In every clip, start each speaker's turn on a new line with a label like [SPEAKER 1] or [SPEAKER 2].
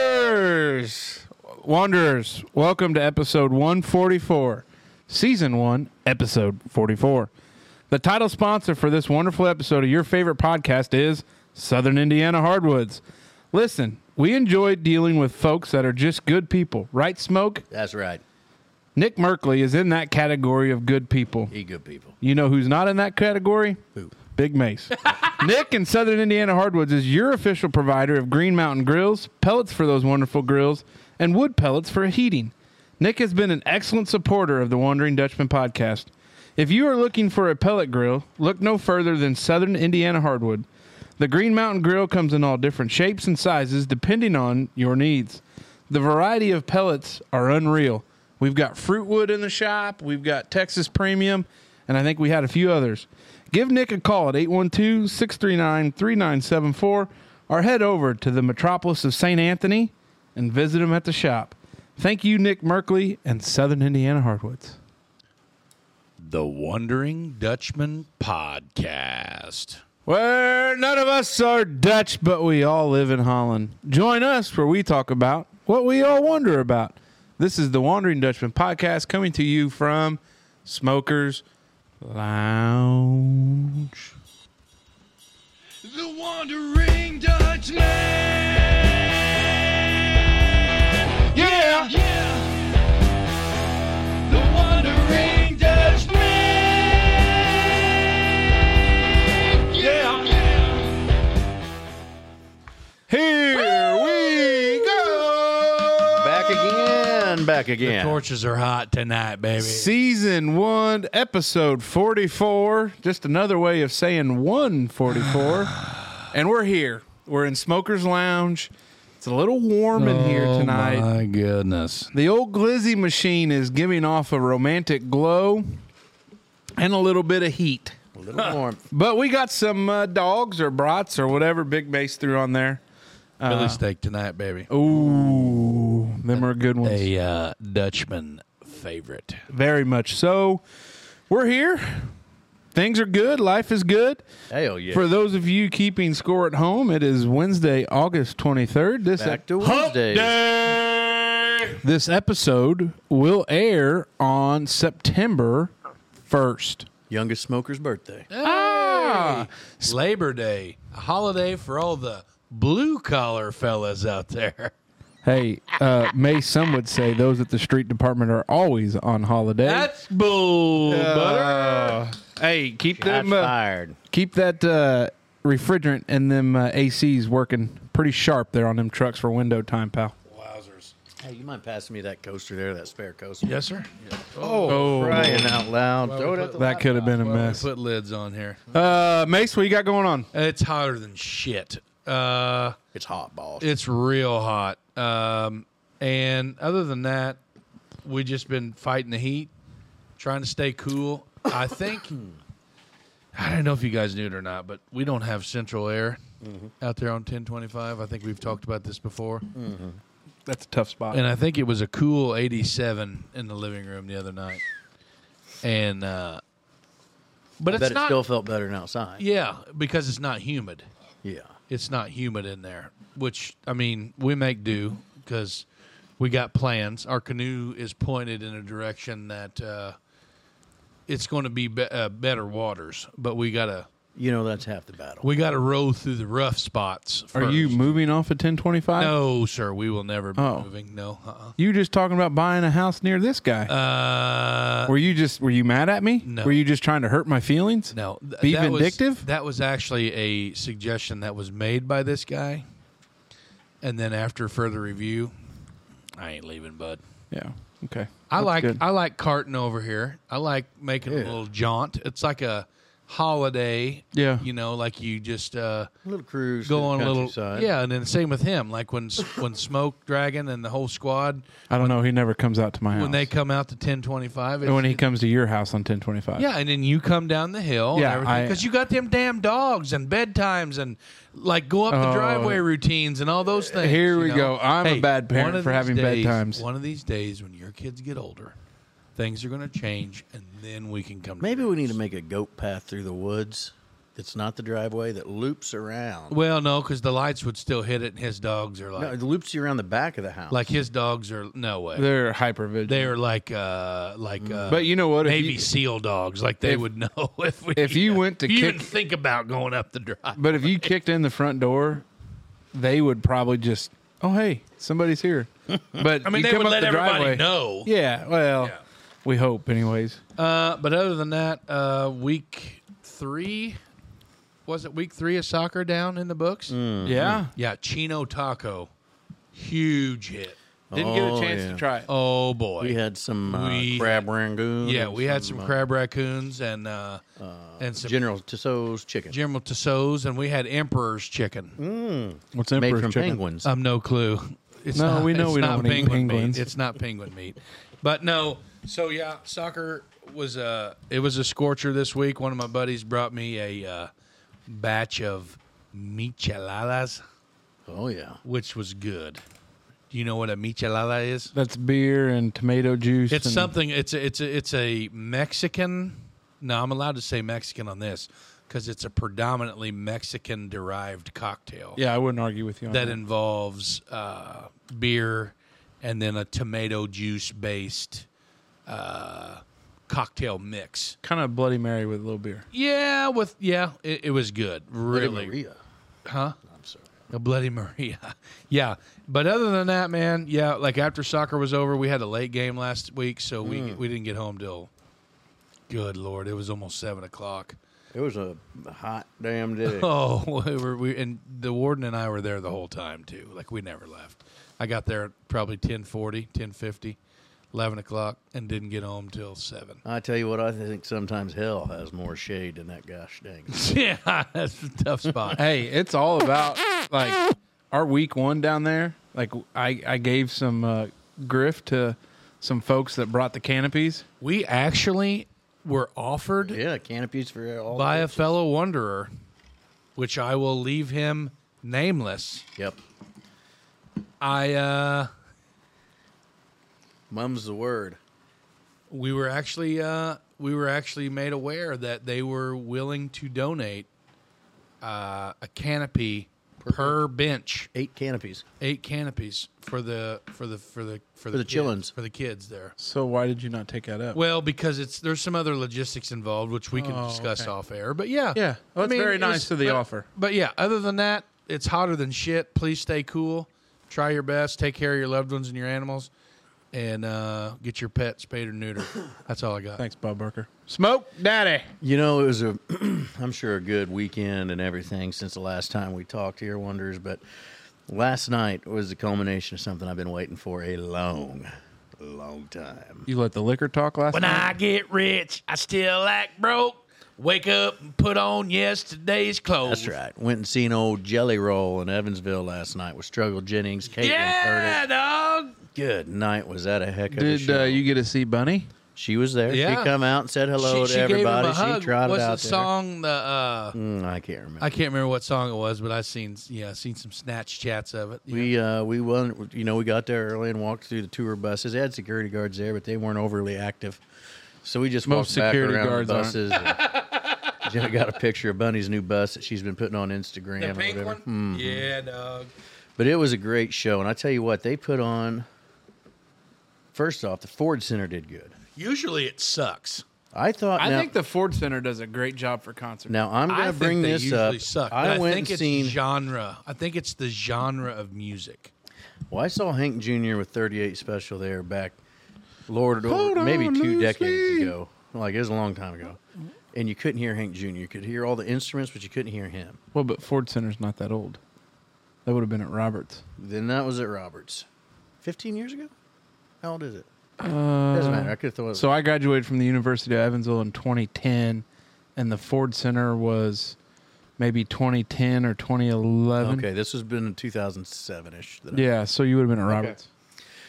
[SPEAKER 1] Wanderers! Wanderers, welcome to episode 144, season 1, episode 44. The title sponsor for this wonderful episode of your favorite podcast is Southern Indiana Hardwoods. Listen, we enjoy dealing with folks that are just good people, right, Smoke?
[SPEAKER 2] That's right.
[SPEAKER 1] Nick Merkley is in that category of good people.
[SPEAKER 2] Eat good people.
[SPEAKER 1] You know who's not in that category?
[SPEAKER 2] Who?
[SPEAKER 1] Big Mace. Nick in Southern Indiana Hardwoods is your official provider of Green Mountain Grills, pellets for those wonderful grills, and wood pellets for heating. Nick has been an excellent supporter of the Wandering Dutchman podcast. If you are looking for a pellet grill, look no further than Southern Indiana Hardwood. The Green Mountain Grill comes in all different shapes and sizes depending on your needs. The variety of pellets are unreal. We've got Fruitwood in the shop, we've got Texas Premium, and I think we had a few others. Give Nick a call at 812 639 3974 or head over to the metropolis of St. Anthony and visit him at the shop. Thank you, Nick Merkley and Southern Indiana Hardwoods.
[SPEAKER 2] The Wandering Dutchman Podcast.
[SPEAKER 1] Where none of us are Dutch, but we all live in Holland. Join us where we talk about what we all wonder about. This is the Wandering Dutchman podcast coming to you from Smokers Lounge.
[SPEAKER 2] The Wandering Dutchman.
[SPEAKER 1] Yeah!
[SPEAKER 2] Yeah. The Wandering Dutchman. Yeah.
[SPEAKER 1] Here we go!
[SPEAKER 3] Back again, back again.
[SPEAKER 2] Torches are hot tonight, baby.
[SPEAKER 1] Season 1, episode 44. Just another way of saying 144. and we're here. We're in Smokers Lounge. It's a little warm in here tonight.
[SPEAKER 2] My goodness.
[SPEAKER 1] The old glizzy machine is giving off a romantic glow and a little bit of heat.
[SPEAKER 3] A little warmth.
[SPEAKER 1] But we got some uh, dogs or brats or whatever Big Base threw on there.
[SPEAKER 2] Philly steak tonight, baby.
[SPEAKER 1] Ooh, them are good ones.
[SPEAKER 2] A uh, Dutchman favorite.
[SPEAKER 1] Very much so. We're here. Things are good. Life is good.
[SPEAKER 3] Hell yeah.
[SPEAKER 1] For those of you keeping score at home, it is Wednesday, August 23rd. This
[SPEAKER 3] Back to
[SPEAKER 1] Hump
[SPEAKER 3] Wednesdays.
[SPEAKER 1] Day. This episode will air on September 1st.
[SPEAKER 3] Youngest smoker's birthday.
[SPEAKER 1] Ah,
[SPEAKER 2] Labor Day, a holiday for all the blue collar fellas out there.
[SPEAKER 1] Hey, uh, May, some would say those at the street department are always on holiday.
[SPEAKER 2] That's bull,
[SPEAKER 1] Uh, hey, keep
[SPEAKER 3] Shots
[SPEAKER 1] them uh,
[SPEAKER 3] fired.
[SPEAKER 1] keep that uh, refrigerant and them uh, ACs working pretty sharp there on them trucks for window time, pal.
[SPEAKER 2] Wowzers.
[SPEAKER 3] Hey, you mind passing me that coaster there, that spare coaster?
[SPEAKER 2] Yes, sir.
[SPEAKER 1] Oh,
[SPEAKER 3] Crying out loud. Throw it
[SPEAKER 2] we
[SPEAKER 3] at
[SPEAKER 2] put-
[SPEAKER 3] the
[SPEAKER 1] that could have been a mess.
[SPEAKER 2] Put lids on here.
[SPEAKER 1] Uh, Mace, what you got going on?
[SPEAKER 2] It's hotter than shit. Uh,
[SPEAKER 3] It's hot balls.
[SPEAKER 2] it's real hot. Um, and other than that, we just been fighting the heat, trying to stay cool. I think I don't know if you guys knew it or not, but we don't have central air out there on 1025. I think we've talked about this before.
[SPEAKER 1] That's a tough spot.
[SPEAKER 2] and I think it was a cool 87 in the living room the other night. And uh but
[SPEAKER 3] Bet
[SPEAKER 2] it's
[SPEAKER 3] it
[SPEAKER 2] not
[SPEAKER 3] still felt better than outside.
[SPEAKER 2] yeah, because it's not humid.
[SPEAKER 3] Yeah.
[SPEAKER 2] It's not humid in there, which I mean, we make do cuz we got plans. Our canoe is pointed in a direction that uh it's going to be, be uh, better waters, but we got to
[SPEAKER 3] You know, that's half the battle.
[SPEAKER 2] we got to row through the rough spots. First.
[SPEAKER 1] are you moving off of 1025?
[SPEAKER 2] No, sir. We will never be
[SPEAKER 1] Oh.
[SPEAKER 2] moving. No. Uh-uh.
[SPEAKER 1] You just talking about buying a house near this guy?
[SPEAKER 2] Uh
[SPEAKER 1] were you just were you mad at me?
[SPEAKER 2] No.
[SPEAKER 1] Were you just trying to hurt my feelings?
[SPEAKER 2] No, th-
[SPEAKER 1] Be
[SPEAKER 2] that was-
[SPEAKER 1] vindictive?
[SPEAKER 2] that was actually a suggestion that was made by this guy, and then after further review, I ain't leaving, bud.
[SPEAKER 1] Yeah. Okay.
[SPEAKER 2] I
[SPEAKER 1] That's
[SPEAKER 2] like
[SPEAKER 1] good.
[SPEAKER 2] I like carting over here. I like making a little jaunt. It's like a holiday.
[SPEAKER 1] Yeah.
[SPEAKER 2] you know, like you just uh,
[SPEAKER 3] A little cruise.
[SPEAKER 2] go
[SPEAKER 3] to the
[SPEAKER 2] on a little.
[SPEAKER 3] countryside.
[SPEAKER 2] Yeah, and then same with him. Like when s- when Smoke Dragon and the whole squad
[SPEAKER 1] I don't know. He never comes out to my house.
[SPEAKER 2] when they come out to ten twenty five.
[SPEAKER 1] when he comes to your house on 1025.
[SPEAKER 2] Yeah, and then you come down the hill
[SPEAKER 1] Yeah,
[SPEAKER 2] yeah,
[SPEAKER 1] I-
[SPEAKER 2] because you got them damn dogs and bedtimes and like go up
[SPEAKER 1] Oh.
[SPEAKER 2] the driveway routines and all those things.
[SPEAKER 1] Here
[SPEAKER 2] you
[SPEAKER 1] we
[SPEAKER 2] know?
[SPEAKER 1] go. I'm a bad parent
[SPEAKER 2] one of
[SPEAKER 1] for
[SPEAKER 2] these
[SPEAKER 1] having
[SPEAKER 2] days-
[SPEAKER 1] bedtimes.
[SPEAKER 2] One of these days when your kids get older, things are going to change and then we can come.
[SPEAKER 3] Maybe
[SPEAKER 2] together.
[SPEAKER 3] we need to make a goat path through the woods. that's not the driveway that loops around.
[SPEAKER 2] Well, no, because the lights would still hit it, and his dogs are like,
[SPEAKER 3] No, it loops you around the back of the house.
[SPEAKER 2] like his dogs are no way. They're,
[SPEAKER 1] They're hyper vigilant.
[SPEAKER 2] like, uh, like, uh,
[SPEAKER 1] But you know what? If
[SPEAKER 2] Navy
[SPEAKER 1] you-
[SPEAKER 2] SEAL dogs. Like they would know if we,
[SPEAKER 1] if you went to
[SPEAKER 2] if you even
[SPEAKER 1] kick-
[SPEAKER 2] think about going up the drive.
[SPEAKER 1] But if you kicked in the front door, they would probably just, oh hey, somebody's here. But
[SPEAKER 2] I mean,
[SPEAKER 1] you
[SPEAKER 2] they
[SPEAKER 1] come
[SPEAKER 2] would
[SPEAKER 1] up
[SPEAKER 2] let
[SPEAKER 1] the
[SPEAKER 2] everybody
[SPEAKER 1] driveway,
[SPEAKER 2] know.
[SPEAKER 1] Yeah, well,
[SPEAKER 2] Yeah.
[SPEAKER 1] we hope, anyways.
[SPEAKER 2] Uh, but other than that, uh, week three was it week three of soccer down in the books?
[SPEAKER 3] Mm. Mm-hmm.
[SPEAKER 1] Yeah,
[SPEAKER 2] Yeah, Chino Taco, huge hit.
[SPEAKER 1] didn't get a
[SPEAKER 3] Oh,
[SPEAKER 1] chance
[SPEAKER 3] yeah.
[SPEAKER 1] to try it.
[SPEAKER 2] Oh boy,
[SPEAKER 3] we had some uh,
[SPEAKER 2] We-
[SPEAKER 3] crab rangoon.
[SPEAKER 2] yeah,
[SPEAKER 3] and
[SPEAKER 2] we had some
[SPEAKER 3] uh,
[SPEAKER 2] crab raccoons and uh, and some
[SPEAKER 3] General Tissot's chicken
[SPEAKER 2] General Tussauds, and we had Emperor's chicken.
[SPEAKER 1] What's
[SPEAKER 3] made from penguins.
[SPEAKER 2] I'm Um, no clue. It's
[SPEAKER 1] No,
[SPEAKER 2] not,
[SPEAKER 1] we know
[SPEAKER 2] it's
[SPEAKER 1] we don't
[SPEAKER 2] not
[SPEAKER 1] wanna eat
[SPEAKER 2] penguin
[SPEAKER 1] penguins.
[SPEAKER 2] Meat. It's not penguin meat, but no. So yeah, soccer was a it was a scorcher this week. One of my buddies brought me a uh, batch of micheladas,
[SPEAKER 3] oh yeah,
[SPEAKER 2] which was good. Do you know what a michelada is?
[SPEAKER 1] That's beer and tomato juice.
[SPEAKER 2] It's
[SPEAKER 1] and-
[SPEAKER 2] something. It's a, it's a, it's a Mexican. No, I'm allowed to say Mexican on this because it's a predominantly Mexican derived cocktail
[SPEAKER 1] Yeah, I wouldn't argue with you on
[SPEAKER 2] that
[SPEAKER 1] that.
[SPEAKER 2] involves uh, beer and then a tomato juice based uh, cocktail mix.
[SPEAKER 1] kind of Bloody Mary with a little beer.
[SPEAKER 2] Yeah, with yeah, it, it was good.
[SPEAKER 3] Bloody
[SPEAKER 2] Really,
[SPEAKER 3] Maria.
[SPEAKER 2] huh?
[SPEAKER 3] I'm sorry.
[SPEAKER 2] A Bloody Maria. yeah. But other than that, man, yeah, like after soccer was over, we had a late game last week, so we
[SPEAKER 3] Hmm.
[SPEAKER 2] we didn't get home till good lord, it was almost seven o'clock.
[SPEAKER 3] It was a hot damn day.
[SPEAKER 2] Oh, we were we and the warden and I were there the whole time too. Like we never left. I got there at probably 1040, 1050, 11 o'clock, and didn't get home till seven.
[SPEAKER 3] I tell you what, I think sometimes hell has more shade than that gosh dang.
[SPEAKER 2] yeah, that's a tough spot.
[SPEAKER 1] Hey, it's all about like our week one down there. Like I, I gave some uh, grift to some folks that brought the canopies.
[SPEAKER 2] we actually were offered
[SPEAKER 3] yeah, canopies for all.
[SPEAKER 2] by a fellow wanderer, which I will leave him nameless.
[SPEAKER 3] yep,
[SPEAKER 2] I uh
[SPEAKER 3] mum's the word.
[SPEAKER 2] we were actually uh we were actually made aware that they were willing to donate uh, a canopy per, bench,
[SPEAKER 3] Eight canopies.
[SPEAKER 2] eight canopies for the for the for the for the,
[SPEAKER 3] the
[SPEAKER 2] kids-
[SPEAKER 3] chillins.
[SPEAKER 2] for the kids there.
[SPEAKER 1] So why did you not take that up?
[SPEAKER 2] Well, because it's there's some other logistics involved, which we can
[SPEAKER 1] Oh,
[SPEAKER 2] discuss
[SPEAKER 1] okay.
[SPEAKER 2] off air. But yeah,
[SPEAKER 1] Yeah. Well, that's very
[SPEAKER 2] it
[SPEAKER 1] nice of the
[SPEAKER 2] but-
[SPEAKER 1] offer.
[SPEAKER 2] But yeah, other than that, it's hotter than shit. Please stay cool. Try your best. Take care of your loved ones and your animals, and uh, get your pet spayed or neutered. That's all I got.
[SPEAKER 1] Thanks, Bob Barker. Smoke, daddy.
[SPEAKER 3] You know, it was a, I'm sure a good weekend and everything since the last time we talked here, Wonders. But last night was the culmination of something I've been waiting for a long, long time.
[SPEAKER 1] You let the liquor talk last
[SPEAKER 2] When
[SPEAKER 1] night.
[SPEAKER 2] I get rich, I still act broke. Wake up and put on yesterday's clothes.
[SPEAKER 3] That's right. Went and seen old Jelly Roll in Evansville last night with Struggle Jennings, Caitlin
[SPEAKER 2] Yeah,
[SPEAKER 3] Curtis.
[SPEAKER 2] dog.
[SPEAKER 3] Good night. Was that a heck of a
[SPEAKER 1] Did
[SPEAKER 3] show?
[SPEAKER 1] uh, you get to see Bunny?
[SPEAKER 3] she was there.
[SPEAKER 2] Yeah.
[SPEAKER 3] She come out and said hello to
[SPEAKER 2] she, she gave him
[SPEAKER 3] everybody.
[SPEAKER 2] a hug.
[SPEAKER 3] She trotted
[SPEAKER 2] What's
[SPEAKER 3] out
[SPEAKER 2] the song? The uh,
[SPEAKER 3] there. Mm, I can't remember.
[SPEAKER 2] I can't remember what song it was, but I seen yeah, I seen some snatch chats of it.
[SPEAKER 3] We uh, we won. You know, we got there early and walked through the tour buses. They had security guards there, but they weren't overly active. So we just
[SPEAKER 1] Most
[SPEAKER 3] walked back
[SPEAKER 1] security
[SPEAKER 3] around
[SPEAKER 1] guards
[SPEAKER 3] the
[SPEAKER 1] aren't.
[SPEAKER 3] buses. and Jenna got a picture of Bunny's new bus that she's been putting on Instagram or whatever.
[SPEAKER 2] Yeah, dog.
[SPEAKER 3] But it was a great show, and I tell you what, they put on. First off, the Ford Center did good.
[SPEAKER 2] Usually it sucks.
[SPEAKER 3] I thought.
[SPEAKER 1] I
[SPEAKER 3] now,
[SPEAKER 1] think the Ford Center does a great job for concerts.
[SPEAKER 3] now I'm going
[SPEAKER 2] I
[SPEAKER 3] to
[SPEAKER 2] think
[SPEAKER 3] bring
[SPEAKER 2] they
[SPEAKER 3] this
[SPEAKER 2] usually
[SPEAKER 3] up.
[SPEAKER 2] Suck,
[SPEAKER 3] I
[SPEAKER 2] but
[SPEAKER 3] went
[SPEAKER 2] think
[SPEAKER 3] and
[SPEAKER 2] it's
[SPEAKER 3] seen.
[SPEAKER 2] genre. I think it's the genre of music.
[SPEAKER 3] Well, I saw Hank Jr. with 38 Special there back, Lord,
[SPEAKER 1] Hold on
[SPEAKER 3] maybe two
[SPEAKER 1] loosely.
[SPEAKER 3] decades ago. Like, it was a long time ago. And you couldn't hear Hank Jr. You could hear all the instruments, but you couldn't hear him.
[SPEAKER 1] Well, but Ford Center's not that old. That would have been at Roberts.
[SPEAKER 3] Then that was at Roberts. 15 years ago? How old is it? Doesn't matter. I could throw it.
[SPEAKER 1] Uh, So I graduated from the University of Evansville in 2010, and the Ford Center was maybe 2010 or 2011.
[SPEAKER 3] okay, this has been in 2007 ish.
[SPEAKER 1] Yeah, so you would have been at Roberts.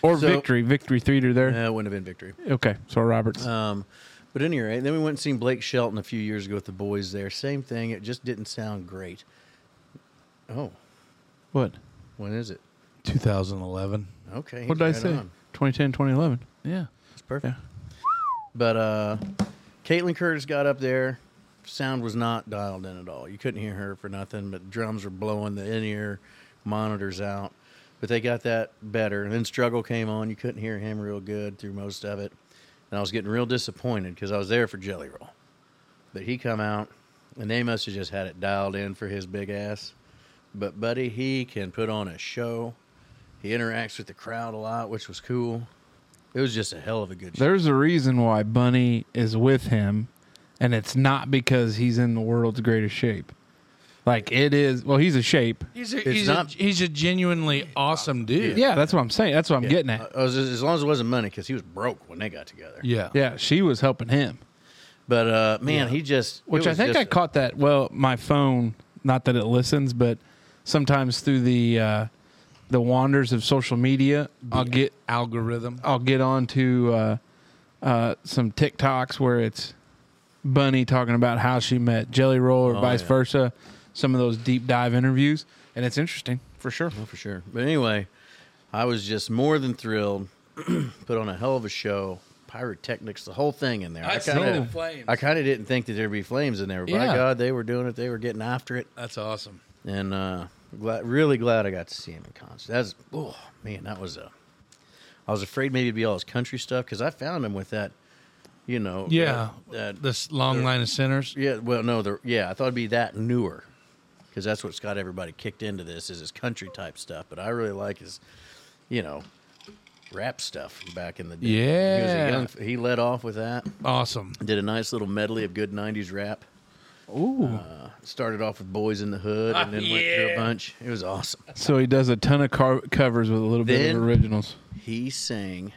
[SPEAKER 1] Or
[SPEAKER 3] So-
[SPEAKER 1] Victory, Victory Theater there.
[SPEAKER 3] That wouldn't have been victory.
[SPEAKER 1] Okay, so Roberts.
[SPEAKER 3] Um, but anyway, then we went and seen Blake Shelton a few years ago with the boys there. Same thing. It just didn't sound great. Oh,
[SPEAKER 1] what?
[SPEAKER 3] when is it?
[SPEAKER 2] 2011.
[SPEAKER 3] Okay.
[SPEAKER 1] What did I
[SPEAKER 3] he's
[SPEAKER 1] say?
[SPEAKER 3] right on.
[SPEAKER 1] 2010, 2011.
[SPEAKER 2] Yeah.
[SPEAKER 3] It's perfect.
[SPEAKER 1] Yeah.
[SPEAKER 3] But uh, Caitlin Curtis got up there, sound was not dialed in at all. You couldn't hear her for nothing, but drums were blowing the in ear monitors out. But they got that better. And then Struggle came on. You couldn't hear him real good through most of it. And I was getting real disappointed because I was there for Jelly Roll. But he come out, and they must have just had it dialed in for his big ass. But buddy, he can put on a show. He interacts with the crowd a lot, which was cool. It was just a hell of a good show.
[SPEAKER 1] There's a reason why Bunny is with him, and it's not because he's in the world's greatest shape. Like it is. Well, he's a shape.
[SPEAKER 2] He's a,
[SPEAKER 3] It's
[SPEAKER 2] he's,
[SPEAKER 3] not-
[SPEAKER 2] a, he's a genuinely awesome dude.
[SPEAKER 1] Yeah, that's what I'm saying. That's what I'm getting
[SPEAKER 3] Uh,
[SPEAKER 1] at.
[SPEAKER 3] I was- as long as it wasn't money, because he was broke when they got together.
[SPEAKER 2] Yeah.
[SPEAKER 1] Yeah, she was helping him,
[SPEAKER 3] But uh, man, he just it
[SPEAKER 1] which I
[SPEAKER 3] was
[SPEAKER 1] think
[SPEAKER 3] just-
[SPEAKER 1] I caught that. Well, my phone, not that it listens, but sometimes through the uh, the wanders of social media, I'll get
[SPEAKER 2] Algorithm.
[SPEAKER 1] I'll get on to uh, uh, some TikToks where it's Bunny talking about how she met Jelly Roll or vice
[SPEAKER 3] yeah.
[SPEAKER 1] versa. Some of those deep dive interviews, and it's interesting for sure.
[SPEAKER 3] Oh, for sure. But anyway, I was just more than thrilled. Put on a hell of a show. Pyrotechnics, the whole thing in there.
[SPEAKER 2] I see
[SPEAKER 3] kinda-
[SPEAKER 2] the flames.
[SPEAKER 3] I kind of didn't think that there'd be flames in there. But By
[SPEAKER 1] Yeah.
[SPEAKER 3] God, they were doing it. They were getting after it,
[SPEAKER 2] That's awesome.
[SPEAKER 3] and uh, glad, really glad I got to see him in concert. That's oh man, that was a. I was afraid maybe it'd be all his country stuff because I found him with that, you know.
[SPEAKER 2] Yeah.
[SPEAKER 3] that, that
[SPEAKER 2] This long line of sinners.
[SPEAKER 3] Yeah, well, no, the yeah, I thought it'd be that newer, because that's what's got everybody kicked into this is his country type stuff. But I really like his, you know, rap stuff from back in the day. he, was
[SPEAKER 2] Yeah.
[SPEAKER 3] a young, f- he led off with that.
[SPEAKER 2] Awesome.
[SPEAKER 3] Did a nice little medley of good '90s rap. Uh,
[SPEAKER 1] Ooh,
[SPEAKER 3] Started off with Boys in the Hood, and then went through a bunch. It was awesome.
[SPEAKER 1] so he does a ton of car- covers with a little bit
[SPEAKER 3] Then-
[SPEAKER 1] of originals.
[SPEAKER 3] He sang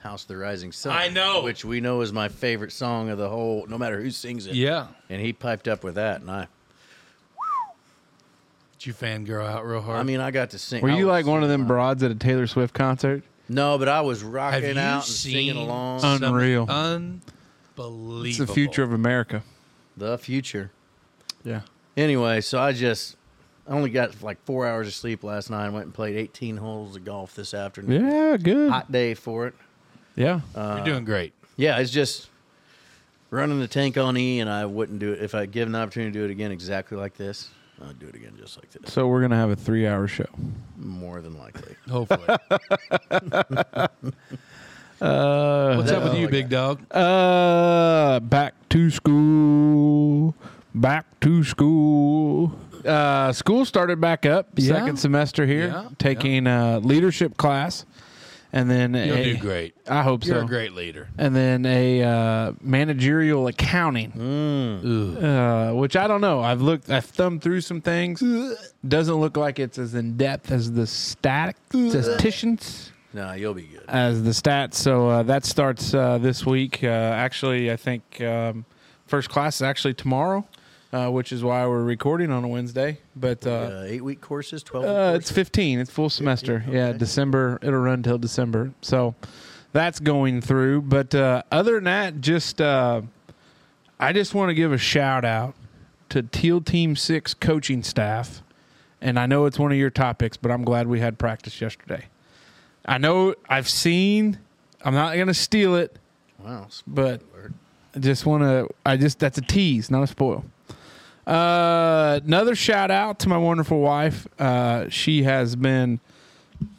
[SPEAKER 3] "House of the Rising Sun,"
[SPEAKER 2] I know.
[SPEAKER 3] which we know is my favorite song of the whole. No matter who sings it,
[SPEAKER 2] Yeah.
[SPEAKER 3] And he piped up with that, and I,
[SPEAKER 2] Did you fangirl out real hard?
[SPEAKER 3] I mean, I got to sing.
[SPEAKER 1] Were
[SPEAKER 3] I
[SPEAKER 1] you
[SPEAKER 3] was-
[SPEAKER 1] like one of them broads at a Taylor Swift concert?
[SPEAKER 3] No, but I was rocking
[SPEAKER 2] have you
[SPEAKER 3] out and
[SPEAKER 2] seen
[SPEAKER 3] singing along.
[SPEAKER 1] Uh,
[SPEAKER 2] some-
[SPEAKER 1] Unreal.
[SPEAKER 2] Unbelievable.
[SPEAKER 1] It's the future of America.
[SPEAKER 3] the future.
[SPEAKER 1] Yeah.
[SPEAKER 3] Anyway, so I just I only got like four hours of sleep last night. Went and played 18 holes of golf this afternoon.
[SPEAKER 1] Yeah, good.
[SPEAKER 3] Hot day for it.
[SPEAKER 1] yeah.
[SPEAKER 2] You're doing great.
[SPEAKER 3] Yeah, it's just running the tank on E, and I wouldn't do it if I given the opportunity to do it again exactly like this. I'd do it again just like this,
[SPEAKER 1] so we're gonna have a three-hour show.
[SPEAKER 3] more than likely.
[SPEAKER 2] Hopefully.
[SPEAKER 1] Uh,
[SPEAKER 2] What's up with
[SPEAKER 3] Oh,
[SPEAKER 2] you,
[SPEAKER 3] my
[SPEAKER 2] big dog?
[SPEAKER 1] Uh, back to school. Back to school. Uh, school started back up.
[SPEAKER 2] Yeah.
[SPEAKER 1] Second semester here,
[SPEAKER 2] Yeah,
[SPEAKER 1] taking a leadership class, and then
[SPEAKER 2] You'll
[SPEAKER 1] a-
[SPEAKER 2] do great.
[SPEAKER 1] I hope
[SPEAKER 2] You're
[SPEAKER 1] so.
[SPEAKER 2] a great leader.
[SPEAKER 1] And then a uh, managerial accounting,
[SPEAKER 2] Mm.
[SPEAKER 1] uh, which I don't know. I've looked, I've thumbed through some things. Doesn't look like it's as in depth as the
[SPEAKER 2] Uh.
[SPEAKER 1] statisticians
[SPEAKER 3] No, you'll be good.
[SPEAKER 1] as the stats. So uh, that starts uh, this week. Uh, actually, I think um, first class is actually tomorrow, uh, which is why we're recording on a Wednesday. But uh,
[SPEAKER 3] Uh, eight week courses, 12
[SPEAKER 1] uh,
[SPEAKER 3] courses.
[SPEAKER 1] it's 15. It's full semester. Yeah, December. It'll run till December. So that's going through. But uh, other than that, just uh, I just want to give a shout out to Teal Team Six coaching staff. And I know it's one of your topics, but I'm glad we had practice yesterday. I know I've seen. I'm not going to steal it,
[SPEAKER 3] Wow.
[SPEAKER 1] but
[SPEAKER 3] alert.
[SPEAKER 1] I just want to. I just that's a tease, not a spoil. Uh, another shout out to my wonderful wife. Uh, she has been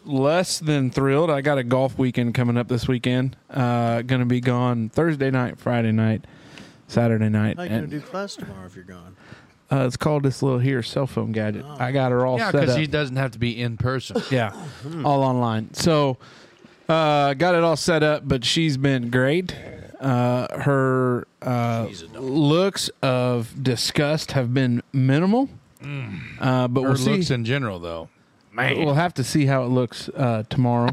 [SPEAKER 1] less than thrilled. I got a golf weekend coming up this weekend. Uh, going to be gone Thursday night, Friday night, Saturday night.
[SPEAKER 3] How you going
[SPEAKER 1] and,
[SPEAKER 3] to do class tomorrow if you're gone?
[SPEAKER 1] uh, it's called this little here cell phone gadget.
[SPEAKER 3] Oh.
[SPEAKER 1] I got her all
[SPEAKER 2] Yeah,
[SPEAKER 1] set
[SPEAKER 2] because
[SPEAKER 1] up.
[SPEAKER 2] he doesn't have to be in person.
[SPEAKER 1] Yeah, all online. So uh, got it all set up, but she's been great. Uh, her uh, looks of disgust have been minimal, uh, but
[SPEAKER 2] Or
[SPEAKER 1] we'll
[SPEAKER 2] looks
[SPEAKER 1] see.
[SPEAKER 2] in general, though.
[SPEAKER 1] We'll have to see how it looks uh, tomorrow.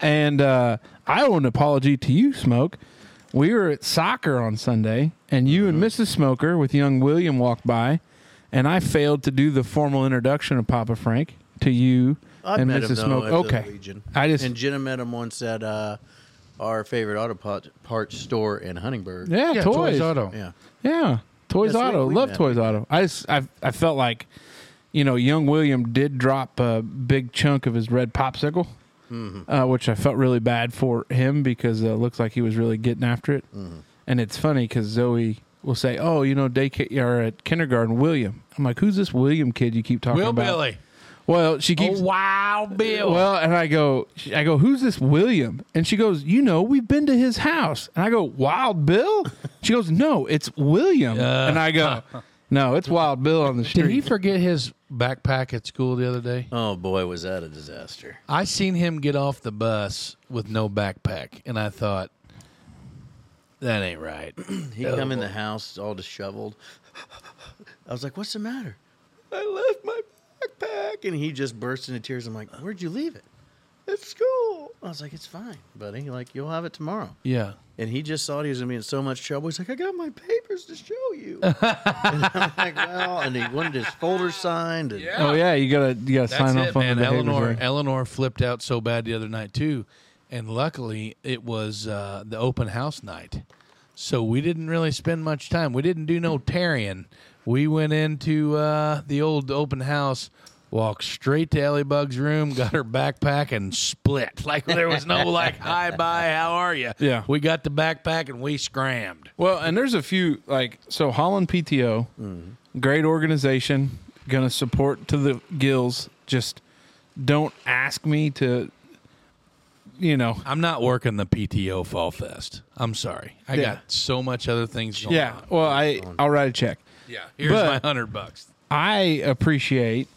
[SPEAKER 1] and uh, I owe an apology to you, Smoke. We were at soccer on Sunday, and you
[SPEAKER 3] Mm-hmm.
[SPEAKER 1] and Mrs. Smoker with young William walked by, and I failed to do the formal introduction of Papa Frank to you
[SPEAKER 3] I
[SPEAKER 1] and
[SPEAKER 3] met
[SPEAKER 1] Mrs.
[SPEAKER 3] him
[SPEAKER 1] Smoker.
[SPEAKER 3] though, at
[SPEAKER 1] okay,
[SPEAKER 3] the Legion.
[SPEAKER 1] I just
[SPEAKER 3] and Jenna met him once at uh, our favorite auto pot- parts store in Huntingburg.
[SPEAKER 1] Yeah,
[SPEAKER 2] Yeah,
[SPEAKER 1] toys.
[SPEAKER 2] Toys Auto.
[SPEAKER 3] yeah.
[SPEAKER 1] Yeah, toys
[SPEAKER 3] That's right,
[SPEAKER 1] auto.
[SPEAKER 3] we
[SPEAKER 1] Love
[SPEAKER 3] met.
[SPEAKER 1] toys auto. I just I I felt like, you know, young William did drop a big chunk of his red popsicle,
[SPEAKER 2] Mm-hmm.
[SPEAKER 1] uh, which I felt really
[SPEAKER 2] Mm-hmm.
[SPEAKER 1] bad for him because uh, it looks like he was really getting after it. And it's funny because Zoe will say, "Oh, you know, daycare or at kindergarten, William." I'm like, "Who's this William kid you keep talking
[SPEAKER 2] Will
[SPEAKER 1] about?"
[SPEAKER 2] Billy.
[SPEAKER 1] Well, she keeps.
[SPEAKER 2] oh, wow, Bill.
[SPEAKER 1] Well, and I go, I go, who's this William? And she goes, you know, we've been to his house. And I go, Wild Bill. She goes, no, it's William.
[SPEAKER 2] Yeah.
[SPEAKER 1] and I go, no, it's Wild Bill on the street.
[SPEAKER 2] Did he forget his backpack at school the other day?
[SPEAKER 3] Oh boy, was that a disaster!
[SPEAKER 2] I seen him get off the bus with no backpack, and I thought, that ain't right.
[SPEAKER 3] He come in the house all disheveled. I was like, "What's the matter?" I left my backpack, and he just burst into tears. I'm like, "Where'd you leave it?" At school. I was like, "It's fine, buddy. Like you'll have it tomorrow."
[SPEAKER 2] Yeah.
[SPEAKER 3] And he just thought he was gonna be in so much trouble. He's like, "I got my papers to show you." and I'm like, "Well," and he wanted his folder signed. And
[SPEAKER 2] Yeah.
[SPEAKER 1] Oh yeah, you gotta you gotta
[SPEAKER 2] That's
[SPEAKER 1] sign
[SPEAKER 2] it,
[SPEAKER 1] off on
[SPEAKER 2] man.
[SPEAKER 1] the behaviors
[SPEAKER 2] Eleanor,
[SPEAKER 1] there.
[SPEAKER 2] Eleanor flipped out so bad the other night too, and luckily it was uh, the open house night, so we didn't really spend much time. We didn't do no tarrying. We went into uh, the old open house, walked straight to Ellie Bug's room, got her backpack, and split. Like there was no like hi bye, how are you?
[SPEAKER 1] Yeah.
[SPEAKER 2] we got the backpack and we scrammed.
[SPEAKER 1] Well, and there's a few like so Holland PTO,
[SPEAKER 2] Mm-hmm.
[SPEAKER 1] great organization, gonna support to the gills. Just don't ask me to, you know.
[SPEAKER 2] I'm not working the PTO Fall Fest. I'm sorry. I
[SPEAKER 1] Yeah.
[SPEAKER 2] got so much other things going
[SPEAKER 1] Yeah.
[SPEAKER 2] on.
[SPEAKER 1] Well, I I'll write a check.
[SPEAKER 2] Yeah. Here's
[SPEAKER 1] But-
[SPEAKER 2] my hundred bucks.
[SPEAKER 1] I appreciate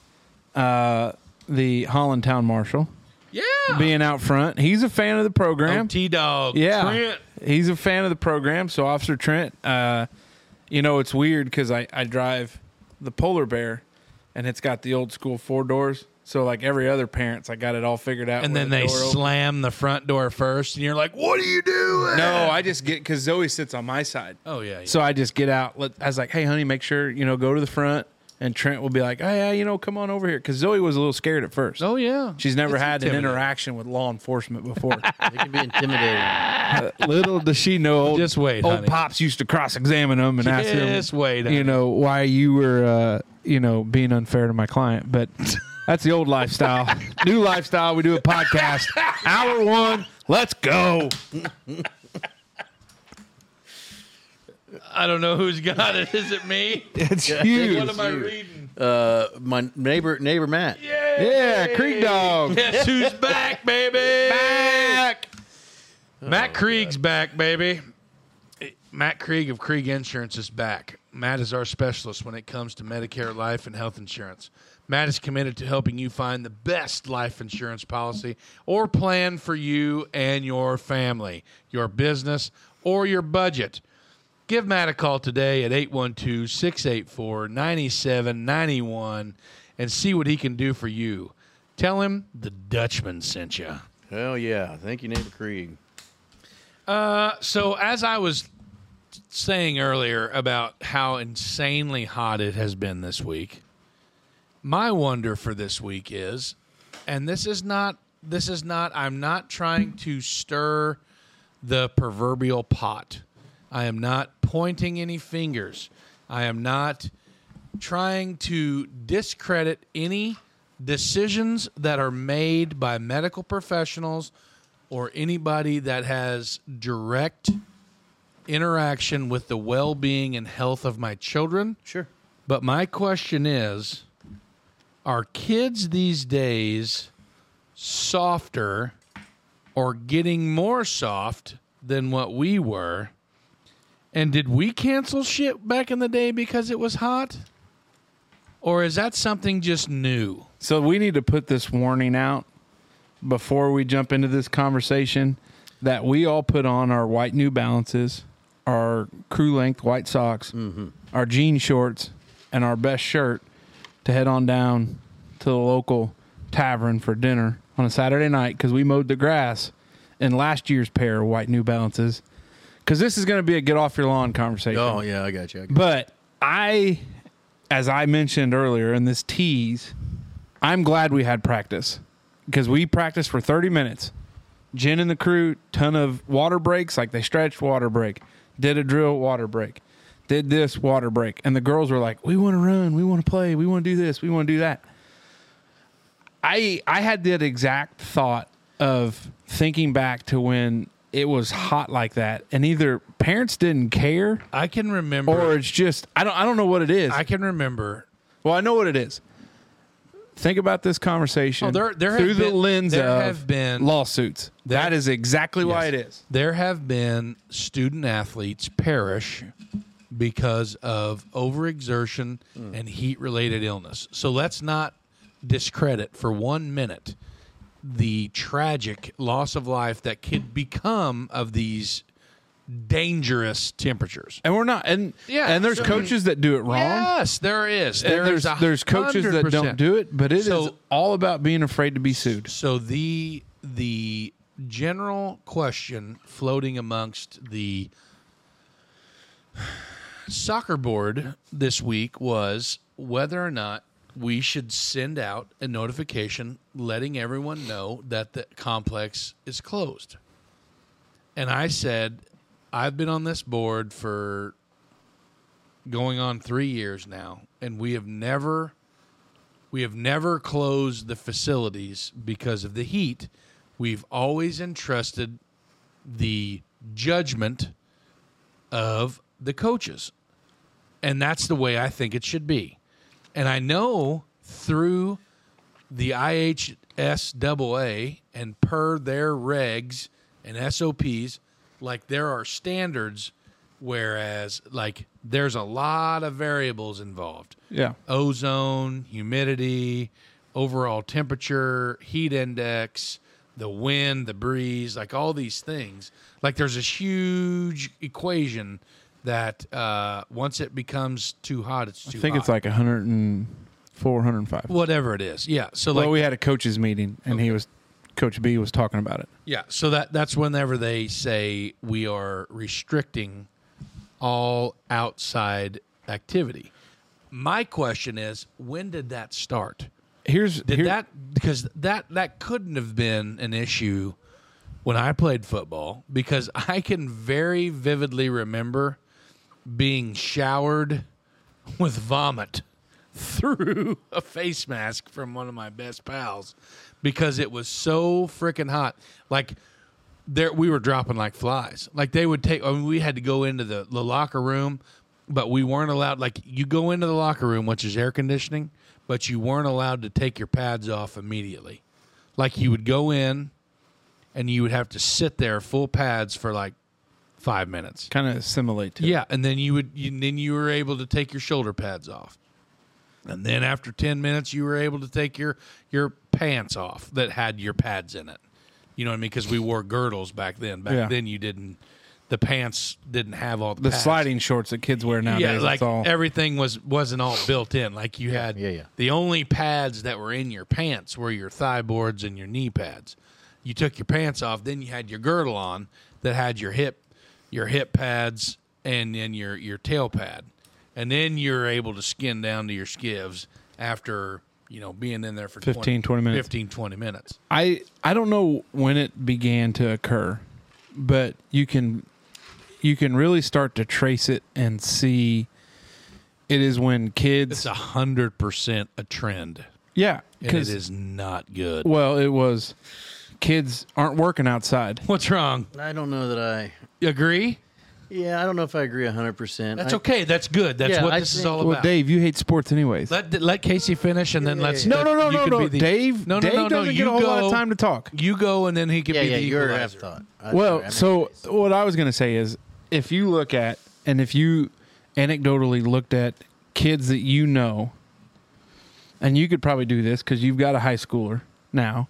[SPEAKER 1] uh, the Holland Town Marshal
[SPEAKER 2] Yeah.
[SPEAKER 1] being out front. He's a fan of the program.
[SPEAKER 2] Oh, T Dog.
[SPEAKER 1] Yeah,
[SPEAKER 2] Trent.
[SPEAKER 1] he's a fan of the program. So Officer Trent, uh, you know, it's weird because I I drive the polar bear, and it's got the old school four doors. So like every other parents, I got it all figured out.
[SPEAKER 2] And
[SPEAKER 1] where
[SPEAKER 2] then
[SPEAKER 1] the
[SPEAKER 2] they
[SPEAKER 1] door opens.
[SPEAKER 2] slam the front door first, and you're like, what are you doing?
[SPEAKER 1] no, I just get because Zoe sits on my side.
[SPEAKER 2] Oh, yeah. yeah.
[SPEAKER 1] So I just get out. Let, I was like, "Hey, honey, make sure you know go to the front." And Trent will be like, "Oh yeah, you know, come on over here," because Zoe was a little scared at first.
[SPEAKER 2] oh, yeah.
[SPEAKER 1] She's never had an
[SPEAKER 2] intimidating.
[SPEAKER 1] interaction with law enforcement before.
[SPEAKER 3] it can be intimidating.
[SPEAKER 1] Little does she know, old,
[SPEAKER 2] Just wait,
[SPEAKER 1] old
[SPEAKER 2] honey.
[SPEAKER 1] pops used to cross-examine them and ask them,
[SPEAKER 2] Just wait, honey.
[SPEAKER 1] you know, why you were, uh, you know, being unfair to my client. But that's the old lifestyle. New lifestyle. We do a podcast, hour one. Let's go.
[SPEAKER 2] I don't know who's got it. Is it me?
[SPEAKER 1] It's
[SPEAKER 2] what
[SPEAKER 1] huge.
[SPEAKER 2] am I reading?
[SPEAKER 3] Uh, my neighbor, neighbor Matt.
[SPEAKER 2] Yeah.
[SPEAKER 1] Yeah, Creek Dog.
[SPEAKER 2] Guess who's back, baby? Back. Matt Krieg's back, baby. Matt Krieg of Krieg Insurance is back. Matt is our specialist when it comes to Medicare life and health insurance. Matt is committed to helping you find the best life insurance policy or plan for you and your family, your business, or your budget. Give Matt a call today at 812 684 9791 and see what he can do for you. Tell him the Dutchman sent you.
[SPEAKER 3] Hell yeah! Thank you, neighbor Creed.
[SPEAKER 2] So, as I was saying earlier about how insanely hot it has been this week, my wonder for this week is, and this is not, this is not, I'm not trying to stir the proverbial pot. I am not pointing any fingers. I am not trying to discredit any decisions that are made by medical professionals or anybody that has direct interaction with the well being and health of my children.
[SPEAKER 3] Sure.
[SPEAKER 2] But my question is are kids these days softer or getting more soft than what we were? And did we cancel shit back in the day because it was hot? Or is that something just new?
[SPEAKER 1] So we need to put this warning out before we jump into this conversation that we all put on our white New Balances, our crew length white socks, our jean shorts, and our best shirt to head on down to the local tavern for dinner on a Saturday night because we mowed the grass in last year's pair of white New Balances. Because this is going to be a get off your lawn conversation.
[SPEAKER 3] Oh yeah, I got you. I got you.
[SPEAKER 1] But I, as I mentioned earlier in this tease, I'm glad we had practice because we practiced for 30 minutes. Jen and the crew, ton of water breaks, like they stretched, water break, did a drill, water break, did this, water break. And the girls were like, we want to run, we want to play, we want to do this, we want to do that. I I had that exact thought of thinking back to when it was hot like that, and either parents didn't care
[SPEAKER 2] I can remember.
[SPEAKER 1] or it's just I don't I don't know what it is.
[SPEAKER 2] I can remember.
[SPEAKER 1] well, I know what it is. Think about this conversation
[SPEAKER 2] Oh, there- there have
[SPEAKER 1] through the
[SPEAKER 2] been-
[SPEAKER 1] lens
[SPEAKER 2] there
[SPEAKER 1] of
[SPEAKER 2] have been-
[SPEAKER 1] lawsuits. that is exactly why it is.
[SPEAKER 2] There have been student athletes perish because of overexertion
[SPEAKER 1] Hmm.
[SPEAKER 2] and heat related illness. So let's not discredit for one minute the tragic loss of life that could become of these dangerous temperatures.
[SPEAKER 1] And we're not and
[SPEAKER 2] Yeah,
[SPEAKER 1] and there's
[SPEAKER 2] so-
[SPEAKER 1] coaches that do it wrong.
[SPEAKER 2] Yes, there is.
[SPEAKER 1] And
[SPEAKER 2] There is
[SPEAKER 1] there's
[SPEAKER 2] a
[SPEAKER 1] there's coaches that don't
[SPEAKER 2] 100%.
[SPEAKER 1] do it, but it is
[SPEAKER 2] So-
[SPEAKER 1] all about being afraid to be sued.
[SPEAKER 2] So the the general question floating amongst the soccer board this week was whether or not we should send out a notification letting everyone know that the complex is closed. And I said, I've been on this board for going on 3 years now and we have never we have never closed the facilities because of the heat. We've always entrusted the judgment of the coaches. And that's the way I think it should be. And I know through the IHSAA and per their regs and SOPs, like there are standards, whereas, like, there's a lot of variables involved
[SPEAKER 1] Yeah.
[SPEAKER 2] ozone, humidity, overall temperature, heat index, the wind, the breeze, like all these things. Like there's this huge equation that uh, once it becomes too hot, it's too
[SPEAKER 1] I think
[SPEAKER 2] hot.
[SPEAKER 1] it's like 104, 105.
[SPEAKER 2] whatever it is. Yeah. So like
[SPEAKER 1] well, we had a coaches meeting, and he was Coach B was talking about it.
[SPEAKER 2] Yeah, so that that's whenever they say we are restricting all outside activity. My question is, when did that start?
[SPEAKER 1] Here's
[SPEAKER 2] Did
[SPEAKER 1] here-
[SPEAKER 2] that because that that couldn't have been an issue when I played football because I can very vividly remember being showered with vomit through a face mask from one of my best pals because it was so freaking hot. Like there we were dropping like flies. Like they would take I mean we had to go into the, the locker room, but we weren't allowed like you go into the locker room, which is air conditioning, but you weren't allowed to take your pads off immediately. Like you would go in and you would have to sit there full pads for like five minutes.
[SPEAKER 1] kind of assimilate to. it.
[SPEAKER 2] Yeah, and then you would you, then you were able to take your shoulder pads off. And then after 10 minutes you were able to take your your pants off that had your pads in it. You know what I mean because we wore girdles back then. Back
[SPEAKER 1] Yeah.
[SPEAKER 2] then you didn't the pants didn't have all the,
[SPEAKER 1] the
[SPEAKER 2] pads.
[SPEAKER 1] sliding shorts that kids wear nowadays.
[SPEAKER 2] Yeah, like
[SPEAKER 1] it's all,
[SPEAKER 2] everything was wasn't all built in. Like you had
[SPEAKER 3] yeah, yeah.
[SPEAKER 2] the only pads that were in your pants were your thigh boards and your knee pads. You took your pants off, then you had your girdle on that had your hip your hip pads and then your your tail pad. And then you're able to skin down to your skivs after, you know, being in there for
[SPEAKER 1] 15, 20 minutes.
[SPEAKER 2] 15 20 minutes.
[SPEAKER 1] I I don't know when it began to occur, but you can you can really start to trace it and see. It is when
[SPEAKER 2] It's
[SPEAKER 1] kids,
[SPEAKER 2] 100% a trend.
[SPEAKER 1] yeah,
[SPEAKER 2] And it
[SPEAKER 1] because
[SPEAKER 2] is not good.
[SPEAKER 1] well, it was kids aren't working outside.
[SPEAKER 2] What's wrong?
[SPEAKER 3] I don't know that I.
[SPEAKER 2] You agree?
[SPEAKER 3] Yeah, I don't know if I agree hundred percent.
[SPEAKER 2] That's okay. That's good. That's
[SPEAKER 3] Yeah,
[SPEAKER 2] what
[SPEAKER 3] I
[SPEAKER 2] this is
[SPEAKER 3] think-
[SPEAKER 2] all
[SPEAKER 1] Well,
[SPEAKER 2] about.
[SPEAKER 1] Dave, you hate sports anyways.
[SPEAKER 2] let let Casey finish, and then let's.
[SPEAKER 1] no,
[SPEAKER 2] let-
[SPEAKER 1] no, no,
[SPEAKER 2] you
[SPEAKER 1] no,
[SPEAKER 2] can
[SPEAKER 1] no,
[SPEAKER 2] be the-
[SPEAKER 1] Dave. Dave doesn't get
[SPEAKER 2] you
[SPEAKER 1] a whole lot
[SPEAKER 2] go.
[SPEAKER 1] of time to talk.
[SPEAKER 2] You go, and then he can
[SPEAKER 3] Yeah,
[SPEAKER 2] be
[SPEAKER 3] yeah,
[SPEAKER 2] the
[SPEAKER 3] you're half
[SPEAKER 2] equalizer.
[SPEAKER 3] thought.
[SPEAKER 1] Well, so what I was going to say is if you look at and if you anecdotally looked at kids that you know, and you could probably do this because you've got a high schooler now,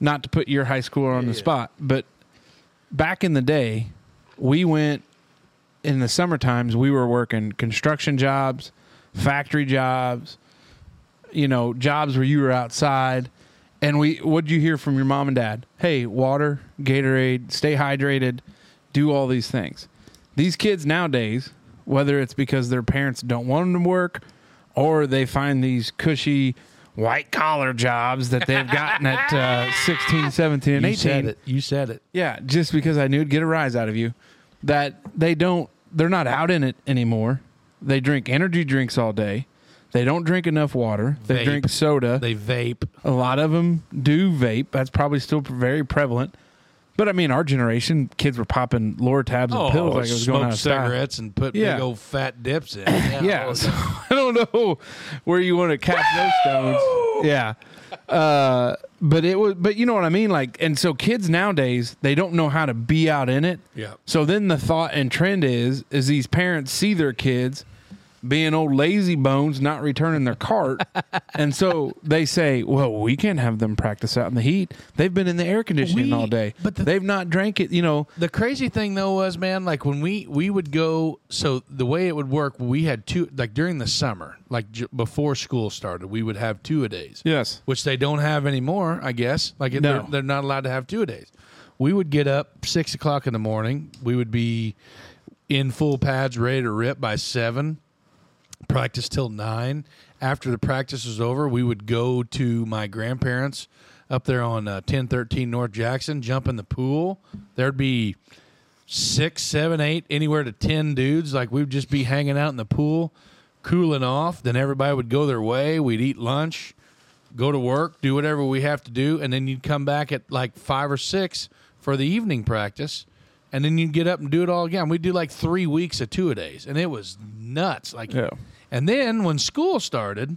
[SPEAKER 1] not to put your high schooler on the spot, but back in the day, we went in the summer times, we were working construction jobs, factory jobs, you know, jobs where you were outside. And we, what'd you hear from your mom and dad? Hey, water, Gatorade, stay hydrated, do all these things. These kids nowadays, whether it's because their parents don't want them to work or they find these cushy white collar jobs that they've gotten at uh, 16, 17, and
[SPEAKER 2] You
[SPEAKER 1] 18.
[SPEAKER 2] said it. You said it.
[SPEAKER 1] Yeah, just because I knew it'd get a rise out of you. That they don't they're not out in it anymore. They drink energy drinks all day. They don't drink enough water. They
[SPEAKER 2] Vape.
[SPEAKER 1] drink soda.
[SPEAKER 2] They vape.
[SPEAKER 1] a lot of them do vape. That's probably still very prevalent. But I mean, our generation kids were popping lore tabs and
[SPEAKER 2] Oh,
[SPEAKER 1] pills like it was
[SPEAKER 2] smoke
[SPEAKER 1] going out of style.
[SPEAKER 2] cigarettes and put
[SPEAKER 1] Yeah.
[SPEAKER 2] big old fat dips in.
[SPEAKER 1] Yeah, so I don't know where you want to catch those stones. Yeah, uh, but it was, but you know what I mean. Like, and so kids nowadays they don't know how to be out in it.
[SPEAKER 2] Yeah.
[SPEAKER 1] So then the thought and trend is is these parents see their kids being old lazy bones, not returning their cart, and so they say, "Well, we can't have them practice out in the heat. They've been in the air conditioning
[SPEAKER 2] We-
[SPEAKER 1] all day,
[SPEAKER 2] but the-
[SPEAKER 1] they've not drank it. You know,
[SPEAKER 2] The crazy thing though was, man, like when we we would go. So the way it would work, we had two like during the summer, like j- before school started, we would have two a days.
[SPEAKER 1] Yes.
[SPEAKER 2] which they don't have anymore, I guess. Like it-
[SPEAKER 1] No.
[SPEAKER 2] they're, they're not allowed to have two a days. We would get up six o'clock in the morning. We would be in full pads, ready to rip by seven. Practice till nine. After the practice was over, we would go to my grandparents up there on uh, ten thirteen North Jackson, jump in the pool. There'd be six, seven, eight, anywhere to ten dudes. Like we'd just be hanging out in the pool, cooling off. Then everybody would go their way. We'd eat lunch, go to work, do whatever we have to do, and then you'd come back at like five or six for the evening practice. And then you'd get up and do it all again. We'd do like three weeks of two a days, and it was nuts. Like,
[SPEAKER 1] Yeah.
[SPEAKER 2] and then when school started,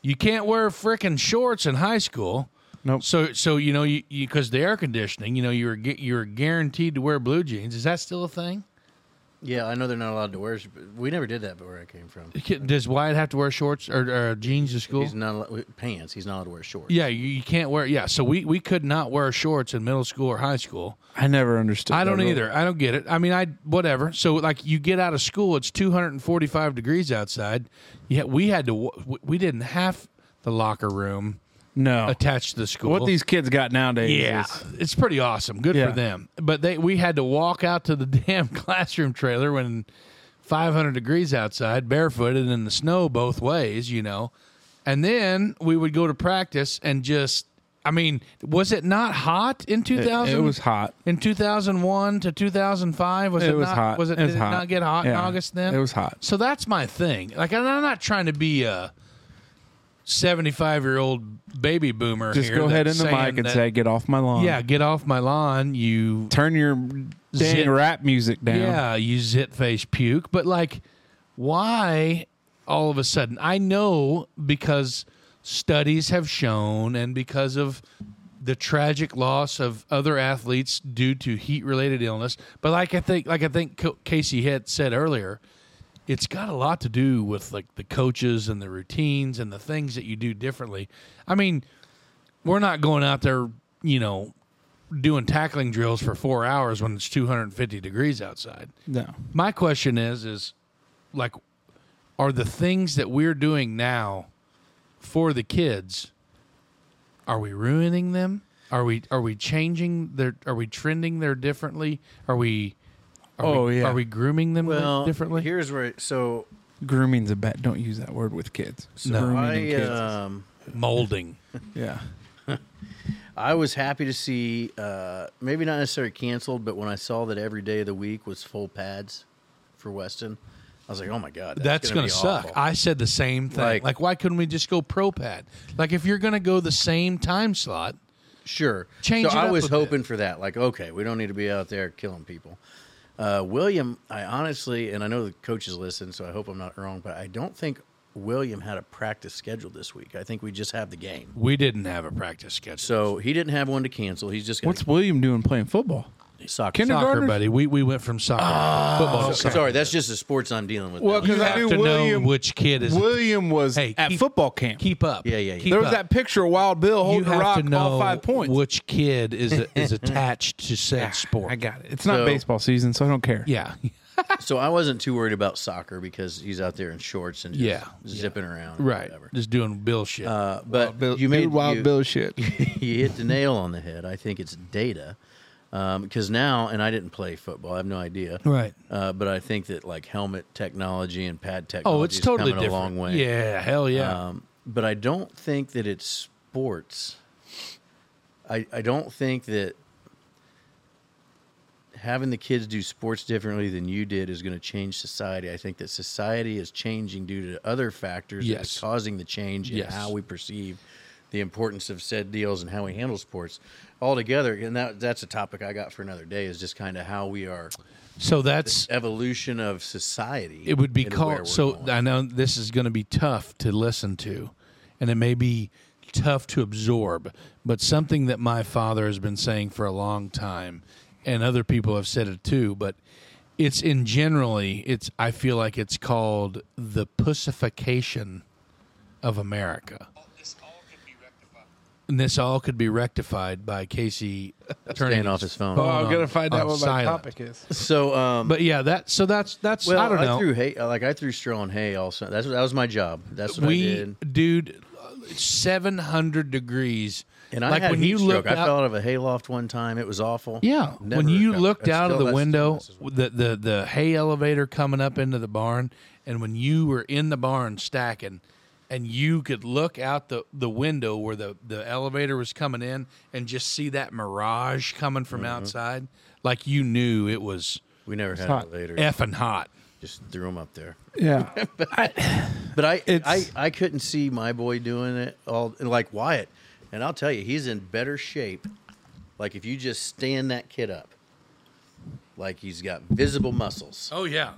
[SPEAKER 2] you can't wear frickin' shorts in high school.
[SPEAKER 1] Nope.
[SPEAKER 2] So so you know you because the air conditioning, you know you're gu- you're guaranteed to wear blue jeans. Is that still a thing?
[SPEAKER 3] Yeah, I know they're not allowed to wear. but We never did that, but where I came from,
[SPEAKER 2] You can't- Does Wyatt have to wear shorts or, or jeans to school?
[SPEAKER 3] he's not allo- pants. He's not allowed to wear shorts.
[SPEAKER 2] Yeah, you, you can't wear. Yeah, so we we could not wear shorts in middle school or high school.
[SPEAKER 1] I never understood.
[SPEAKER 2] I
[SPEAKER 1] that
[SPEAKER 2] don't
[SPEAKER 1] rule.
[SPEAKER 2] either. I don't get it. I mean, I whatever. So like, you get out of school, it's 245 degrees outside. Yeah, we had to. wa- we- We didn't have the locker room Oh.
[SPEAKER 1] No.
[SPEAKER 2] attached to the school.
[SPEAKER 1] What these kids got nowadays?
[SPEAKER 2] Yeah,
[SPEAKER 1] is-
[SPEAKER 2] it's pretty awesome. Good
[SPEAKER 1] Yeah.
[SPEAKER 2] for them. But they we had to walk out to the damn classroom trailer when 500 degrees outside, barefooted and in the snow both ways, you know. And then we would go to practice and just I mean, was it not hot in 2000?
[SPEAKER 1] it was hot.
[SPEAKER 2] in 2001 to 2005 was it,
[SPEAKER 1] It was
[SPEAKER 2] not,
[SPEAKER 1] hot.
[SPEAKER 2] was it,
[SPEAKER 1] It was
[SPEAKER 2] did
[SPEAKER 1] hot.
[SPEAKER 2] it not get hot in
[SPEAKER 1] Yeah.
[SPEAKER 2] August then
[SPEAKER 1] It was hot.
[SPEAKER 2] so that's my thing like and I'm not trying to be a 75 year old baby boomer
[SPEAKER 1] Just
[SPEAKER 2] here
[SPEAKER 1] go ahead in
[SPEAKER 2] that's
[SPEAKER 1] the
[SPEAKER 2] saying
[SPEAKER 1] mic and
[SPEAKER 2] that-
[SPEAKER 1] say, "Get off my lawn."
[SPEAKER 2] yeah get off my lawn you
[SPEAKER 1] Turn your
[SPEAKER 2] Zit.
[SPEAKER 1] dang rap music down.
[SPEAKER 2] yeah you zit face puke but like why all of a sudden I know because studies have shown and because of the tragic loss of other athletes due to heat related illness but like I think like I think Co- Casey had said earlier it's got a lot to do with like the coaches and the routines and the things that you do differently I mean we're not going out there you know doing tackling drills for 4 hours when it's 250 degrees outside
[SPEAKER 1] No.
[SPEAKER 2] my question is is like are the things that we're doing now for the kids are we ruining them are we are we changing their are we trending their differently are we are
[SPEAKER 1] Oh,
[SPEAKER 2] we,
[SPEAKER 1] yeah.
[SPEAKER 2] are we grooming them
[SPEAKER 3] Well,
[SPEAKER 2] differently
[SPEAKER 3] Here's where. So,
[SPEAKER 1] Grooming's a bad. Don't use that word with kids.
[SPEAKER 3] so
[SPEAKER 2] No.
[SPEAKER 1] Grooming and
[SPEAKER 3] I
[SPEAKER 1] kids.
[SPEAKER 3] um,
[SPEAKER 2] molding
[SPEAKER 1] yeah.
[SPEAKER 3] I was happy to see uh, maybe not necessarily canceled, but when I saw that every day of the week was full pads for Weston, I was like, oh my god,
[SPEAKER 2] that's,
[SPEAKER 3] gonna,
[SPEAKER 2] going to
[SPEAKER 3] be
[SPEAKER 2] suck
[SPEAKER 3] awful.
[SPEAKER 2] i said the same thing
[SPEAKER 3] Like-
[SPEAKER 2] like, why couldn't we just go pro pad like if you're going to go the same time slot
[SPEAKER 3] Sure.
[SPEAKER 2] Change
[SPEAKER 3] so
[SPEAKER 2] it
[SPEAKER 3] I
[SPEAKER 2] up
[SPEAKER 3] was
[SPEAKER 2] a bit.
[SPEAKER 3] hoping for that. Like, okay, we don't need to be out there killing people. Uh, William, I honestly, and I know the coaches listen, so I hope I'm not wrong, but I don't think William had a practice schedule this week. I think we just have the game.
[SPEAKER 2] we didn't have a practice schedule
[SPEAKER 3] So he didn't have one to cancel. He's just got
[SPEAKER 1] What's William doing playing football?
[SPEAKER 3] soccer.
[SPEAKER 1] Kinder-
[SPEAKER 2] soccer
[SPEAKER 1] kindergartners?
[SPEAKER 2] buddy we, we went from soccer football to
[SPEAKER 3] So-
[SPEAKER 2] soccer.
[SPEAKER 3] Sorry, that's just the sports I'm dealing with.
[SPEAKER 1] Well,
[SPEAKER 3] now.
[SPEAKER 1] because
[SPEAKER 2] You
[SPEAKER 1] I
[SPEAKER 2] have
[SPEAKER 1] knew
[SPEAKER 2] to
[SPEAKER 1] William-
[SPEAKER 2] know which kid is.
[SPEAKER 1] William was
[SPEAKER 2] Hey,
[SPEAKER 1] at
[SPEAKER 2] keep-
[SPEAKER 1] football camp.
[SPEAKER 2] keep up.
[SPEAKER 3] Yeah, yeah, yeah.
[SPEAKER 2] Keep
[SPEAKER 1] there was
[SPEAKER 2] up.
[SPEAKER 1] that picture of Wild Bill
[SPEAKER 2] You
[SPEAKER 1] holding a
[SPEAKER 2] have
[SPEAKER 1] rock
[SPEAKER 2] to know
[SPEAKER 1] all five points.
[SPEAKER 2] which kid is is attached to said sport.
[SPEAKER 1] I got it. It's not
[SPEAKER 3] So-
[SPEAKER 1] baseball season, so I don't care.
[SPEAKER 2] Yeah,
[SPEAKER 3] so I wasn't too worried about soccer because he's out there in shorts and just
[SPEAKER 2] Yeah.
[SPEAKER 3] zipping around. and
[SPEAKER 2] right.
[SPEAKER 3] Whatever.
[SPEAKER 2] Just doing bill shit.
[SPEAKER 3] Uh, but
[SPEAKER 1] Bill,
[SPEAKER 3] you made
[SPEAKER 1] dude, Wild
[SPEAKER 3] you-
[SPEAKER 1] Bill shit.
[SPEAKER 3] you hit the nail on the head. I think it's data. Because now, and I didn't play football, I have no idea.
[SPEAKER 2] Right.
[SPEAKER 3] Uh, but I think that like helmet technology and pad technology
[SPEAKER 2] oh, it's
[SPEAKER 3] is
[SPEAKER 2] totally
[SPEAKER 3] coming a
[SPEAKER 2] different.
[SPEAKER 3] long way.
[SPEAKER 2] Yeah, hell yeah.
[SPEAKER 3] Um, but I don't think that it's sports. I, I don't think that having the kids do sports differently than you did is going to change society. I think that society is changing due to other factors that is
[SPEAKER 2] Yes.
[SPEAKER 3] causing the change in
[SPEAKER 2] Yes.
[SPEAKER 3] how we perceive the importance of said deals and how we handle sports altogether. And that that's a topic I got for another day is just kind of how we are
[SPEAKER 2] So that's
[SPEAKER 3] evolution of society.
[SPEAKER 2] it would be
[SPEAKER 3] and where we're
[SPEAKER 2] called. So
[SPEAKER 3] going.
[SPEAKER 2] I know this is going to be tough to listen to, and it may be tough to absorb. But something that my father has been saying for a long time, and other people have said it too. But it's in generally, it's I feel like it's called the pussification of America.
[SPEAKER 4] This all could be rectified.
[SPEAKER 2] And this all could be rectified by Casey turning
[SPEAKER 3] Staying off his phone.
[SPEAKER 1] Oh, I'm
[SPEAKER 2] on-
[SPEAKER 1] gonna find
[SPEAKER 2] on
[SPEAKER 1] out what my
[SPEAKER 2] silent.
[SPEAKER 1] topic is.
[SPEAKER 3] so um
[SPEAKER 2] But yeah, that so that's that's
[SPEAKER 3] well,
[SPEAKER 2] I don't know.
[SPEAKER 3] threw hay uh, like I threw straw and hay also. That's that was my job. That's what I
[SPEAKER 2] we
[SPEAKER 3] did.
[SPEAKER 2] dude, seven hundred degrees.
[SPEAKER 3] And I
[SPEAKER 2] like
[SPEAKER 3] had
[SPEAKER 2] when
[SPEAKER 3] heat
[SPEAKER 2] you
[SPEAKER 3] stroke.
[SPEAKER 2] looked
[SPEAKER 3] I
[SPEAKER 2] out,
[SPEAKER 3] fell out of a hayloft one time. It was awful.
[SPEAKER 2] yeah, when
[SPEAKER 3] Never
[SPEAKER 2] you
[SPEAKER 3] recovered.
[SPEAKER 2] looked
[SPEAKER 3] That's
[SPEAKER 2] out of
[SPEAKER 3] still-
[SPEAKER 2] the
[SPEAKER 3] that's
[SPEAKER 2] window,
[SPEAKER 3] still-
[SPEAKER 2] the, the the hay elevator coming up into the barn, and when you were in the barn stacking, and you could look out the the window where the the elevator was coming in, and just see that mirage coming from outside, like you knew it was
[SPEAKER 3] we never had
[SPEAKER 1] hot.
[SPEAKER 3] it later.
[SPEAKER 2] effing hot.
[SPEAKER 3] Just threw them up there.
[SPEAKER 1] Yeah,
[SPEAKER 3] But I, I,
[SPEAKER 1] It's-
[SPEAKER 3] I couldn't see my boy doing it all like Wyatt, and I'll tell you, he's in better shape. Like if you just stand that kid up, like he's got visible muscles.
[SPEAKER 2] Oh yeah,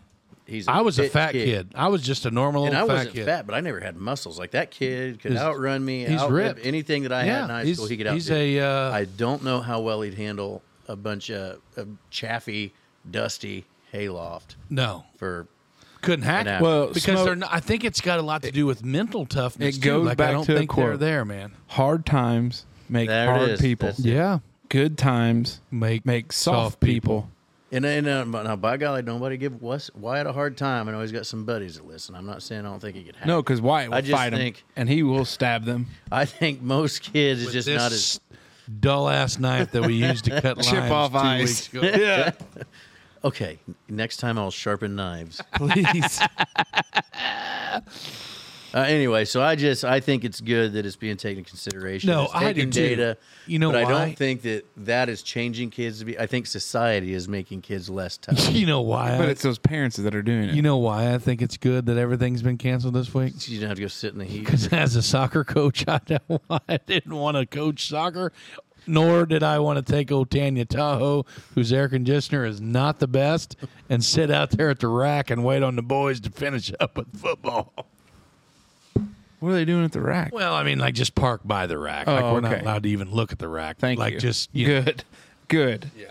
[SPEAKER 3] He's
[SPEAKER 2] I was a
[SPEAKER 3] fit
[SPEAKER 2] fat kid. I was just a normal
[SPEAKER 3] and
[SPEAKER 2] old
[SPEAKER 3] I
[SPEAKER 2] fat
[SPEAKER 3] wasn't
[SPEAKER 2] kid.
[SPEAKER 3] fat, but I never had muscles. Like that kid could
[SPEAKER 2] He's-
[SPEAKER 3] outrun me.
[SPEAKER 2] he's
[SPEAKER 3] outrip
[SPEAKER 2] ripped.
[SPEAKER 3] anything that I had in high
[SPEAKER 2] he's,
[SPEAKER 3] school. He could outdo.
[SPEAKER 2] he's a uh,
[SPEAKER 3] I don't know how well he'd handle a bunch of, of chaffy, dusty hayloft
[SPEAKER 2] no.
[SPEAKER 3] for
[SPEAKER 2] Couldn't hack
[SPEAKER 3] An
[SPEAKER 2] it
[SPEAKER 3] apple.
[SPEAKER 1] Well,
[SPEAKER 2] because
[SPEAKER 1] smoke-
[SPEAKER 2] they're not, I think it's got a lot to do with mental toughness.
[SPEAKER 1] It
[SPEAKER 2] too.
[SPEAKER 1] goes
[SPEAKER 2] like, I
[SPEAKER 1] back
[SPEAKER 2] don't
[SPEAKER 1] to a
[SPEAKER 2] think they're
[SPEAKER 1] quote.
[SPEAKER 2] there, man.
[SPEAKER 1] hard times make
[SPEAKER 3] There it
[SPEAKER 1] hard
[SPEAKER 3] is.
[SPEAKER 1] people.
[SPEAKER 3] That's it.
[SPEAKER 2] Yeah,
[SPEAKER 1] Good times
[SPEAKER 2] make
[SPEAKER 1] make soft, people.
[SPEAKER 3] And, and uh, but now, by golly, nobody give Wes, Wyatt a hard time. And I always got some buddies that listen. I'm not saying I don't think it could happen.
[SPEAKER 1] No, because Wyatt will
[SPEAKER 3] I just
[SPEAKER 1] fight him,
[SPEAKER 3] think-
[SPEAKER 1] and he will stab them.
[SPEAKER 3] I think most kids is
[SPEAKER 2] With
[SPEAKER 3] just
[SPEAKER 2] this
[SPEAKER 3] not as.
[SPEAKER 2] dull ass knife that we used to cut
[SPEAKER 1] Chip
[SPEAKER 2] limes
[SPEAKER 1] off
[SPEAKER 2] two
[SPEAKER 1] ice.
[SPEAKER 2] weeks ago.
[SPEAKER 1] Yeah,
[SPEAKER 3] Okay, next time I'll sharpen knives.
[SPEAKER 1] please.
[SPEAKER 3] uh, anyway, so I just I think it's good that it's being taken into consideration.
[SPEAKER 2] No,
[SPEAKER 3] It's
[SPEAKER 2] I do
[SPEAKER 3] taking
[SPEAKER 2] too.
[SPEAKER 3] data.
[SPEAKER 2] You know
[SPEAKER 3] but I
[SPEAKER 2] why?
[SPEAKER 3] don't think that that is changing kids to be. I think society is making kids less tough.
[SPEAKER 2] you know why?
[SPEAKER 1] but
[SPEAKER 2] I,
[SPEAKER 1] it's those parents that are doing it.
[SPEAKER 2] you know why I think it's good that everything's been canceled this week.
[SPEAKER 3] you don't have to go sit in the heat.
[SPEAKER 2] Because as a soccer coach, I, don't, I didn't want to coach soccer, nor did I want to take old Tanya Tahoe, whose air conditioner is not the best, and sit out there at the rack and wait on the boys to finish up with football.
[SPEAKER 1] what are they doing at the rack?
[SPEAKER 2] Well, I mean, like just park by the rack. like
[SPEAKER 1] Oh,
[SPEAKER 2] we're not
[SPEAKER 1] okay.
[SPEAKER 2] allowed to even look at the rack.
[SPEAKER 1] Thank
[SPEAKER 2] like
[SPEAKER 1] you.
[SPEAKER 2] just you know.
[SPEAKER 1] good, good. Yeah,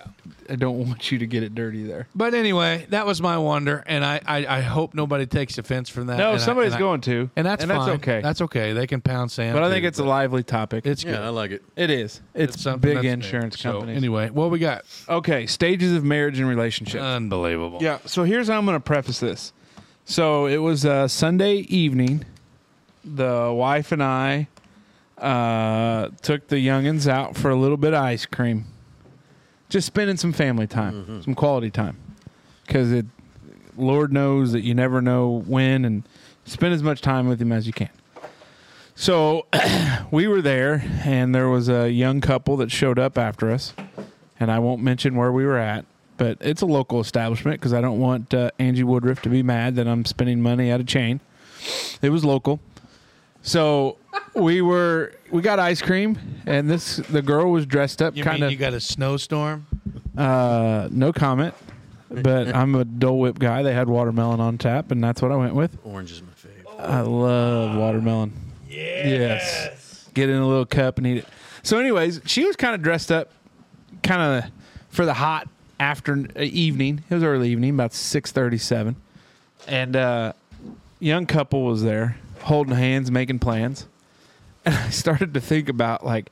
[SPEAKER 1] I don't want you to get it dirty there.
[SPEAKER 2] But anyway, that was my wonder, and I I, I hope nobody takes offense from that.
[SPEAKER 1] No,
[SPEAKER 2] and I-
[SPEAKER 1] somebody's
[SPEAKER 2] and I-
[SPEAKER 1] going to,
[SPEAKER 2] and that's fine.
[SPEAKER 1] that's okay.
[SPEAKER 2] That's okay. They can pound sand.
[SPEAKER 1] but I
[SPEAKER 2] too,
[SPEAKER 1] think it's a lively topic.
[SPEAKER 2] It's good.
[SPEAKER 3] yeah, I like it.
[SPEAKER 1] it is. It's,
[SPEAKER 2] Something
[SPEAKER 1] big
[SPEAKER 2] that's new.
[SPEAKER 1] insurance
[SPEAKER 2] So,
[SPEAKER 1] companies.
[SPEAKER 2] anyway, what we got?
[SPEAKER 1] Okay, stages of marriage and relationships.
[SPEAKER 2] Unbelievable.
[SPEAKER 1] Yeah. So here's how I'm going to preface this. So it was uh, Sunday evening. The wife and I uh, took the youngins out for a little bit of ice cream, just spending some family time, some quality time, because it, Lord knows that you never know when, and spend as much time with him as you can. So we were there, and there was a young couple that showed up after us and I won't mention where we were at, but it's a local establishment because I don't want uh, Angie Woodruff to be mad that I'm spending money at a chain. It was local, so we were we got ice cream, and this the girl was dressed up
[SPEAKER 2] You
[SPEAKER 1] kind
[SPEAKER 2] mean you
[SPEAKER 1] of
[SPEAKER 2] got a snowstorm?
[SPEAKER 1] uh, no comment, but I'm a Dole Whip guy. They had watermelon on tap, and that's what I went with.
[SPEAKER 3] Orange is my favorite.
[SPEAKER 2] Oh,
[SPEAKER 1] I love watermelon. Yes. Get in a little cup and eat it. So, anyways, she was kind of dressed up, kind of for the hot after uh, evening. It was early evening, about six thirty-seven, and uh, young couple was there, holding hands, making plans. And I started to think about like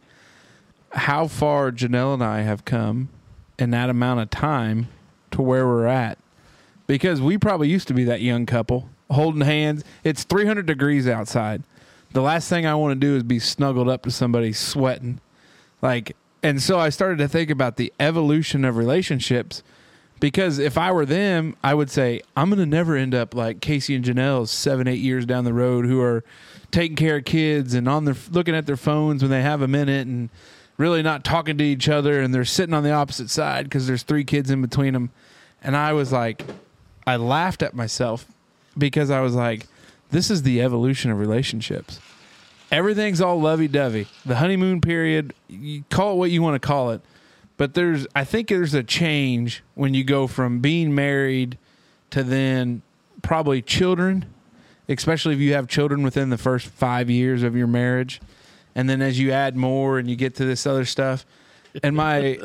[SPEAKER 1] how far Janelle and I have come in that amount of time to where we're at because we probably used to be that young couple holding hands. It's 300 degrees outside. The last thing I want to do is be snuggled up to somebody sweating. Like, and so I started to think about the evolution of relationships because if I were them, I would say, I'm going to never end up like Casey and Janelle's seven, eight years down the road who are taking care of kids and on their looking at their phones when they have a minute and really not talking to each other and they're sitting on the opposite side because there's three kids in between them. And I was like, I laughed at myself because I was like, this is the evolution of relationships. Everything's all lovey dovey. The honeymoon period, you call it what you want to call it, but there's I think there's a change when you go from being married to then probably children, especially if you have children within the first five years of your marriage, and then as you add more and you get to this other stuff. And my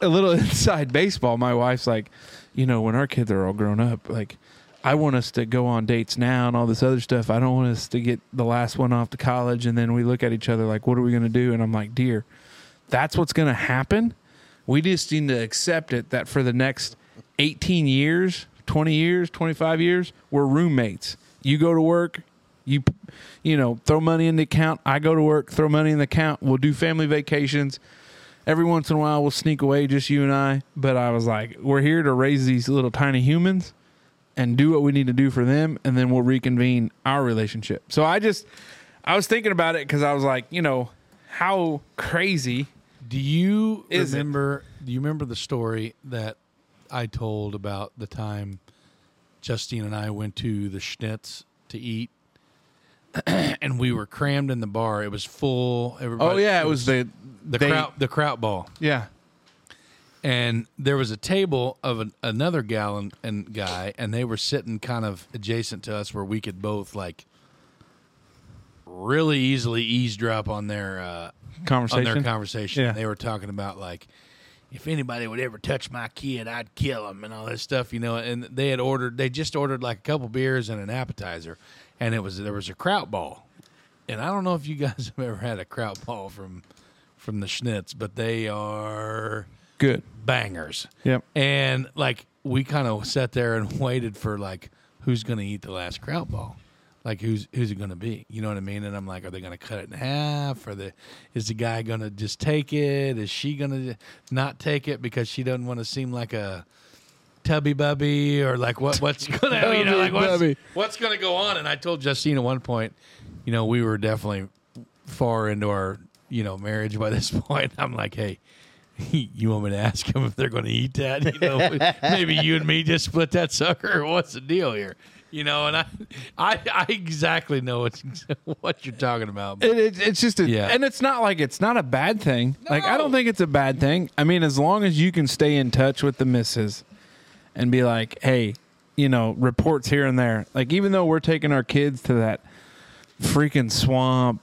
[SPEAKER 1] a little inside baseball, my wife's like, you know, when our kids are all grown up, like I want us to go on dates now and all this other stuff. I don't want us to get the last one off to college and then we look at each other like, what are we going to do? And I'm like, dear, that's what's going to happen. We just need to accept it that for the next 18 years, 20 years, 25 years, we're roommates. You go to work, you you know, throw money in the account. I go to work, throw money in the account. We'll do family vacations. Every once in a while, we'll sneak away, just you and I. But I was like, we're here to raise these little tiny humans and do what we need to do for them, and then we'll reconvene our relationship. So I just, I was thinking about it because I was like, you know, how crazy
[SPEAKER 2] Do you
[SPEAKER 1] Is it?
[SPEAKER 2] remember? Do you remember the story that I told about the time Justine and I went to the Schnitz to eat, and we were crammed in the bar. It was full. Everybody.
[SPEAKER 1] Oh yeah, it was the
[SPEAKER 2] the
[SPEAKER 1] they-
[SPEAKER 2] kraut the kraut ball,
[SPEAKER 1] Yeah,
[SPEAKER 2] and there was a table of an, another gal and, and guy, and they were sitting kind of adjacent to us where we could both like really easily eavesdrop on their uh,
[SPEAKER 1] conversation.
[SPEAKER 2] on their conversation.
[SPEAKER 1] Yeah.
[SPEAKER 2] They were talking about like if anybody would ever touch my kid, I'd kill him and all this stuff, you know. And they had ordered, they just ordered like a couple beers and an appetizer, and it was there was a kraut ball, and I don't know if you guys have ever had a kraut ball from from the Schnitz, but they are
[SPEAKER 1] Good.
[SPEAKER 2] bangers.
[SPEAKER 1] Yep.
[SPEAKER 2] And like we kind of sat there and waited for like who's going to eat the last kraut ball. Like who's who's it going to be? You know what I mean? And I'm like, are they going to cut it in half? Or the is the guy going to just take it? Is she going to not take it because she doesn't want to seem like a tubby bubby or like what what's going to you know like
[SPEAKER 1] Tubby
[SPEAKER 2] what's,
[SPEAKER 1] bubby.
[SPEAKER 2] what's going to go on? And I told Justine at one point, you know, we were definitely far into our you know marriage by this point. I'm like, hey, you want me to ask them if they're going to eat that? You know, maybe you and me just split that sucker. What's the deal here? You know, and I, I, I exactly know what what you're talking about. but-
[SPEAKER 1] It, it, it's just, a,
[SPEAKER 2] Yeah.
[SPEAKER 1] and it's not like it's not a bad thing. Like I don't think it's a bad thing. I mean, as long as you can stay in touch with the missus and be like, hey, you know, reports here and there. Like even though we're taking our kids to that freaking swamp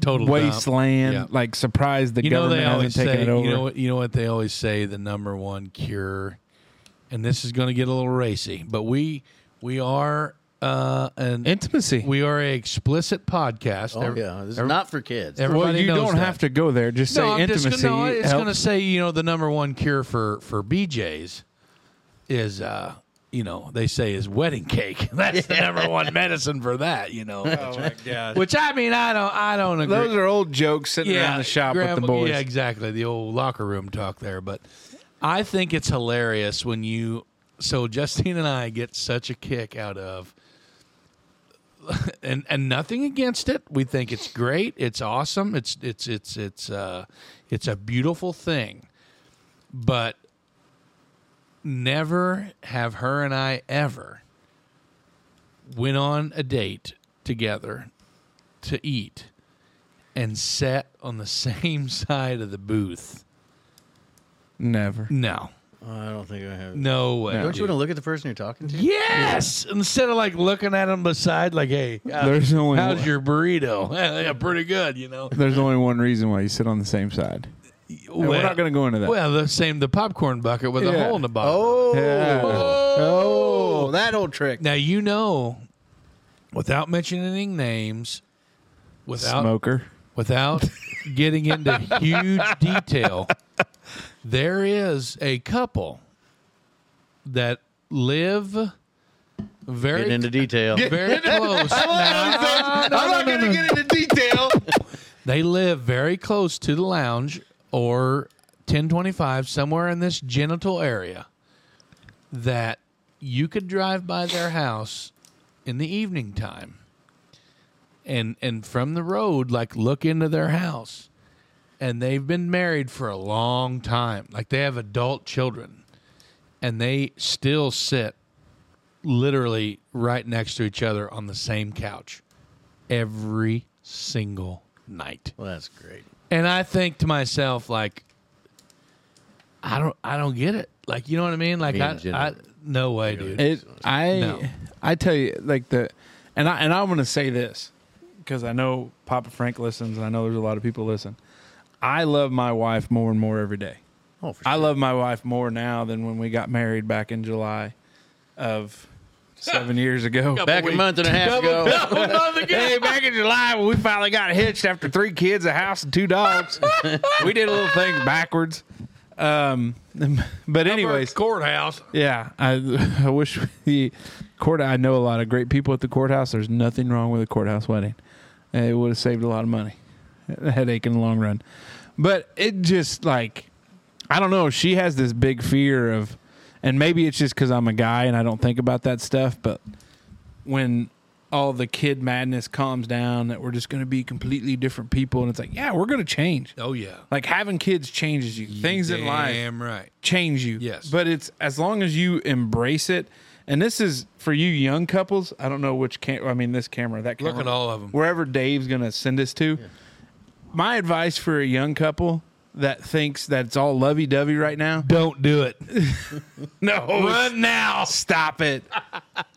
[SPEAKER 2] Total dump.
[SPEAKER 1] wasteland,
[SPEAKER 2] Yeah.
[SPEAKER 1] like surprise the
[SPEAKER 2] you know
[SPEAKER 1] government
[SPEAKER 2] they always
[SPEAKER 1] hasn't taken
[SPEAKER 2] say
[SPEAKER 1] it over.
[SPEAKER 2] you know what you know what they always say the number one cure, and this is going to get a little racy, but we we are uh an
[SPEAKER 1] Intimacy.
[SPEAKER 2] we are a explicit podcast.
[SPEAKER 3] Oh,
[SPEAKER 2] Every-
[SPEAKER 3] yeah. It's
[SPEAKER 2] every-
[SPEAKER 3] not for kids.
[SPEAKER 1] well,
[SPEAKER 2] everybody
[SPEAKER 1] you
[SPEAKER 2] knows
[SPEAKER 1] don't
[SPEAKER 2] that.
[SPEAKER 1] have to go there. Just say
[SPEAKER 2] I'm
[SPEAKER 1] intimacy.
[SPEAKER 2] Just gonna, no, it's going to
[SPEAKER 1] helps.
[SPEAKER 2] say you know the number one cure for for BJ's is uh you know they say is wedding cake. That's the number one medicine for that. You know, which I mean I don't I don't agree.
[SPEAKER 1] Those are old jokes sitting around the shop
[SPEAKER 2] grab-
[SPEAKER 1] with the boys.
[SPEAKER 2] Yeah, exactly. The old locker room talk there, but I think it's hilarious when you. So Justine and I get such a kick out of, and and nothing against it. We think it's great. It's awesome. It's it's it's it's uh, it's a beautiful thing, but never have her and I ever went on a date together to eat and sat on the same side of the booth.
[SPEAKER 1] Never.
[SPEAKER 2] No,
[SPEAKER 3] Oh, I don't think I have.
[SPEAKER 2] no way.
[SPEAKER 3] Don't you
[SPEAKER 2] dude.
[SPEAKER 3] want to look at the person you're talking to?
[SPEAKER 2] Yes, instead of like looking at them beside, like, hey, uh,
[SPEAKER 1] There's only
[SPEAKER 2] how's
[SPEAKER 1] one.
[SPEAKER 2] your burrito? yeah, pretty good, you know.
[SPEAKER 1] There's only one reason why you sit on the same side.
[SPEAKER 2] well,
[SPEAKER 1] we're not going to go into that.
[SPEAKER 2] Well, the same, the popcorn bucket with a
[SPEAKER 1] Yeah.
[SPEAKER 2] hole in the bottom.
[SPEAKER 3] Oh,
[SPEAKER 1] Yeah.
[SPEAKER 3] oh, that old trick.
[SPEAKER 2] Now you know, without mentioning names, without
[SPEAKER 1] Smoker.
[SPEAKER 2] without getting into huge detail, there is a couple that live
[SPEAKER 3] Get
[SPEAKER 2] very
[SPEAKER 3] into detail.
[SPEAKER 2] very close. No, no, no, no, no.
[SPEAKER 1] get into detail.
[SPEAKER 2] They live very close to the lounge or 1025 somewhere in this genital area that you could drive by their house in the evening time and and from the road like look into their house and they've been married for a long time like they have adult children and they still sit literally right next to each other on the same couch every single night.
[SPEAKER 3] Well, that's great.
[SPEAKER 2] And I think to myself, like, I don't, I don't get it. Like, you know what I mean? Like,
[SPEAKER 3] Being
[SPEAKER 2] I, I,
[SPEAKER 3] generous.
[SPEAKER 2] no way, dude.
[SPEAKER 1] It, I,
[SPEAKER 2] No.
[SPEAKER 1] I tell you, like the, and I and I want to say this because I know Papa Frank listens, and I know there's a lot of people listen. I love my wife more and more every day.
[SPEAKER 3] Oh, for sure.
[SPEAKER 1] I love my wife more now than when we got married back in July of seven years ago.
[SPEAKER 3] Back a month and a half ago,
[SPEAKER 1] Hey, back in July when we finally got hitched after three kids, a house, and two dogs. we did a little thing backwards. Um, but anyways,
[SPEAKER 2] courthouse.
[SPEAKER 1] yeah, I, I wish the court. I know a lot of great people at the courthouse. There's nothing wrong with a courthouse wedding. It would have saved a lot of money, a headache in the long run. But it just like I don't know. She has this big fear of, and maybe it's just because I'm a guy and I don't think about that stuff. But when all the kid madness calms down, that we're just going to be completely different people, and it's like, yeah, we're going to change.
[SPEAKER 2] Oh yeah,
[SPEAKER 1] Like having kids changes you. Things in life
[SPEAKER 2] Damn right.
[SPEAKER 1] change you.
[SPEAKER 2] Yes.
[SPEAKER 1] But it's as long as you embrace it. And this is for you young couples. I don't know which cam I mean, this camera, that camera.
[SPEAKER 2] Look at all of them.
[SPEAKER 1] Wherever Dave's going to send us to. My advice for a young couple that thinks that it's all lovey dovey right now
[SPEAKER 2] Don't do it.
[SPEAKER 1] no. Run now. Stop it.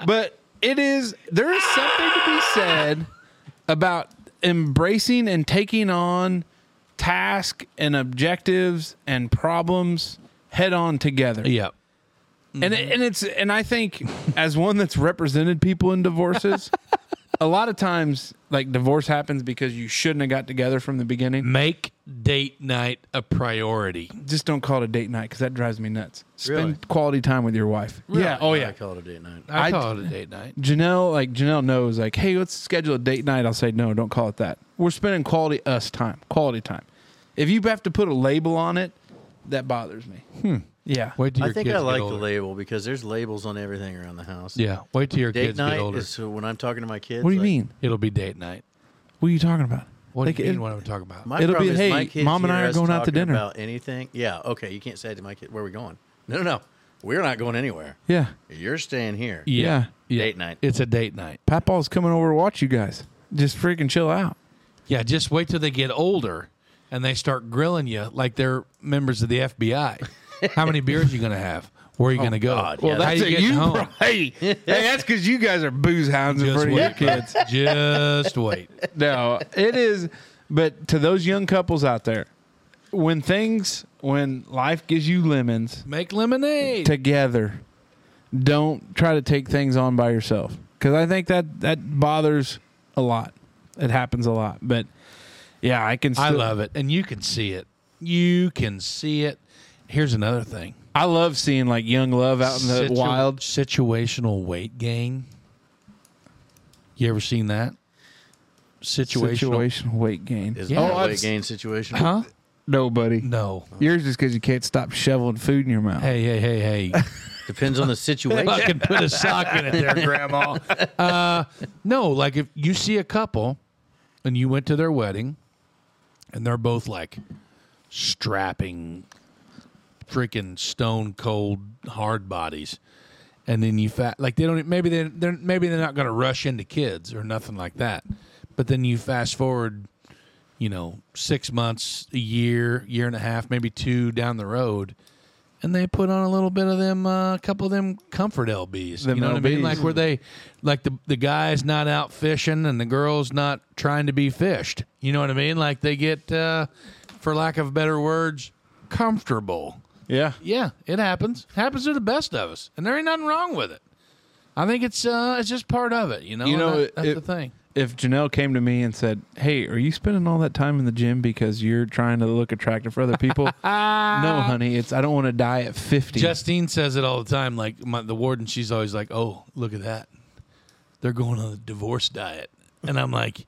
[SPEAKER 1] but it is there is something to be said about embracing and taking on task and objectives and problems head on together.
[SPEAKER 2] yeah.
[SPEAKER 1] And
[SPEAKER 2] Mm-hmm.
[SPEAKER 1] it, and it's and I think as one that's represented people in divorces, a lot of times like divorce happens because you shouldn't have got together from the beginning.
[SPEAKER 2] Make date night a priority.
[SPEAKER 1] Just don't call it a date night because that drives me nuts. Spend
[SPEAKER 3] Really?
[SPEAKER 1] quality time with your wife. Yeah. Oh yeah.
[SPEAKER 3] I call it a date night.
[SPEAKER 2] I,
[SPEAKER 1] I-
[SPEAKER 2] call it a date night.
[SPEAKER 1] Janelle, like Janelle knows, like, hey, let's schedule a date night. I'll say, no, don't call it that. We're spending quality us time, quality time. If you have to put a label on it, that bothers me. Hmm. Yeah.
[SPEAKER 2] Wait till
[SPEAKER 3] I
[SPEAKER 2] your
[SPEAKER 3] think
[SPEAKER 2] kids
[SPEAKER 3] I
[SPEAKER 2] get
[SPEAKER 3] like the
[SPEAKER 2] older.
[SPEAKER 3] label because there's labels on everything around the house.
[SPEAKER 2] Yeah. Wait till your
[SPEAKER 3] Date
[SPEAKER 2] kids get
[SPEAKER 3] night
[SPEAKER 2] older.
[SPEAKER 3] is so when I'm talking to my kids.
[SPEAKER 1] what do you
[SPEAKER 3] like,
[SPEAKER 1] mean?
[SPEAKER 2] It'll be date night.
[SPEAKER 1] What are you talking about?
[SPEAKER 2] What
[SPEAKER 1] Like,
[SPEAKER 2] do you mean?
[SPEAKER 1] it-
[SPEAKER 2] What I'm talking about?
[SPEAKER 3] My
[SPEAKER 1] It'll
[SPEAKER 3] problem
[SPEAKER 1] be,
[SPEAKER 3] is
[SPEAKER 1] "Hey,
[SPEAKER 3] my kids
[SPEAKER 1] Mom and I
[SPEAKER 3] hear
[SPEAKER 1] are
[SPEAKER 3] us
[SPEAKER 1] going out to
[SPEAKER 3] talking
[SPEAKER 1] dinner."
[SPEAKER 3] About anything? Yeah. Okay. You can't say to my kid, "Where are we going?" No, no, no. We're not going anywhere.
[SPEAKER 1] yeah.
[SPEAKER 3] You're staying here.
[SPEAKER 1] Yeah.
[SPEAKER 3] Date night.
[SPEAKER 2] It's a date night.
[SPEAKER 1] Pat Paul's coming over to watch you guys. Just freaking chill out.
[SPEAKER 2] Yeah, just wait till they get older and they start grilling you like they're members of the FBI. How many beers you going to have? Where are you going to go?
[SPEAKER 3] Oh, God, Well, yeah,
[SPEAKER 2] How you getting home?
[SPEAKER 1] hey, hey, that's because you guys are booze hounds in
[SPEAKER 2] Just
[SPEAKER 1] front of your
[SPEAKER 2] wait.
[SPEAKER 1] kids.
[SPEAKER 2] Just wait.
[SPEAKER 1] no, it is. But to those young couples out there, when things, when life gives you lemons,
[SPEAKER 2] Make lemonade.
[SPEAKER 1] together. Don't try to take things on by yourself because I think that that bothers a lot. It happens a lot, but yeah, I can. Still,
[SPEAKER 2] I love it. And you can see it. You can see it. Here's another thing.
[SPEAKER 1] I love seeing like young love out in the
[SPEAKER 2] Situ-
[SPEAKER 1] wild.
[SPEAKER 2] situational weight gain. You ever seen that? Situational.
[SPEAKER 1] Situational weight gain.
[SPEAKER 3] Is
[SPEAKER 2] Yeah.
[SPEAKER 3] yeah.
[SPEAKER 2] Oh,
[SPEAKER 3] a
[SPEAKER 2] I've
[SPEAKER 3] weight
[SPEAKER 2] s-
[SPEAKER 3] gain situation?
[SPEAKER 2] Huh?
[SPEAKER 1] Nobody.
[SPEAKER 2] No.
[SPEAKER 1] Yours is because you can't stop shoveling food in your mouth.
[SPEAKER 2] Hey, hey, hey, hey.
[SPEAKER 3] Depends on the situation.
[SPEAKER 2] fucking put a sock in it there, Grandma. Uh, no, like if you see a couple and you went to their wedding and they're both like strapping, freaking stone cold hard bodies, and then you fat like they don't e, maybe they they're maybe they're not going to rush into kids or nothing like that, but then you fast forward. You know, six months, a year, year and a half, maybe two down the road, and they put on a little bit of them, uh, a couple of them comfort LBs.
[SPEAKER 1] Them
[SPEAKER 2] you know what I mean?
[SPEAKER 1] LBs.
[SPEAKER 2] Like where they, like the the guy's not out fishing and the girl's not trying to be fished. You know what I mean? Like they get, uh, for lack of better words, comfortable.
[SPEAKER 1] Yeah.
[SPEAKER 2] Yeah, it happens. happens to the best of us, and there ain't nothing wrong with it. I think it's uh, it's just part of it. You know,
[SPEAKER 1] You
[SPEAKER 2] and
[SPEAKER 1] know,
[SPEAKER 2] that-
[SPEAKER 1] it-
[SPEAKER 2] that's
[SPEAKER 1] it-
[SPEAKER 2] the thing.
[SPEAKER 1] If Janelle came to me and said, "Hey, are you spending all that time in the gym because you're trying to look attractive for other people?" no, honey. It's I don't want to die at fifty.
[SPEAKER 2] Justine says it all the time. Like my, the warden, she's always like, "Oh, look at that, they're going on a divorce diet," and I'm like,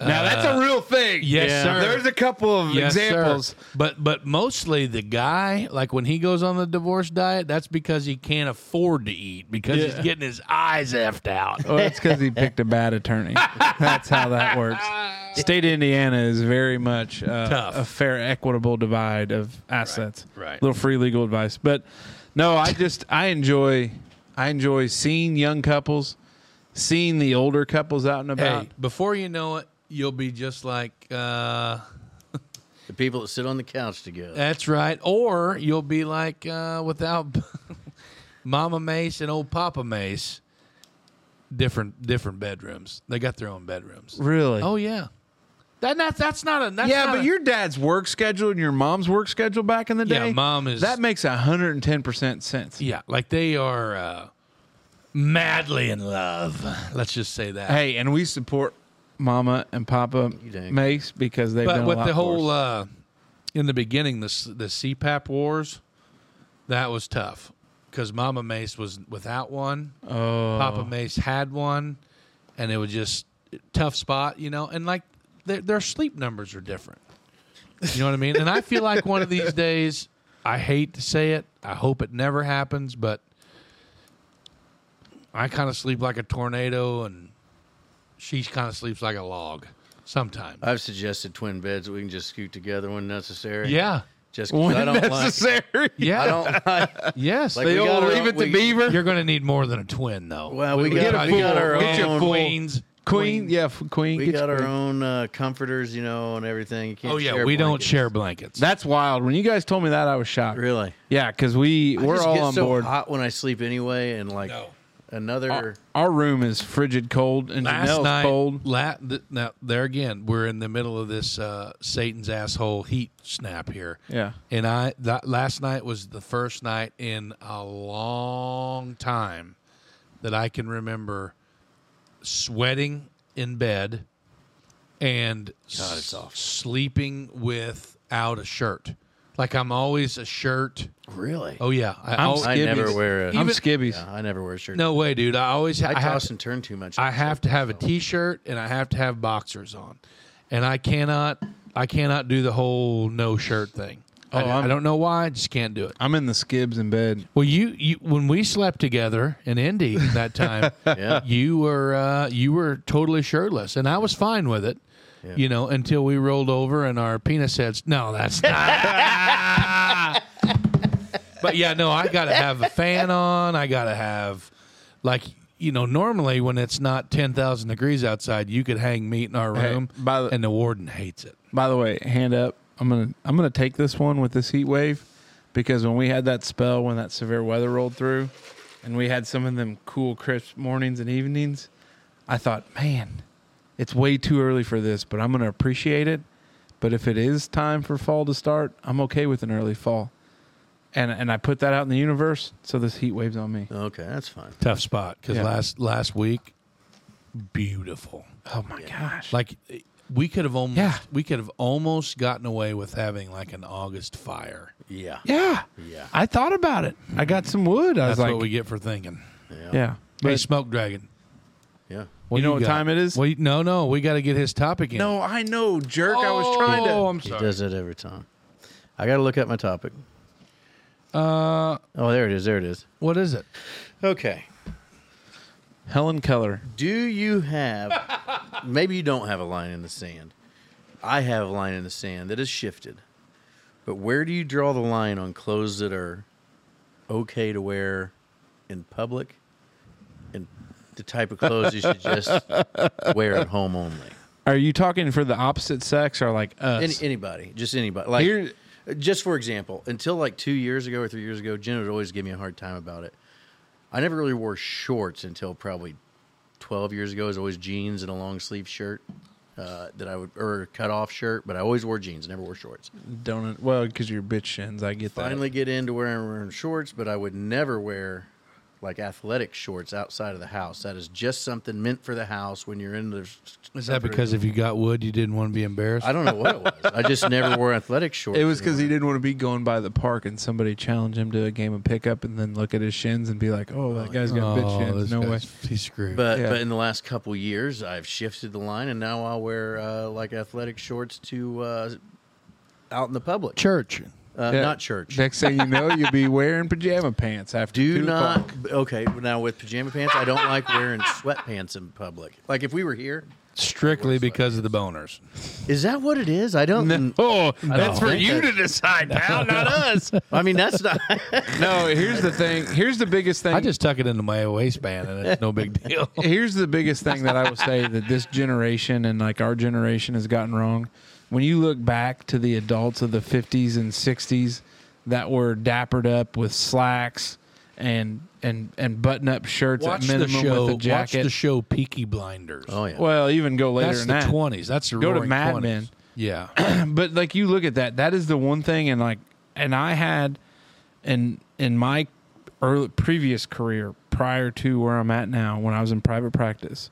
[SPEAKER 1] Now that's a real thing.
[SPEAKER 2] uh, yes, sir.
[SPEAKER 1] There's a couple of
[SPEAKER 2] Yes, sir.
[SPEAKER 1] examples.
[SPEAKER 2] But but mostly the guy, like when he goes on the divorce diet, that's because he can't afford to eat because he's getting his eyes effed out.
[SPEAKER 1] Well, Oh, that's because he picked a bad attorney. That's how that works. State of Indiana is very much uh,
[SPEAKER 2] Tough.
[SPEAKER 1] a fair, equitable divide of assets.
[SPEAKER 2] right.
[SPEAKER 1] Little free legal advice, but no, I just I enjoy I enjoy seeing young couples, seeing the older couples out and about.
[SPEAKER 2] Hey, before you know it, you'll be just like uh,
[SPEAKER 3] The people that sit on the couch together.
[SPEAKER 2] that's right, or you'll be like uh, without Mama Mace and old Papa Mace. Different different bedrooms. They got their own bedrooms.
[SPEAKER 1] Really?
[SPEAKER 2] Oh yeah. That not, that's not a that's
[SPEAKER 1] yeah,
[SPEAKER 2] not
[SPEAKER 1] but
[SPEAKER 2] a-
[SPEAKER 1] your dad's work schedule and your mom's work schedule back in the
[SPEAKER 2] Yeah,
[SPEAKER 1] day.
[SPEAKER 2] mom is-
[SPEAKER 1] that makes hundred and ten percent sense.
[SPEAKER 2] yeah like they are uh, madly in love. Let's just say that.
[SPEAKER 1] Hey, and we support Mama and Papa
[SPEAKER 3] dang.
[SPEAKER 1] Mace because they've
[SPEAKER 2] but
[SPEAKER 1] done a
[SPEAKER 2] with
[SPEAKER 1] lot
[SPEAKER 2] the
[SPEAKER 1] for
[SPEAKER 2] whole
[SPEAKER 1] us.
[SPEAKER 2] uh, in the beginning the s- the CPAP wars, that was tough because Mama Mace was without one,
[SPEAKER 1] Oh.
[SPEAKER 2] Papa Mace had one, and it was just tough spot, you know. And like their, their sleep numbers are different, you know what I mean. And I feel like one of these days, I hate to say it, I hope it never happens, but I kind of sleep like a tornado, and she kind of sleeps like a log sometimes.
[SPEAKER 1] Uh,
[SPEAKER 3] I've suggested twin beds. We can just scoot together when necessary.
[SPEAKER 2] yeah.
[SPEAKER 3] Just 'cause
[SPEAKER 1] when
[SPEAKER 3] I don't like.
[SPEAKER 1] necessary.
[SPEAKER 2] Yeah.
[SPEAKER 3] I don't like.
[SPEAKER 2] Yes,
[SPEAKER 3] Like
[SPEAKER 2] they
[SPEAKER 3] we
[SPEAKER 2] all-
[SPEAKER 3] got our
[SPEAKER 1] leave
[SPEAKER 3] own-
[SPEAKER 1] it to
[SPEAKER 3] we-
[SPEAKER 1] Beaver.
[SPEAKER 2] you're going to need more than a twin, though.
[SPEAKER 3] Well, we
[SPEAKER 1] Get
[SPEAKER 3] got
[SPEAKER 1] a
[SPEAKER 3] we got
[SPEAKER 1] full-
[SPEAKER 3] our
[SPEAKER 1] get you a
[SPEAKER 3] own.
[SPEAKER 1] full-
[SPEAKER 2] queens.
[SPEAKER 1] Queen, yeah, f- Queen.
[SPEAKER 3] We
[SPEAKER 1] get
[SPEAKER 3] got
[SPEAKER 1] your
[SPEAKER 3] our
[SPEAKER 1] queen.
[SPEAKER 3] own uh, comforters, you know, and everything. You can't
[SPEAKER 2] Oh yeah,
[SPEAKER 3] share
[SPEAKER 2] we don't
[SPEAKER 3] blankets.
[SPEAKER 2] share blankets.
[SPEAKER 1] That's wild. When you guys told me that, I was shocked.
[SPEAKER 3] Really,
[SPEAKER 1] Yeah, because we
[SPEAKER 3] I
[SPEAKER 1] we're
[SPEAKER 3] just
[SPEAKER 1] all
[SPEAKER 3] get
[SPEAKER 1] on
[SPEAKER 3] so
[SPEAKER 1] board.
[SPEAKER 3] Hot when I sleep anyway, and like
[SPEAKER 2] No.
[SPEAKER 3] another.
[SPEAKER 1] Our, our room is frigid cold and
[SPEAKER 2] last
[SPEAKER 1] Janelle's
[SPEAKER 2] night.
[SPEAKER 1] cold.
[SPEAKER 2] La- th- now there again, we're in the middle of this uh, Satan's asshole heat snap here.
[SPEAKER 1] Yeah.
[SPEAKER 2] and I that last night was the first night in a long time that I can remember sweating in bed and s- sleeping without a shirt. Like I'm always a shirt.
[SPEAKER 3] really?
[SPEAKER 2] Oh yeah, I,
[SPEAKER 1] I'm
[SPEAKER 2] al-
[SPEAKER 3] I
[SPEAKER 1] Skibbies.
[SPEAKER 3] never wear a.
[SPEAKER 1] I'm
[SPEAKER 2] even-
[SPEAKER 1] skibbies.
[SPEAKER 3] yeah, I never wear a shirt.
[SPEAKER 2] no way, dude. I always
[SPEAKER 3] I,
[SPEAKER 2] I have
[SPEAKER 3] toss and turn too much.
[SPEAKER 2] I have to have a t-shirt and I have to have boxers on, and I cannot I cannot do the whole no shirt thing. I,
[SPEAKER 1] Oh,
[SPEAKER 2] d-
[SPEAKER 1] I'm-
[SPEAKER 2] I don't know why. I just can't do it.
[SPEAKER 1] I'm in the skibs in bed.
[SPEAKER 2] Well, you, you when we slept together in Indy that time,
[SPEAKER 3] Yeah.
[SPEAKER 2] you were uh, you were totally shirtless, and I was fine with it. You know, until we rolled over and our penis heads. No, that's not. but yeah, no, I gotta have a fan on. I gotta have, like, you know, normally when it's not ten thousand degrees outside, you could hang meat in our
[SPEAKER 1] Hey,
[SPEAKER 2] room,
[SPEAKER 1] by the-
[SPEAKER 2] and the warden hates it.
[SPEAKER 1] By the way, hand up. I'm gonna I'm gonna take this one with this heat wave because when we had that spell when that severe weather rolled through and we had some of them cool crisp mornings and evenings, I thought, man, it's way too early for this, but I'm gonna appreciate it. But if it is time for fall to start, I'm okay with an early fall. And and I put that out in the universe, so this heat wave's on me.
[SPEAKER 3] Okay, that's fine.
[SPEAKER 2] Tough spot because
[SPEAKER 1] Yeah.
[SPEAKER 2] last last week, beautiful.
[SPEAKER 1] Oh my gosh.
[SPEAKER 2] Like we could have almost
[SPEAKER 1] Yeah.
[SPEAKER 2] we could have almost gotten away with having like an August fire.
[SPEAKER 3] Yeah.
[SPEAKER 1] yeah.
[SPEAKER 3] Yeah.
[SPEAKER 1] I thought about it. I got some wood. I
[SPEAKER 2] That's
[SPEAKER 1] was like,
[SPEAKER 2] what we get for thinking.
[SPEAKER 1] yeah.
[SPEAKER 2] hey,
[SPEAKER 1] But
[SPEAKER 2] Smoke Dragon.
[SPEAKER 3] Yeah.
[SPEAKER 1] you know
[SPEAKER 2] do
[SPEAKER 1] what
[SPEAKER 2] got?
[SPEAKER 1] time it is?
[SPEAKER 2] Well, you- no, no, we got to get his topic in.
[SPEAKER 1] No, I know, jerk. I was trying
[SPEAKER 2] Oh,
[SPEAKER 1] to.
[SPEAKER 2] I'm
[SPEAKER 3] He
[SPEAKER 2] sorry.
[SPEAKER 3] does that every time. I got to look up my topic. Uh. Oh, there it is. There it is.
[SPEAKER 2] What is it?
[SPEAKER 3] Okay.
[SPEAKER 1] Helen Keller.
[SPEAKER 3] Do you have? maybe you don't have a line in the sand. I have a line in the sand that is shifted. But where do you draw the line on clothes that are okay to wear in public, and the type of clothes you should just wear at home only?
[SPEAKER 1] Are you talking for the opposite sex or like
[SPEAKER 3] Any,
[SPEAKER 1] us?
[SPEAKER 3] anybody, just anybody. Like,
[SPEAKER 1] Here-
[SPEAKER 3] just for example, until like two years ago or three years ago, Jen would always give me a hard time about it. I never really wore shorts until probably twelve years ago. It was always jeans and a long sleeve shirt uh, that I would or a cut off shirt, but I always wore jeans. Never wore shorts.
[SPEAKER 1] Don't well because you're bitch shins. I get that.
[SPEAKER 3] Finally, get into wearing, wearing shorts, but I would never wear like athletic shorts outside of the house. That is just something meant for the house when you're in the.
[SPEAKER 2] Is that because if you got wood, you didn't want to be embarrassed?
[SPEAKER 3] I don't know what it was. I just never wore athletic shorts.
[SPEAKER 1] It was because he
[SPEAKER 3] anymore.
[SPEAKER 1] didn't want to be going by the park and somebody challenge him to a game of pickup and then look at his shins and be like, "Oh, that guy's got bitch shins."
[SPEAKER 2] this
[SPEAKER 1] No way.
[SPEAKER 2] guy's- He's screwed.
[SPEAKER 3] But
[SPEAKER 1] Yeah.
[SPEAKER 3] but in the last couple years, I've shifted the line, and now I wear uh, like athletic shorts to uh, out in the public,
[SPEAKER 2] church.
[SPEAKER 3] uh,
[SPEAKER 1] Yeah.
[SPEAKER 3] not church.
[SPEAKER 1] Next thing you know, you'll be wearing pajama pants after.
[SPEAKER 3] Do
[SPEAKER 1] two
[SPEAKER 3] not
[SPEAKER 1] o'clock.
[SPEAKER 3] okay. Now with pajama pants, I don't like wearing sweatpants in public. Like if we were here,
[SPEAKER 2] strictly because of the boners.
[SPEAKER 3] Is that what it is? I don't.
[SPEAKER 1] Oh, that's for
[SPEAKER 3] think
[SPEAKER 1] you
[SPEAKER 3] that-
[SPEAKER 1] to decide, pal, not us.
[SPEAKER 3] I mean, that's not.
[SPEAKER 1] No, here's the thing. Here's the biggest thing.
[SPEAKER 2] I just tuck it into my waistband and it's no big deal.
[SPEAKER 1] here's the biggest thing that I will say that this generation and like our generation has gotten wrong. When you look back to the adults of the 50s and 60s that were dappered up with slacks and and and button up shirts
[SPEAKER 2] Watch
[SPEAKER 1] at
[SPEAKER 2] the
[SPEAKER 1] minimum
[SPEAKER 2] show.
[SPEAKER 1] with a
[SPEAKER 2] Watch
[SPEAKER 1] jacket.
[SPEAKER 2] the show Peaky Blinders.
[SPEAKER 3] oh yeah.
[SPEAKER 1] Well, even go later
[SPEAKER 2] that's
[SPEAKER 1] than
[SPEAKER 2] the
[SPEAKER 1] that.
[SPEAKER 2] twenties. That's the
[SPEAKER 1] Go to
[SPEAKER 2] roaring
[SPEAKER 1] Mad
[SPEAKER 2] 20s.
[SPEAKER 1] Men.
[SPEAKER 2] Yeah,
[SPEAKER 1] but like you look at that that is the one thing and like and i had in in my early previous career prior to where i'm at now when i was in private practice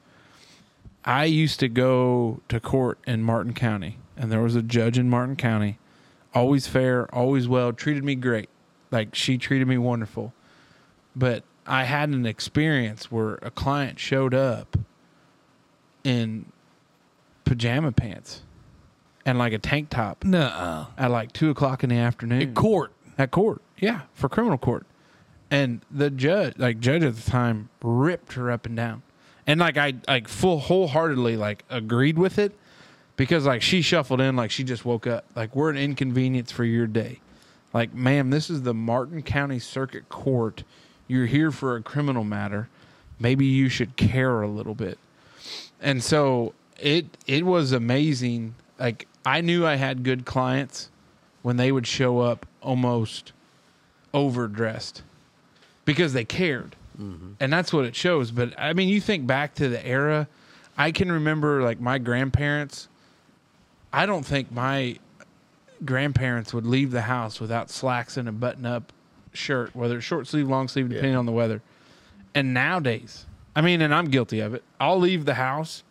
[SPEAKER 1] i used to go to court in martin county and there was a judge in martin county always fair always well treated me great like she treated me wonderful but i had an experience where a client showed up in pajama pants and like a tank top
[SPEAKER 2] nuh
[SPEAKER 1] at like two o'clock in the afternoon
[SPEAKER 2] At court.
[SPEAKER 1] at Hmm. court. Yeah, for criminal court. And the judge, like judge at the time, ripped her up and down, and like I like full wholeheartedly like agreed with it because like she shuffled in like she just woke up. Like we're an inconvenience for your day. Like, ma'am, this is the Martin County Circuit Court. You're here for a criminal matter. Maybe you should care a little bit. And so it it was amazing. Like I knew I had good clients when they would show up almost overdressed because they cared. And that's what it shows. But I mean, you think back to the era, I can remember like my grandparents. I don't think my grandparents would leave the house without slacks and a button up shirt, whether it's short sleeve, long sleeve, depending on the weather. And nowadays, I mean, and I'm guilty of it. I'll leave the house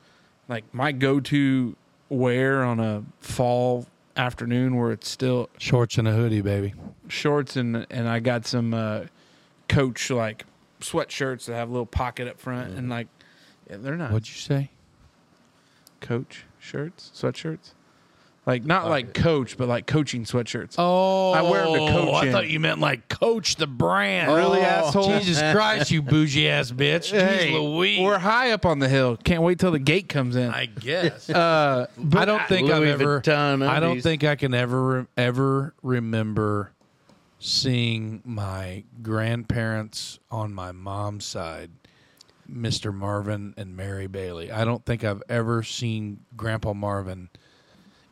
[SPEAKER 1] like my go to wear on a fall afternoon where it's still
[SPEAKER 2] Shorts and a hoodie, baby.
[SPEAKER 1] shorts and and I got some uh, coach like sweatshirts that have a little pocket up front and like yeah, they're not
[SPEAKER 2] What'd you say?
[SPEAKER 1] coach shirts sweatshirts like not like coach but like coaching sweatshirts.
[SPEAKER 2] Oh,
[SPEAKER 1] I wear 'em to coach
[SPEAKER 2] I
[SPEAKER 1] in.
[SPEAKER 2] thought you meant like coach the brand.
[SPEAKER 1] Really,
[SPEAKER 2] Oh,
[SPEAKER 1] asshole?
[SPEAKER 2] Jesus Christ, you bougie ass bitch. Jeez Louise.
[SPEAKER 1] we're high up on the hill. Can't wait till the gate comes in.
[SPEAKER 2] I guess.
[SPEAKER 1] uh,
[SPEAKER 2] I don't think
[SPEAKER 3] Louis
[SPEAKER 2] I've ever.
[SPEAKER 3] Vuitton
[SPEAKER 2] I don't
[SPEAKER 3] undies.
[SPEAKER 2] think I can ever ever remember seeing my grandparents on my mom's side, Mister Marvin and Mary Bailey. I don't think I've ever seen Grandpa Marvin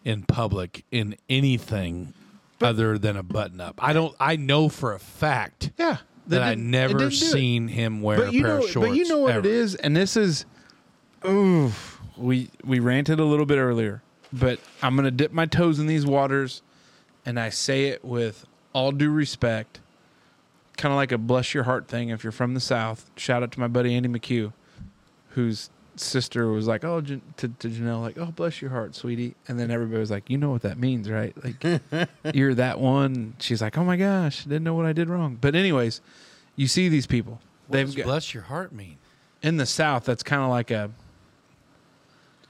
[SPEAKER 2] in public in anything other than a button up. I don't. I know for a fact.
[SPEAKER 1] yeah, they
[SPEAKER 2] That I
[SPEAKER 1] didn't- they
[SPEAKER 2] never
[SPEAKER 1] didn't do it.
[SPEAKER 2] seen him wear
[SPEAKER 1] But
[SPEAKER 2] a
[SPEAKER 1] you
[SPEAKER 2] pair
[SPEAKER 1] know,
[SPEAKER 2] of shorts.
[SPEAKER 1] but you know what it
[SPEAKER 2] ever.
[SPEAKER 1] is, and this is, oof. We we ranted a little bit earlier, but I'm gonna dip my toes in these waters, and I say it with all due respect, kind of like a bless your heart thing. If you're from the South, shout out to my buddy Andy McHugh, whose sister was like, "Oh," Jan- to, to Janelle, like, "Oh, bless your heart, sweetie," and then everybody was like, "You know what that means, right?" Like, you're that one. She's like, "Oh my gosh, didn't know what I did wrong." But anyways, you see these people.
[SPEAKER 2] What does
[SPEAKER 1] They've got,
[SPEAKER 2] bless your heart mean?
[SPEAKER 1] in the South, that's kind of like a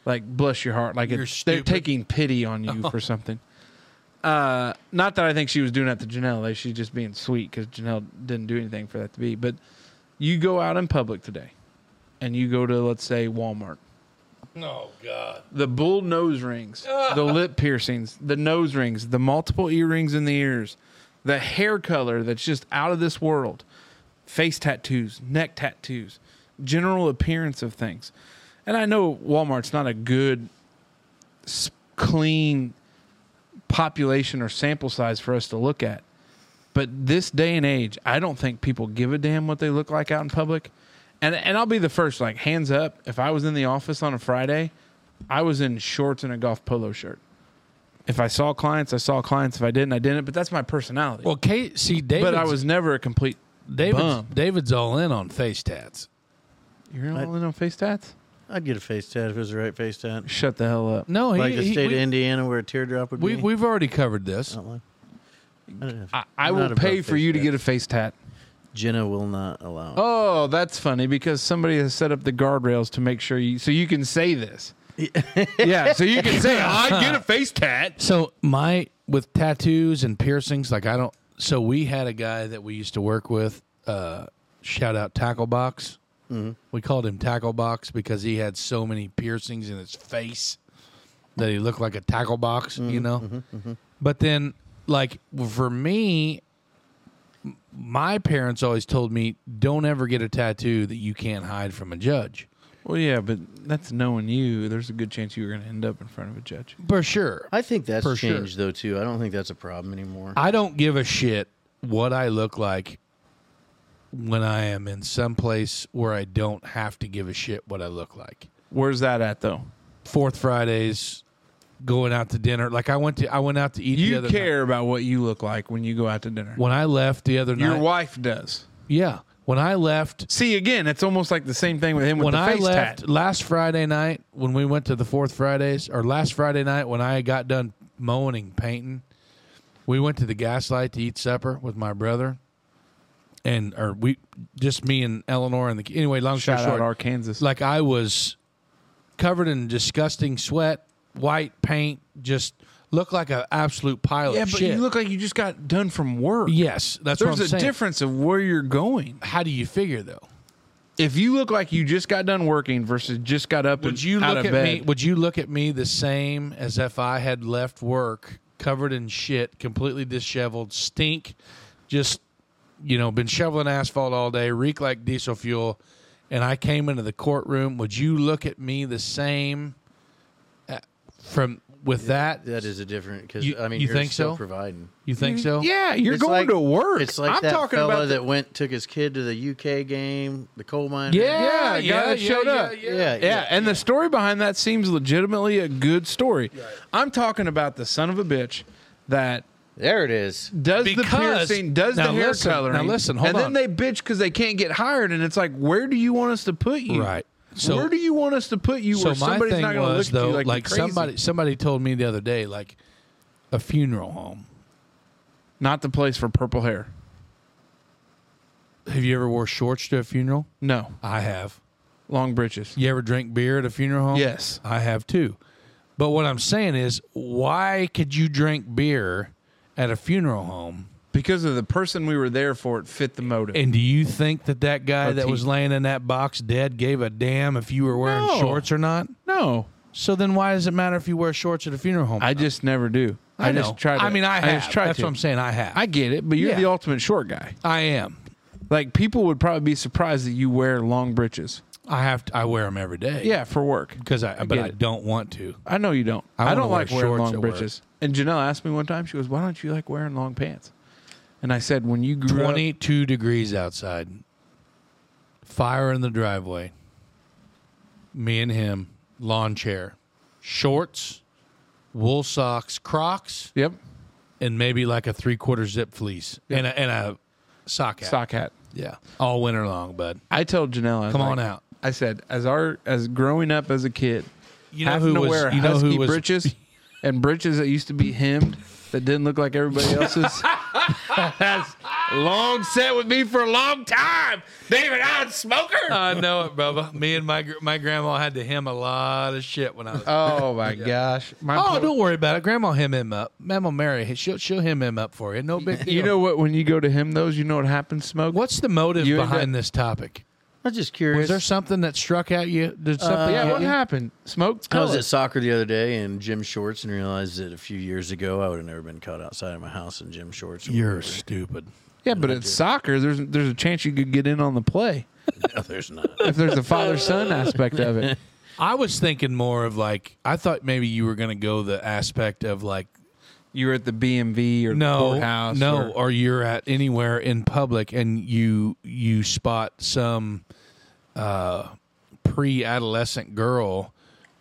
[SPEAKER 1] like bless your heart, like
[SPEAKER 2] You're
[SPEAKER 1] it's, they're
[SPEAKER 2] stupid.
[SPEAKER 1] taking pity on you for something. Uh, not that I think she was doing that to Janelle; like she's just being sweet because Janelle didn't do anything for that to be. But you go out in public today, and you go to let's say Walmart.
[SPEAKER 2] Oh God.
[SPEAKER 1] The bull nose rings, the lip piercings, the nose rings, the multiple earrings in the ears, the hair color that's just out of this world, face tattoos, neck tattoos, general appearance of things. And I know Walmart's not a good, s- clean population or sample size for us to look at. But this day and age, I don't think people give a damn what they look like out in public. And and I'll be the first, like hands up, if I was in the office on a Friday, I was in shorts and a golf polo shirt. If I saw clients, I saw clients. If I didn't, I didn't. But that's my personality.
[SPEAKER 2] Well, Kate, see, David's,
[SPEAKER 1] but I was never a complete
[SPEAKER 2] David's,
[SPEAKER 1] bum.
[SPEAKER 2] David's all in on face tats.
[SPEAKER 1] You're all in on face tats?
[SPEAKER 3] I'd get a face tat if it was the right face tat.
[SPEAKER 1] Shut the hell up.
[SPEAKER 2] No, he,
[SPEAKER 3] Like the
[SPEAKER 2] he-
[SPEAKER 3] state
[SPEAKER 2] we,
[SPEAKER 3] of Indiana where a teardrop would
[SPEAKER 2] we,
[SPEAKER 3] be.
[SPEAKER 2] we've already covered this.
[SPEAKER 3] Not one. I don't have-
[SPEAKER 1] I, I
[SPEAKER 3] I'm
[SPEAKER 1] will
[SPEAKER 3] not above
[SPEAKER 1] pay for
[SPEAKER 3] face
[SPEAKER 1] you to
[SPEAKER 3] tats.
[SPEAKER 1] get a face tat.
[SPEAKER 3] Jenna will not allow. it.
[SPEAKER 1] Oh, that's funny because somebody has set up the guardrails to make sure you so you can say this. yeah, so you can say I get a face tat.
[SPEAKER 2] So my with tattoos and piercings, like I don't. So we had a guy that we used to work with. Uh, shout out Tackle Box. We called him Tackle Box because he had so many piercings in his face that he looked like a tackle box, you know? But then, like, for me, m- my parents always told me don't ever get a tattoo that you can't hide from a judge.
[SPEAKER 1] Well, yeah, but that's knowing you. There's a good chance you were going to end up in front of a judge.
[SPEAKER 2] For sure.
[SPEAKER 3] I think that's
[SPEAKER 2] For sure.
[SPEAKER 3] changed though too. I don't think that's a problem anymore.
[SPEAKER 2] I don't give a shit what I look like when I am in some place where I don't have to give a shit what I look like.
[SPEAKER 1] Where's that at though?
[SPEAKER 2] Fourth Fridays, going out to dinner. Like I went to I went out to eat. the
[SPEAKER 1] You
[SPEAKER 2] other
[SPEAKER 1] care about what you look like when you go out to dinner.
[SPEAKER 2] night. when I left the other
[SPEAKER 1] Your
[SPEAKER 2] night.
[SPEAKER 1] wife does.
[SPEAKER 2] yeah, when I left.
[SPEAKER 1] See, again, it's almost like the same thing with him with
[SPEAKER 2] When
[SPEAKER 1] the
[SPEAKER 2] I
[SPEAKER 1] face
[SPEAKER 2] left
[SPEAKER 1] tat.
[SPEAKER 2] last Friday night, when we went to the Fourth Fridays, or last Friday night when I got done mowing and painting, we went to the Gaslight to eat supper with my brother, and or we just me and Eleanor and the anyway. Long story
[SPEAKER 1] Shout
[SPEAKER 2] short,
[SPEAKER 1] out Arkansas.
[SPEAKER 2] like I was covered in disgusting sweat, white paint, just looked like an absolute pile
[SPEAKER 1] yeah,
[SPEAKER 2] of
[SPEAKER 1] but
[SPEAKER 2] shit.
[SPEAKER 1] you look like you just got done from work.
[SPEAKER 2] yes, that's
[SPEAKER 1] There's
[SPEAKER 2] what I'm
[SPEAKER 1] a
[SPEAKER 2] saying.
[SPEAKER 1] difference of where you're going.
[SPEAKER 2] How do you figure though?
[SPEAKER 1] If you look like you just got done working versus just got up
[SPEAKER 2] Would
[SPEAKER 1] and
[SPEAKER 2] you
[SPEAKER 1] out
[SPEAKER 2] look
[SPEAKER 1] of
[SPEAKER 2] at
[SPEAKER 1] bed,
[SPEAKER 2] me? Would you look at me the same as if I had left work covered in shit, completely disheveled, stink, just you know, been shoveling asphalt all day, reek like diesel fuel, and I came into the courtroom? Would you look at me the same uh, from with that?
[SPEAKER 3] that is a different because
[SPEAKER 2] You-
[SPEAKER 3] I mean
[SPEAKER 2] you
[SPEAKER 3] are
[SPEAKER 2] think
[SPEAKER 3] still
[SPEAKER 2] so?
[SPEAKER 3] providing.
[SPEAKER 2] You think so?
[SPEAKER 1] yeah, you're
[SPEAKER 3] It's
[SPEAKER 1] going
[SPEAKER 3] like-
[SPEAKER 1] to work.
[SPEAKER 3] It's like
[SPEAKER 1] I'm
[SPEAKER 3] that
[SPEAKER 1] talking
[SPEAKER 3] fella
[SPEAKER 1] about the-
[SPEAKER 3] that went took his kid to the UK game, the coal mine.
[SPEAKER 1] Yeah,
[SPEAKER 2] yeah,
[SPEAKER 1] guy that
[SPEAKER 2] yeah,
[SPEAKER 1] showed
[SPEAKER 2] yeah,
[SPEAKER 1] up.
[SPEAKER 2] yeah.
[SPEAKER 3] yeah,
[SPEAKER 1] Yeah, and the story behind that seems legitimately a good story. I'm talking about the son of a bitch that
[SPEAKER 3] There it is.
[SPEAKER 1] does the
[SPEAKER 2] Because-
[SPEAKER 1] piercing, does the
[SPEAKER 2] now
[SPEAKER 1] hair
[SPEAKER 2] listen,
[SPEAKER 1] coloring.
[SPEAKER 2] now listen, hold
[SPEAKER 1] and then
[SPEAKER 2] on.
[SPEAKER 1] they bitch because they can't get hired, and it's like, where do you want us to put you?
[SPEAKER 2] Right. So-
[SPEAKER 1] where do you want us to put you?
[SPEAKER 2] So
[SPEAKER 1] where
[SPEAKER 2] my
[SPEAKER 1] somebody's
[SPEAKER 2] thing
[SPEAKER 1] not going to look
[SPEAKER 2] was
[SPEAKER 1] at you
[SPEAKER 2] though,
[SPEAKER 1] like,
[SPEAKER 2] like,
[SPEAKER 1] you're crazy?
[SPEAKER 2] somebody somebody told me the other day, like a funeral home.
[SPEAKER 1] Not the place for purple hair.
[SPEAKER 2] Have you ever wore shorts to a funeral?
[SPEAKER 1] No,
[SPEAKER 2] I have.
[SPEAKER 1] long britches.
[SPEAKER 2] You ever drink beer at a funeral home?
[SPEAKER 1] Yes.
[SPEAKER 2] I have too. But what I'm saying is, why could you drink beer at a funeral home?
[SPEAKER 1] Because of the person we were there for, it fit the motive.
[SPEAKER 2] And do you think that that guy
[SPEAKER 1] Or
[SPEAKER 2] that
[SPEAKER 1] tea.
[SPEAKER 2] was laying in that box dead gave a damn if you were wearing
[SPEAKER 1] No.
[SPEAKER 2] shorts or not?
[SPEAKER 1] no,
[SPEAKER 2] So then why does it matter if you wear shorts at a funeral home?
[SPEAKER 1] I just never do. I,
[SPEAKER 2] know.
[SPEAKER 1] just try to.
[SPEAKER 2] I mean, I have.
[SPEAKER 1] just try
[SPEAKER 2] That's
[SPEAKER 1] to.
[SPEAKER 2] what I'm saying. I have.
[SPEAKER 1] I get it, but you're
[SPEAKER 2] Yeah.
[SPEAKER 1] the ultimate short guy.
[SPEAKER 2] I am.
[SPEAKER 1] Like people would probably be surprised that you wear long britches.
[SPEAKER 2] I have. To, I wear them every day.
[SPEAKER 1] Yeah, for work.
[SPEAKER 2] Because I, but
[SPEAKER 1] get
[SPEAKER 2] I
[SPEAKER 1] it.
[SPEAKER 2] don't want to.
[SPEAKER 1] I know you don't.
[SPEAKER 2] I
[SPEAKER 1] I,
[SPEAKER 2] wanna
[SPEAKER 1] don't
[SPEAKER 2] wear
[SPEAKER 1] like wearing
[SPEAKER 2] shorts
[SPEAKER 1] long
[SPEAKER 2] at work.
[SPEAKER 1] britches. And Janelle asked me one time, she goes, "Why don't you like wearing long pants?" And I said, "When you grew up,
[SPEAKER 2] 22 degrees outside. Fire in the driveway. Me and him, lawn chair, shorts, wool socks, Crocs,
[SPEAKER 1] yep,
[SPEAKER 2] and maybe like a three quarter zip fleece and a, and a sock hat.
[SPEAKER 1] sock hat."
[SPEAKER 2] Yeah, all winter long, bud.
[SPEAKER 1] I told Janelle, I was
[SPEAKER 2] Come on
[SPEAKER 1] like-
[SPEAKER 2] out.
[SPEAKER 1] I said, "As our as growing up as a kid,
[SPEAKER 2] You know
[SPEAKER 1] having
[SPEAKER 2] who
[SPEAKER 1] to
[SPEAKER 2] was-
[SPEAKER 1] wear
[SPEAKER 2] you know
[SPEAKER 1] husky
[SPEAKER 2] who was-
[SPEAKER 1] britches and britches that used to be hemmed that didn't look like everybody else's." That's long set with me for a long time, David. I'm a smoker.
[SPEAKER 2] I know it, brother. Me and my gr- my grandma had to hem a lot of shit when I was.
[SPEAKER 1] Oh my gosh! My
[SPEAKER 2] oh,
[SPEAKER 1] poor-
[SPEAKER 2] don't worry about it. Grandma hem him up. Grandma Mary, she'll she'll hem him up for you. No big deal.
[SPEAKER 1] You know what? When you go to him, those you know what happens. Smoke.
[SPEAKER 2] what's the motive
[SPEAKER 1] You end
[SPEAKER 2] behind this topic?
[SPEAKER 3] I'm just curious.
[SPEAKER 2] Was there something that struck at you? Did something?
[SPEAKER 1] Uh, Yeah.
[SPEAKER 2] hit
[SPEAKER 1] What
[SPEAKER 2] you?
[SPEAKER 1] happened? Smoke.
[SPEAKER 3] I
[SPEAKER 1] Tell
[SPEAKER 3] was at
[SPEAKER 1] us.
[SPEAKER 3] soccer the other day in gym shorts and realized that a few years ago I would have never been caught outside of my house in gym shorts. or
[SPEAKER 2] You're
[SPEAKER 3] whatever.
[SPEAKER 2] stupid.
[SPEAKER 1] Yeah, but it's soccer. There's there's a chance you could get in on the play
[SPEAKER 3] no, there's not.
[SPEAKER 1] if there's a father son aspect of it.
[SPEAKER 2] I was thinking more of like I thought maybe you were going to go the aspect of like
[SPEAKER 1] You're at the BMV or
[SPEAKER 2] no,
[SPEAKER 1] the courthouse.
[SPEAKER 2] no,
[SPEAKER 1] or-
[SPEAKER 2] or you're at anywhere in public and you you spot some uh, pre-adolescent girl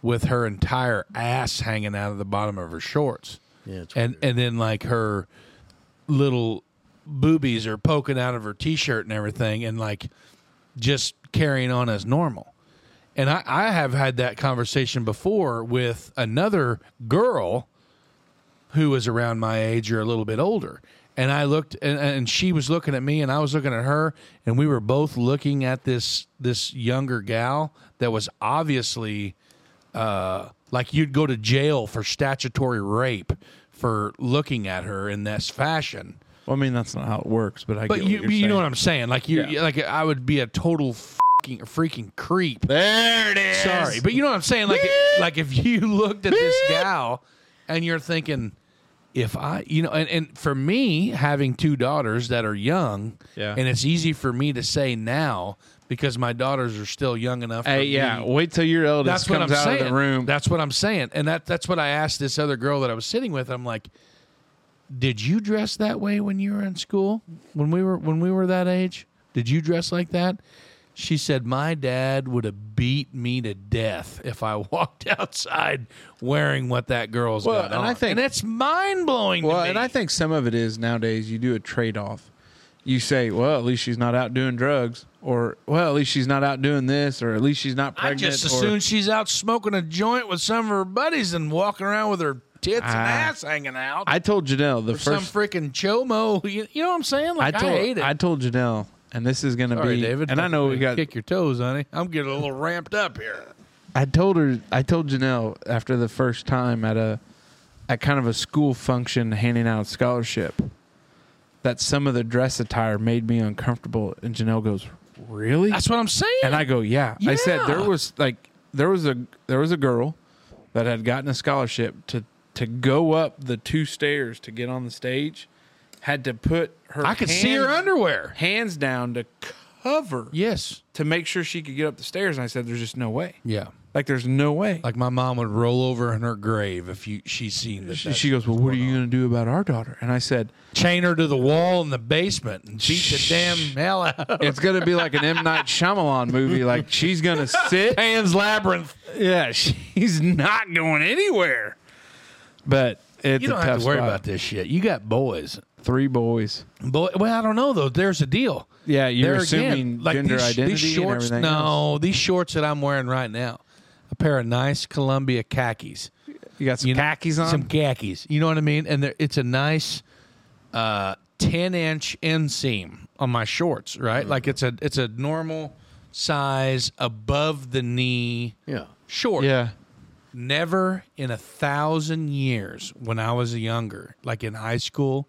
[SPEAKER 2] with her entire ass hanging out of the bottom of her shorts.
[SPEAKER 3] Yeah, it's
[SPEAKER 2] and and then like her little boobies are poking out of her t-shirt and everything and like just carrying on as normal and i i have had that conversation before with another girl who was around my age or a little bit older and i looked and, and she was looking at me and i was looking at her and we were both looking at this this younger gal that was obviously like you'd go to jail for statutory rape for looking at her in this fashion.
[SPEAKER 1] Well, I mean that's not how it works, but I.
[SPEAKER 2] But
[SPEAKER 1] get
[SPEAKER 2] you
[SPEAKER 1] what
[SPEAKER 2] you
[SPEAKER 1] you're
[SPEAKER 2] know
[SPEAKER 1] saying.
[SPEAKER 2] what I'm saying? Like you
[SPEAKER 1] Yeah.
[SPEAKER 2] like I would be a total fucking freaking creep.
[SPEAKER 3] There it is.
[SPEAKER 2] Sorry, but you know what I'm saying. Like, like if you looked at this gal, and you're thinking, if I, you know, and, and for me having two daughters that are young,
[SPEAKER 5] Yeah.
[SPEAKER 2] and it's easy for me to say now because my daughters are still young enough.
[SPEAKER 1] Uh,
[SPEAKER 2] for
[SPEAKER 5] Hey, yeah.
[SPEAKER 2] me
[SPEAKER 5] Wait till your eldest
[SPEAKER 2] that's what
[SPEAKER 5] comes
[SPEAKER 2] I'm
[SPEAKER 5] out
[SPEAKER 2] saying.
[SPEAKER 5] of the room.
[SPEAKER 2] That's what I'm saying, and that that's what I asked this other girl that I was sitting with. I'm like, did you dress that way when you were in school? When we were when we were that age, did you dress like that? She said, "My dad would have beat me to death if I walked outside wearing what that girl's
[SPEAKER 1] Well,
[SPEAKER 2] got
[SPEAKER 1] and
[SPEAKER 2] on."
[SPEAKER 1] I think-
[SPEAKER 2] and it's mind blowing.
[SPEAKER 1] Well,
[SPEAKER 2] to me.
[SPEAKER 1] and I think some of it is nowadays you do a trade off. You say, well, at least she's not out doing drugs, or well, at least she's not out doing this, or at least she's not
[SPEAKER 2] I
[SPEAKER 1] pregnant.
[SPEAKER 2] just
[SPEAKER 1] or-
[SPEAKER 2] assume she's out smoking a joint with some of her buddies and walking around with her tits and
[SPEAKER 1] Ah.
[SPEAKER 2] ass hanging out.
[SPEAKER 1] I told Janelle the
[SPEAKER 2] for some
[SPEAKER 1] first.
[SPEAKER 2] freaking chomo. You, you know what I'm saying?
[SPEAKER 1] I
[SPEAKER 2] Like, I,
[SPEAKER 1] told
[SPEAKER 2] hate it.
[SPEAKER 1] I told Janelle, and this is gonna
[SPEAKER 2] Sorry,
[SPEAKER 1] be
[SPEAKER 2] David.
[SPEAKER 1] And I know we got.
[SPEAKER 2] kick your toes, honey. I'm getting a little ramped up here.
[SPEAKER 1] I told her. I told Janelle after the first time at a, at kind of a school function handing out a scholarship, that some of the dress attire made me uncomfortable, and Janelle goes, "Really?"
[SPEAKER 2] That's what I'm saying.
[SPEAKER 1] And I go, yeah. I said there
[SPEAKER 2] Yeah.
[SPEAKER 1] was like there was a there was a girl that had gotten a scholarship to to go up the two stairs to get on the stage, had to put her
[SPEAKER 2] I could see her
[SPEAKER 1] hands-
[SPEAKER 2] underwear.
[SPEAKER 1] hands down to cover
[SPEAKER 2] Yes.
[SPEAKER 1] to make sure she could get up the stairs. And I said, there's just no way.
[SPEAKER 2] Yeah.
[SPEAKER 1] Like there's no way.
[SPEAKER 2] Like my mom would roll over in her grave if you she's seen this.
[SPEAKER 1] she, she goes, well, what are you going to do about our daughter? And I said,
[SPEAKER 2] chain her to the wall in the basement and beat the damn hell out. of her.
[SPEAKER 1] it's going to be like an M Night Shyamalan movie. Like she's going to sit
[SPEAKER 2] Pan's labyrinth.
[SPEAKER 1] Yeah, she's not going anywhere. But it's
[SPEAKER 2] You don't
[SPEAKER 1] a
[SPEAKER 2] have
[SPEAKER 1] tough
[SPEAKER 2] to worry
[SPEAKER 1] spot.
[SPEAKER 2] about this shit. You got boys.
[SPEAKER 1] Three boys.
[SPEAKER 2] Boy, well, I don't know though. There's a deal.
[SPEAKER 1] Yeah, you're
[SPEAKER 2] There
[SPEAKER 1] assuming
[SPEAKER 2] again, like
[SPEAKER 1] gender
[SPEAKER 2] these, these
[SPEAKER 1] identity
[SPEAKER 2] shorts,
[SPEAKER 1] and everything. else.
[SPEAKER 2] No, these shorts that I'm wearing right now, a pair of nice Columbia khakis.
[SPEAKER 1] you got some
[SPEAKER 2] You know,
[SPEAKER 1] khakis on.
[SPEAKER 2] Some khakis. You know what I mean? And they're- it's a nice uh, ten inch inseam on my shorts, right? Like it's a it's a normal size above the knee
[SPEAKER 3] Yeah.
[SPEAKER 2] short.
[SPEAKER 1] yeah,
[SPEAKER 2] Never in a thousand years when I was younger, like in high school,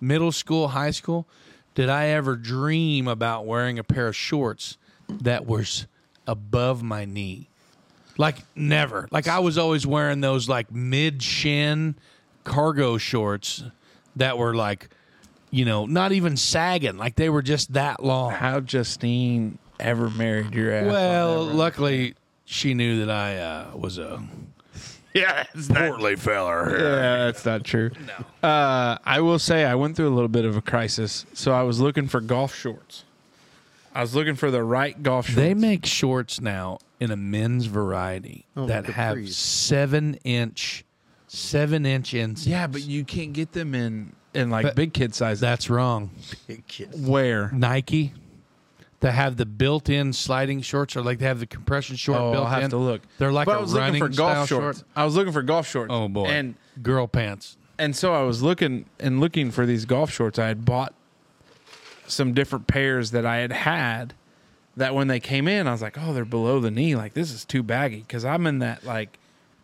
[SPEAKER 2] middle school, high school, did I ever dream about wearing a pair of shorts that was above my knee. Like never. Like I was always wearing those like mid shin cargo shorts that were like, you know, not even sagging. Like they were just that long.
[SPEAKER 1] how Justine ever married your ass?
[SPEAKER 2] Well, luckily she knew that I uh, was a yeah, portly feller.
[SPEAKER 1] yeah, that's not true. No. Uh, I will say I went through a little bit of a crisis, so I was looking for golf shorts. I was looking for the right golf shorts.
[SPEAKER 2] They make shorts now in a men's variety
[SPEAKER 1] Oh,
[SPEAKER 2] that have
[SPEAKER 3] capris.
[SPEAKER 2] seven inch, seven inch inseams.
[SPEAKER 1] yeah, but you can't get them in in like
[SPEAKER 2] But-
[SPEAKER 1] big kid size.
[SPEAKER 2] that's wrong.
[SPEAKER 3] Big kid.
[SPEAKER 1] where
[SPEAKER 2] Nike that have the built-in sliding shorts, or like they have the compression short
[SPEAKER 1] Oh,
[SPEAKER 2] built
[SPEAKER 1] I'll have
[SPEAKER 2] in.
[SPEAKER 1] to look.
[SPEAKER 2] They're like
[SPEAKER 1] But
[SPEAKER 2] a
[SPEAKER 1] I was
[SPEAKER 2] running
[SPEAKER 1] looking for golf
[SPEAKER 2] style
[SPEAKER 1] shorts.
[SPEAKER 2] short.
[SPEAKER 1] I was looking for golf shorts.
[SPEAKER 2] Oh boy,
[SPEAKER 1] And
[SPEAKER 2] girl pants.
[SPEAKER 1] and so I was looking and looking for these golf shorts. I had bought some different pairs that I had had. That when they came in, I was like, "Oh, they're below the knee. Like this is too baggy." Because I'm in that like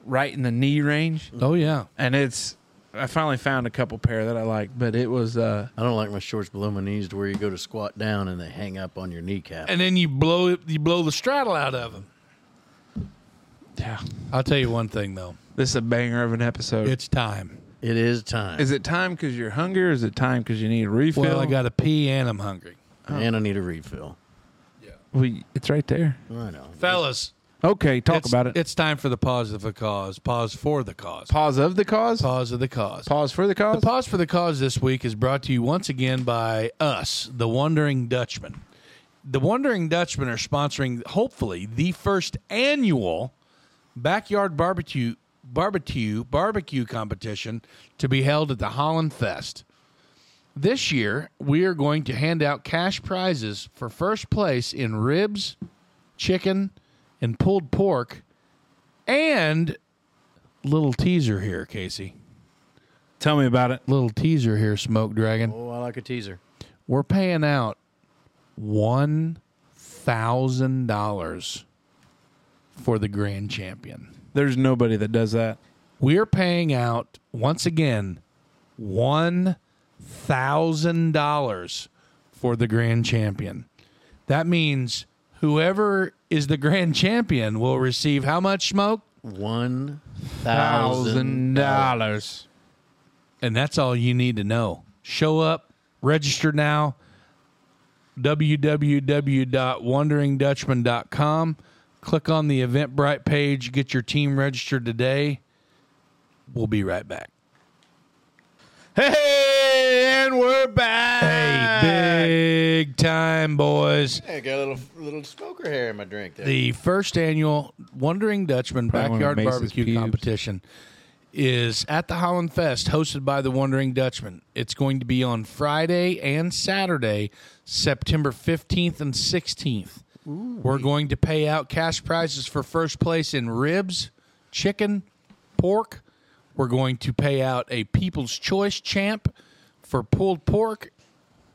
[SPEAKER 1] right in the knee range,
[SPEAKER 2] Oh yeah,
[SPEAKER 1] and it's. I finally found a couple pair that I like, but it was. uh
[SPEAKER 3] I don't like my shorts below my knees to where you go to squat down and they hang up on your kneecap.
[SPEAKER 2] and then you blow it, you blow the straddle out of them.
[SPEAKER 1] Yeah,
[SPEAKER 2] I'll tell you one thing though,
[SPEAKER 1] this is a banger of an episode.
[SPEAKER 2] it's time.
[SPEAKER 3] it is time.
[SPEAKER 1] is it time because you're hungry? Or is it time because you need a refill?
[SPEAKER 2] Well, I got to pee and I'm hungry,
[SPEAKER 3] and I need a refill.
[SPEAKER 1] We, it's right there.
[SPEAKER 3] I know.
[SPEAKER 2] fellas.
[SPEAKER 1] Okay, talk
[SPEAKER 2] it's-
[SPEAKER 1] about it.
[SPEAKER 2] It's time for the pause of the cause. Pause for the cause.
[SPEAKER 1] Pause of the cause.
[SPEAKER 2] Pause of the cause.
[SPEAKER 1] Pause for the cause.
[SPEAKER 2] The pause for the cause this week is brought to you once again by us, the Wandering Dutchman. The Wandering Dutchman are sponsoring, hopefully, the first annual backyard barbecue barbecue barbecue competition to be held at the Holland Fest. This year, we are going to hand out cash prizes for first place in ribs, chicken, and pulled pork. And little teaser here, Casey.
[SPEAKER 1] Tell me about it.
[SPEAKER 2] Little teaser here, Smoke Dragon.
[SPEAKER 3] Oh, I like a teaser.
[SPEAKER 2] We're paying out one thousand dollars for the grand champion.
[SPEAKER 1] There's nobody that does that.
[SPEAKER 2] We're paying out once again one thousand dollars for the grand champion. That means Whoever is the grand champion will receive how much smoke?
[SPEAKER 3] One
[SPEAKER 1] Thousand
[SPEAKER 3] thousand
[SPEAKER 1] dollars.
[SPEAKER 2] And that's all you need to know. Show up, register now. www.wanderingdutchman.com. Click on the Eventbrite page, get your team registered today. We'll be right back.
[SPEAKER 1] Hey, and we're back.
[SPEAKER 2] Hey, big time, boys.
[SPEAKER 3] I got a little little smoker hair in my drink there.
[SPEAKER 2] The first annual Wandering Dutchman
[SPEAKER 1] Probably one of
[SPEAKER 2] Backyard
[SPEAKER 1] Mace's
[SPEAKER 2] Barbecue
[SPEAKER 1] pubes.
[SPEAKER 2] Competition is at the Holland Fest, hosted by the Wandering Dutchman. It's going to be on Friday and Saturday, September 15th and 16th. We're going to pay out cash prizes for first place in ribs, chicken, pork. We're going to pay out a People's Choice champ for pulled pork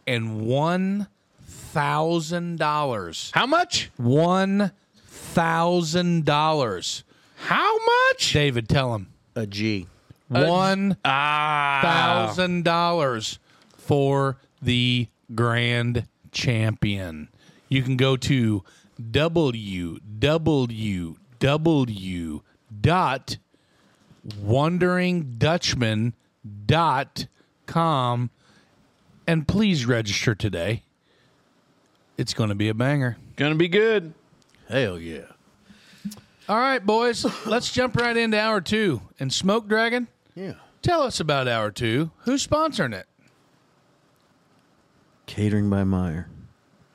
[SPEAKER 2] and one thousand dollars.
[SPEAKER 1] How much?
[SPEAKER 2] One thousand dollars.
[SPEAKER 1] How much?
[SPEAKER 2] David, tell him.
[SPEAKER 3] a G.
[SPEAKER 2] One
[SPEAKER 1] Ah,
[SPEAKER 2] thousand dollars for the grand champion. You can go to www dot wanderingdutchman dot com and please register today. It's going to be a banger.
[SPEAKER 1] gonna be good.
[SPEAKER 3] Hell yeah.
[SPEAKER 2] All right, boys, let's jump right into hour two. And Smoke Dragon,
[SPEAKER 3] Yeah.
[SPEAKER 2] tell us about hour two. Who's sponsoring it?
[SPEAKER 3] Catering by Meyer.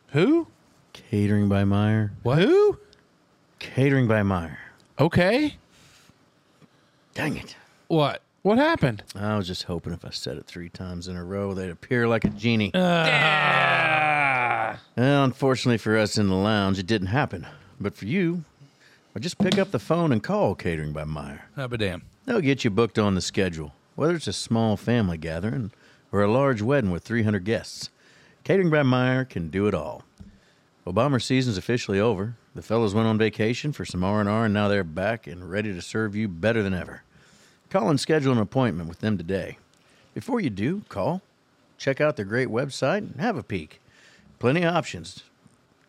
[SPEAKER 1] Who?
[SPEAKER 3] Catering by Meyer.
[SPEAKER 2] What? Who?
[SPEAKER 3] Catering by Meyer.
[SPEAKER 2] Okay.
[SPEAKER 3] Dang it.
[SPEAKER 2] What?
[SPEAKER 1] What happened?
[SPEAKER 3] I was just hoping if I said it three times in a row, they'd appear like a genie. Well, unfortunately for us in the lounge, it didn't happen. But for you, well, just pick up the phone and call Catering by Meyer.
[SPEAKER 2] Have a damn.
[SPEAKER 3] They'll get you booked on the schedule, whether it's a small family gathering or a large wedding with 300 guests. Catering by Meyer can do it all. Well, bomber season's officially over. The fellas went on vacation for some R&R and now they're back and ready to serve you better than ever. Call and schedule an appointment with them today. Before you do, call, check out their great website and have a peek. Plenty of options.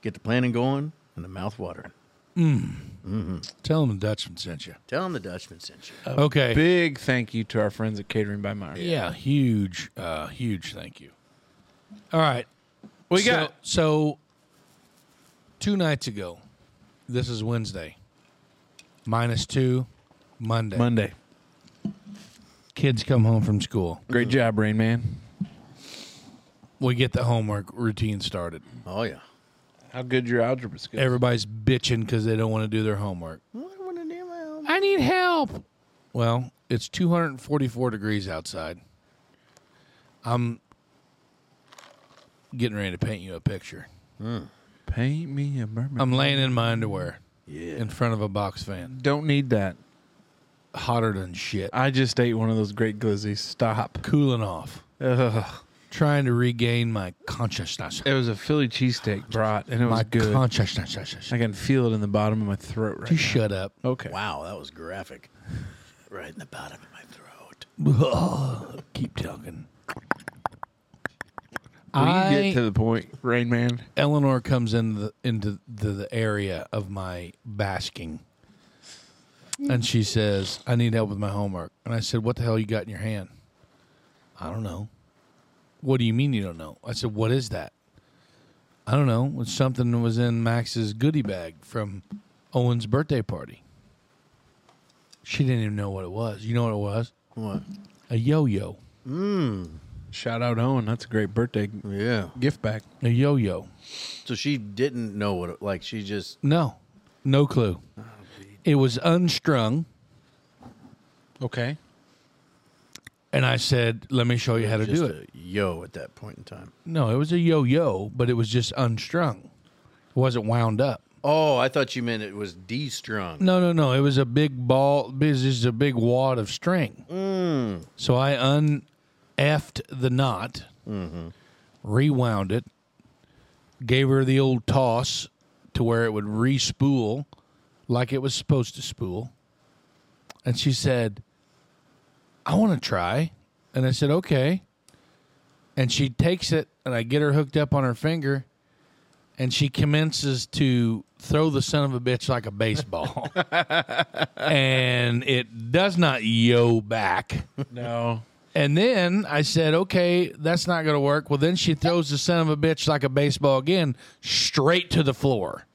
[SPEAKER 3] Get the planning going and the mouth watering.
[SPEAKER 2] Tell them the Dutchman sent you.
[SPEAKER 3] Tell them the Dutchman sent you.
[SPEAKER 2] Okay.
[SPEAKER 1] Big thank you to our friends at Catering by Meyer.
[SPEAKER 2] yeah, huge, uh, huge thank you. All right.
[SPEAKER 1] We
[SPEAKER 2] so,
[SPEAKER 1] got
[SPEAKER 2] so two nights ago, this is Wednesday, minus two, Monday.
[SPEAKER 1] Monday.
[SPEAKER 2] Kids come home from school.
[SPEAKER 1] Great job, Rain Man.
[SPEAKER 2] We get the homework routine started.
[SPEAKER 3] Oh, yeah.
[SPEAKER 1] How good your algebra skills?
[SPEAKER 2] Everybody's bitching because they don't want to do their homework. I need help. Well, it's 244 degrees outside. I'm getting ready to paint you a picture.
[SPEAKER 1] Paint me a mermaid.
[SPEAKER 2] I'm laying in my underwear
[SPEAKER 3] Yeah.
[SPEAKER 2] in front of a box fan,
[SPEAKER 1] Don't need that.
[SPEAKER 2] hotter than shit,
[SPEAKER 1] I just ate one of those great glizzies. Stop.
[SPEAKER 2] cooling off,
[SPEAKER 1] Ugh.
[SPEAKER 2] trying to regain my consciousness.
[SPEAKER 1] It was a Philly cheesesteak brat, and it was
[SPEAKER 2] My
[SPEAKER 1] good.
[SPEAKER 2] consciousness.
[SPEAKER 1] I can feel it in the bottom of my throat right
[SPEAKER 2] You
[SPEAKER 1] now.
[SPEAKER 2] shut up.
[SPEAKER 1] Okay.
[SPEAKER 3] Wow, that was graphic. Right in the bottom of my throat.
[SPEAKER 2] Keep talking.
[SPEAKER 1] Will you
[SPEAKER 2] I
[SPEAKER 1] get to the point, Rain Man?
[SPEAKER 2] Eleanor comes in the, into the, the area of my basking. And she says, I need help with my homework. And I said, What the hell you got in your hand? I don't know. What do you mean you don't know? I said, What is that? I don't know. It's something that was in Max's goodie bag from Owen's birthday party. She didn't even know what it was. You know what it was?
[SPEAKER 3] What?
[SPEAKER 2] A yo yo.
[SPEAKER 1] Shout out Owen. That's a great birthday
[SPEAKER 3] Yeah.
[SPEAKER 1] gift bag.
[SPEAKER 2] A yo yo.
[SPEAKER 3] So she didn't know what it like she just
[SPEAKER 2] No, no clue. It was unstrung.
[SPEAKER 1] Okay.
[SPEAKER 2] And I said, let me show you how to
[SPEAKER 3] just
[SPEAKER 2] do it.
[SPEAKER 3] a yo at that point in time.
[SPEAKER 2] No, it was a yo yo, but it was just unstrung. It wasn't wound up.
[SPEAKER 3] Oh, I thought you meant it was D strung.
[SPEAKER 2] No, no, no. It was a big ball. It was just a big wad of string. So I un effed the knot, rewound it, gave her the old toss to where it would re spool like it was supposed to spool. And she said, I want to try. And I said, okay. And she takes it, and I get her hooked up on her finger, and she commences to throw the son of a bitch like a baseball, and it does not yo back.
[SPEAKER 1] No.
[SPEAKER 2] And then I said, okay, that's not going to work. Well, then she throws the son of a bitch like a baseball again, straight to the floor,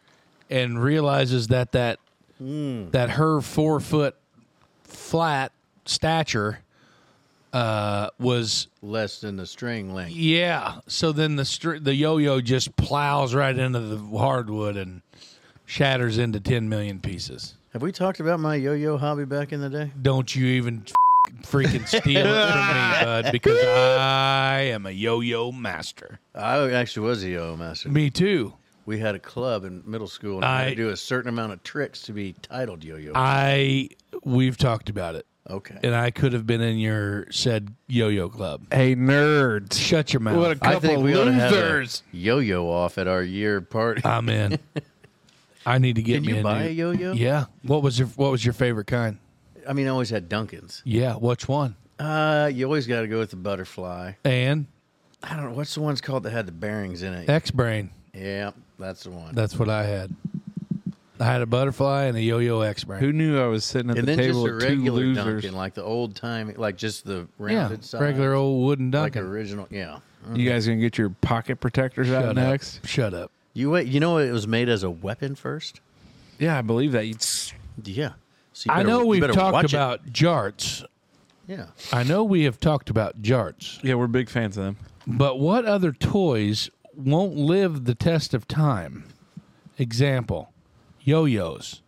[SPEAKER 2] and realizes that that that her four foot flat stature uh, was
[SPEAKER 3] Less than the string length.
[SPEAKER 2] yeah. So then the str- the yo yo just plows right into the hardwood and shatters into ten million pieces.
[SPEAKER 3] Have we talked about my yo-yo hobby back in the day?
[SPEAKER 2] Don't you even f- freaking steal it from me, bud, because I am a yo yo master.
[SPEAKER 3] I actually was a yo-yo master.
[SPEAKER 2] Me too.
[SPEAKER 3] We had a club in middle school, and I, had
[SPEAKER 2] I-
[SPEAKER 3] to do a certain amount of tricks to be titled yo-yo.
[SPEAKER 2] I we've talked about it,
[SPEAKER 3] okay.
[SPEAKER 2] and I could have been in your said yo yo club.
[SPEAKER 1] Hey, nerds.
[SPEAKER 2] Shut your mouth.
[SPEAKER 6] What a
[SPEAKER 3] I
[SPEAKER 6] couple
[SPEAKER 3] think we ought to have a
[SPEAKER 6] losers.
[SPEAKER 3] yo-yo off at our year party.
[SPEAKER 2] I'm in. I need to get
[SPEAKER 3] Can
[SPEAKER 2] me
[SPEAKER 3] you
[SPEAKER 2] a
[SPEAKER 3] buy
[SPEAKER 2] new-
[SPEAKER 3] a yo-yo?
[SPEAKER 2] Yeah. What was your What was your favorite kind?
[SPEAKER 3] I mean, I always had Duncan's.
[SPEAKER 2] Yeah. Which one?
[SPEAKER 3] Uh, you always got to go with the butterfly.
[SPEAKER 2] And
[SPEAKER 3] I don't know what's the ones called that had the bearings in it.
[SPEAKER 2] X Brain.
[SPEAKER 3] yeah, that's the one.
[SPEAKER 2] That's what I had. I had a butterfly and a yo-yo X Brain.
[SPEAKER 1] Who knew I was sitting at
[SPEAKER 3] and
[SPEAKER 1] the
[SPEAKER 3] then just
[SPEAKER 1] table
[SPEAKER 3] a
[SPEAKER 1] with two
[SPEAKER 3] regular
[SPEAKER 1] losers?
[SPEAKER 3] Duncan, like the old time, like just the
[SPEAKER 2] yeah,
[SPEAKER 3] rounded side,
[SPEAKER 2] regular old wooden
[SPEAKER 3] like
[SPEAKER 2] Duncan.
[SPEAKER 3] original. Yeah,
[SPEAKER 1] You guys gonna get your pocket protectors out
[SPEAKER 2] Shut
[SPEAKER 1] next?
[SPEAKER 2] up. Shut up.
[SPEAKER 3] you wait. You know it was made as a weapon first.
[SPEAKER 1] Yeah, I believe that. You'd
[SPEAKER 3] Yeah, so you
[SPEAKER 2] I
[SPEAKER 3] better-
[SPEAKER 2] know
[SPEAKER 3] you
[SPEAKER 2] we've
[SPEAKER 3] better
[SPEAKER 2] talked
[SPEAKER 3] watch it.
[SPEAKER 2] about jarts.
[SPEAKER 3] Yeah,
[SPEAKER 2] I know we have talked about jarts.
[SPEAKER 1] yeah, we're big fans of them.
[SPEAKER 2] But what other toys won't live the test of time? Example yo yo's,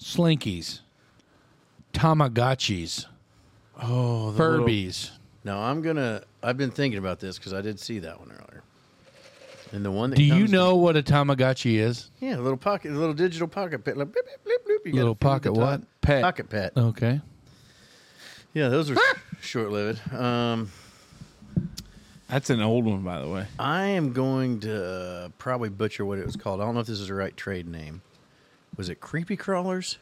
[SPEAKER 2] slinkies, Tamagotchis, oh, Furbies.
[SPEAKER 3] Now I'm gonna. I've been thinking about this because I did see that one earlier. And the one that
[SPEAKER 2] Do you
[SPEAKER 3] comes-
[SPEAKER 2] know what a Tamagotchi is?
[SPEAKER 3] yeah, a little pocket, a little digital pocket pet, like, bloop, bloop, bloop, bloop, you gotta
[SPEAKER 2] Little
[SPEAKER 3] feed the
[SPEAKER 2] pocket what?
[SPEAKER 3] top-
[SPEAKER 1] Pet.
[SPEAKER 3] pocket pet.
[SPEAKER 2] Okay.
[SPEAKER 3] Yeah, those are
[SPEAKER 2] Ah!
[SPEAKER 3] short lived. Um,
[SPEAKER 1] That's an old one, by the way.
[SPEAKER 3] I am going to uh, probably butcher what it was called. I don't know if this is the right trade name. Was it Creepy Crawlers?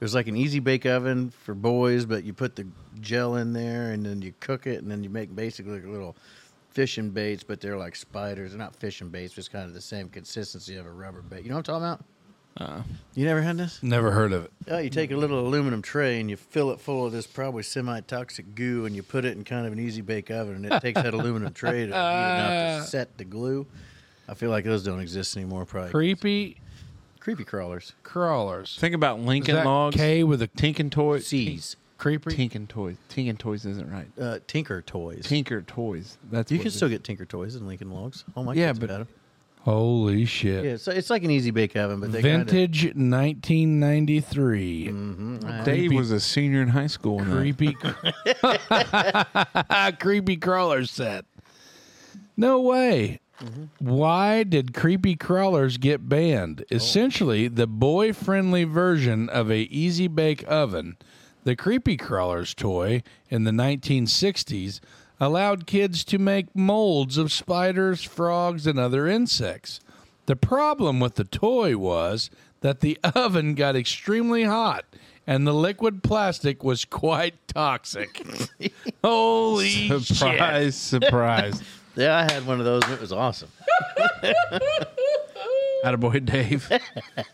[SPEAKER 3] It was like an easy bake oven for boys, but you put the gel in there and then you cook it, and then you make basically like little fishing baits, but they're like spiders. They're not fishing baits, just kind of the same consistency of a rubber bait. You know what I'm talking about? you never had this?
[SPEAKER 2] Never heard of it.
[SPEAKER 3] Oh, you take a little aluminum tray and you fill it full of this probably semi-toxic goo, and you put it in kind of an easy bake oven, and it takes that aluminum tray to, heat enough to set the glue. I feel like those don't exist anymore. Probably
[SPEAKER 2] Creepy
[SPEAKER 3] creepy crawlers.
[SPEAKER 2] crawlers.
[SPEAKER 1] Think about
[SPEAKER 2] Is
[SPEAKER 1] Lincoln
[SPEAKER 2] that
[SPEAKER 1] Logs,
[SPEAKER 2] K with a
[SPEAKER 1] Tinkin Toys,
[SPEAKER 3] C's,
[SPEAKER 2] creepy?
[SPEAKER 1] Tinkin Toys, Tinkin Toys isn't right.
[SPEAKER 3] uh, Tinker Toys.
[SPEAKER 1] Tinker Toys. That's
[SPEAKER 3] you
[SPEAKER 1] what
[SPEAKER 3] can
[SPEAKER 1] it
[SPEAKER 3] still get Tinker Toys in Lincoln Logs. Oh my
[SPEAKER 1] Yeah,
[SPEAKER 3] kids have
[SPEAKER 1] but-
[SPEAKER 3] had 'em.
[SPEAKER 2] Holy shit.
[SPEAKER 3] yeah, it's, it's like an easy bake oven, but they
[SPEAKER 2] Vintage 1993.
[SPEAKER 1] is. Dave Mm-hmm. was a senior in high school. when that-
[SPEAKER 2] creepy creepy crawler set. No way. Why did creepy crawlers get banned?
[SPEAKER 1] Oh.
[SPEAKER 2] Essentially, the boy-friendly version of a easy bake oven, the creepy crawlers toy in the 1960s allowed kids to make molds of spiders, frogs, and other insects. The problem with the toy was that the oven got extremely hot and the liquid plastic was quite toxic. Holy shit.
[SPEAKER 1] Surprise! Surprise!
[SPEAKER 3] Kinda, yeah, I had one of those. and It was awesome.
[SPEAKER 1] Attaboy, Dave.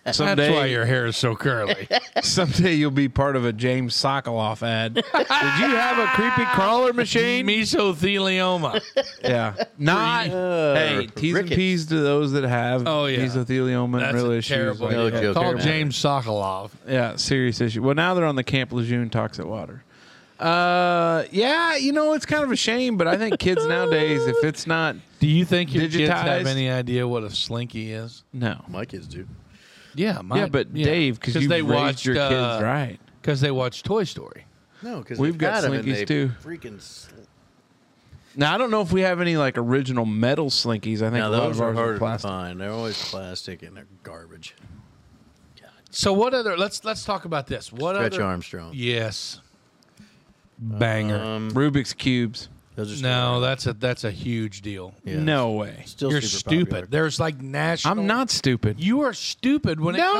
[SPEAKER 2] That's
[SPEAKER 1] Someday,
[SPEAKER 2] why your hair is so curly.
[SPEAKER 1] someday you'll be part of a James Sokoloff ad. Did you have a creepy crawler machine?
[SPEAKER 2] Mesothelioma.
[SPEAKER 1] Yeah. Not. hey, T's
[SPEAKER 3] rickets.
[SPEAKER 1] and P's to those that have
[SPEAKER 2] Oh, yeah.
[SPEAKER 1] mesothelioma
[SPEAKER 2] That's
[SPEAKER 1] and real
[SPEAKER 2] a
[SPEAKER 1] issues.
[SPEAKER 2] terrible.
[SPEAKER 1] Like,
[SPEAKER 3] No
[SPEAKER 2] idea.
[SPEAKER 3] joke,
[SPEAKER 2] Call
[SPEAKER 3] man.
[SPEAKER 2] James Sokolov.
[SPEAKER 1] yeah, serious issue. Well, now they're on the Camp Lejeune toxic water. Uh, yeah, you know it's kind of a shame, but I think kids nowadays, if it's not,
[SPEAKER 2] Do you think your kids have
[SPEAKER 1] Digitized?
[SPEAKER 2] any idea what a slinky is?
[SPEAKER 1] no,
[SPEAKER 3] My kids do.
[SPEAKER 2] Yeah, my,
[SPEAKER 1] yeah, but Dave, because you
[SPEAKER 2] they
[SPEAKER 1] raised
[SPEAKER 2] watched
[SPEAKER 1] your kids
[SPEAKER 2] uh,
[SPEAKER 1] right.
[SPEAKER 2] Because they watched Toy Story.
[SPEAKER 3] No, because
[SPEAKER 1] We've got Slinkies, too.
[SPEAKER 3] Freaking. Sl-
[SPEAKER 1] Now I don't know if we have any like original metal slinkies. I think
[SPEAKER 3] now
[SPEAKER 1] a lot
[SPEAKER 3] those
[SPEAKER 1] of
[SPEAKER 3] are
[SPEAKER 1] ours
[SPEAKER 3] harder
[SPEAKER 1] are
[SPEAKER 3] to
[SPEAKER 1] plastic.
[SPEAKER 3] find. They're always plastic and they're garbage.
[SPEAKER 2] So what other? Let's let's talk about this. What
[SPEAKER 3] Stretch
[SPEAKER 2] other?
[SPEAKER 3] Armstrong.
[SPEAKER 2] Yes. Banger.
[SPEAKER 1] Rubik's cubes.
[SPEAKER 3] Those are
[SPEAKER 2] no, that's a that's a huge deal.
[SPEAKER 3] Yeah.
[SPEAKER 1] No way.
[SPEAKER 3] Still
[SPEAKER 2] You're
[SPEAKER 3] super
[SPEAKER 2] stupid.
[SPEAKER 3] popular.
[SPEAKER 2] There's like national.
[SPEAKER 1] I'm not stupid.
[SPEAKER 2] You are stupid when it
[SPEAKER 1] No.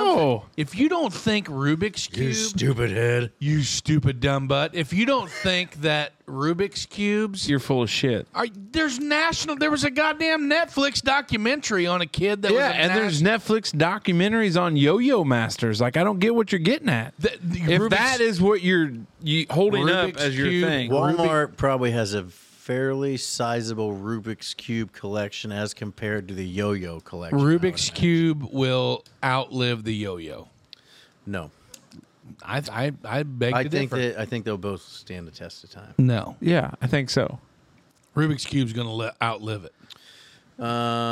[SPEAKER 2] comes. To, if you don't think Rubik's cube,
[SPEAKER 3] stupid head.
[SPEAKER 2] you stupid dumb butt. If you don't think that Rubik's cubes.
[SPEAKER 1] You're full of shit.
[SPEAKER 2] Are, there's national. There was a goddamn Netflix documentary on a kid that
[SPEAKER 1] Yeah,
[SPEAKER 2] was a
[SPEAKER 1] and there's Netflix documentaries on yo-yo masters. Like I don't get what you're getting at.
[SPEAKER 2] The- the
[SPEAKER 1] if
[SPEAKER 2] Rubik's-
[SPEAKER 1] that is what you're you, holding
[SPEAKER 2] Rubik's
[SPEAKER 1] up as your
[SPEAKER 2] Cube
[SPEAKER 1] thing,
[SPEAKER 3] Walmart probably has a fairly sizable Rubik's Cube collection as compared to the yo yo collection. I would
[SPEAKER 2] Rubik's
[SPEAKER 3] imagine.
[SPEAKER 2] cube will outlive the yo-yo.
[SPEAKER 3] No.
[SPEAKER 2] I I, I beg
[SPEAKER 3] I
[SPEAKER 2] to
[SPEAKER 3] think
[SPEAKER 2] differ.
[SPEAKER 3] that I think they'll both stand the test of time.
[SPEAKER 2] no,
[SPEAKER 1] yeah, I think so.
[SPEAKER 2] Rubik's cube's gonna li- outlive it.
[SPEAKER 3] Um,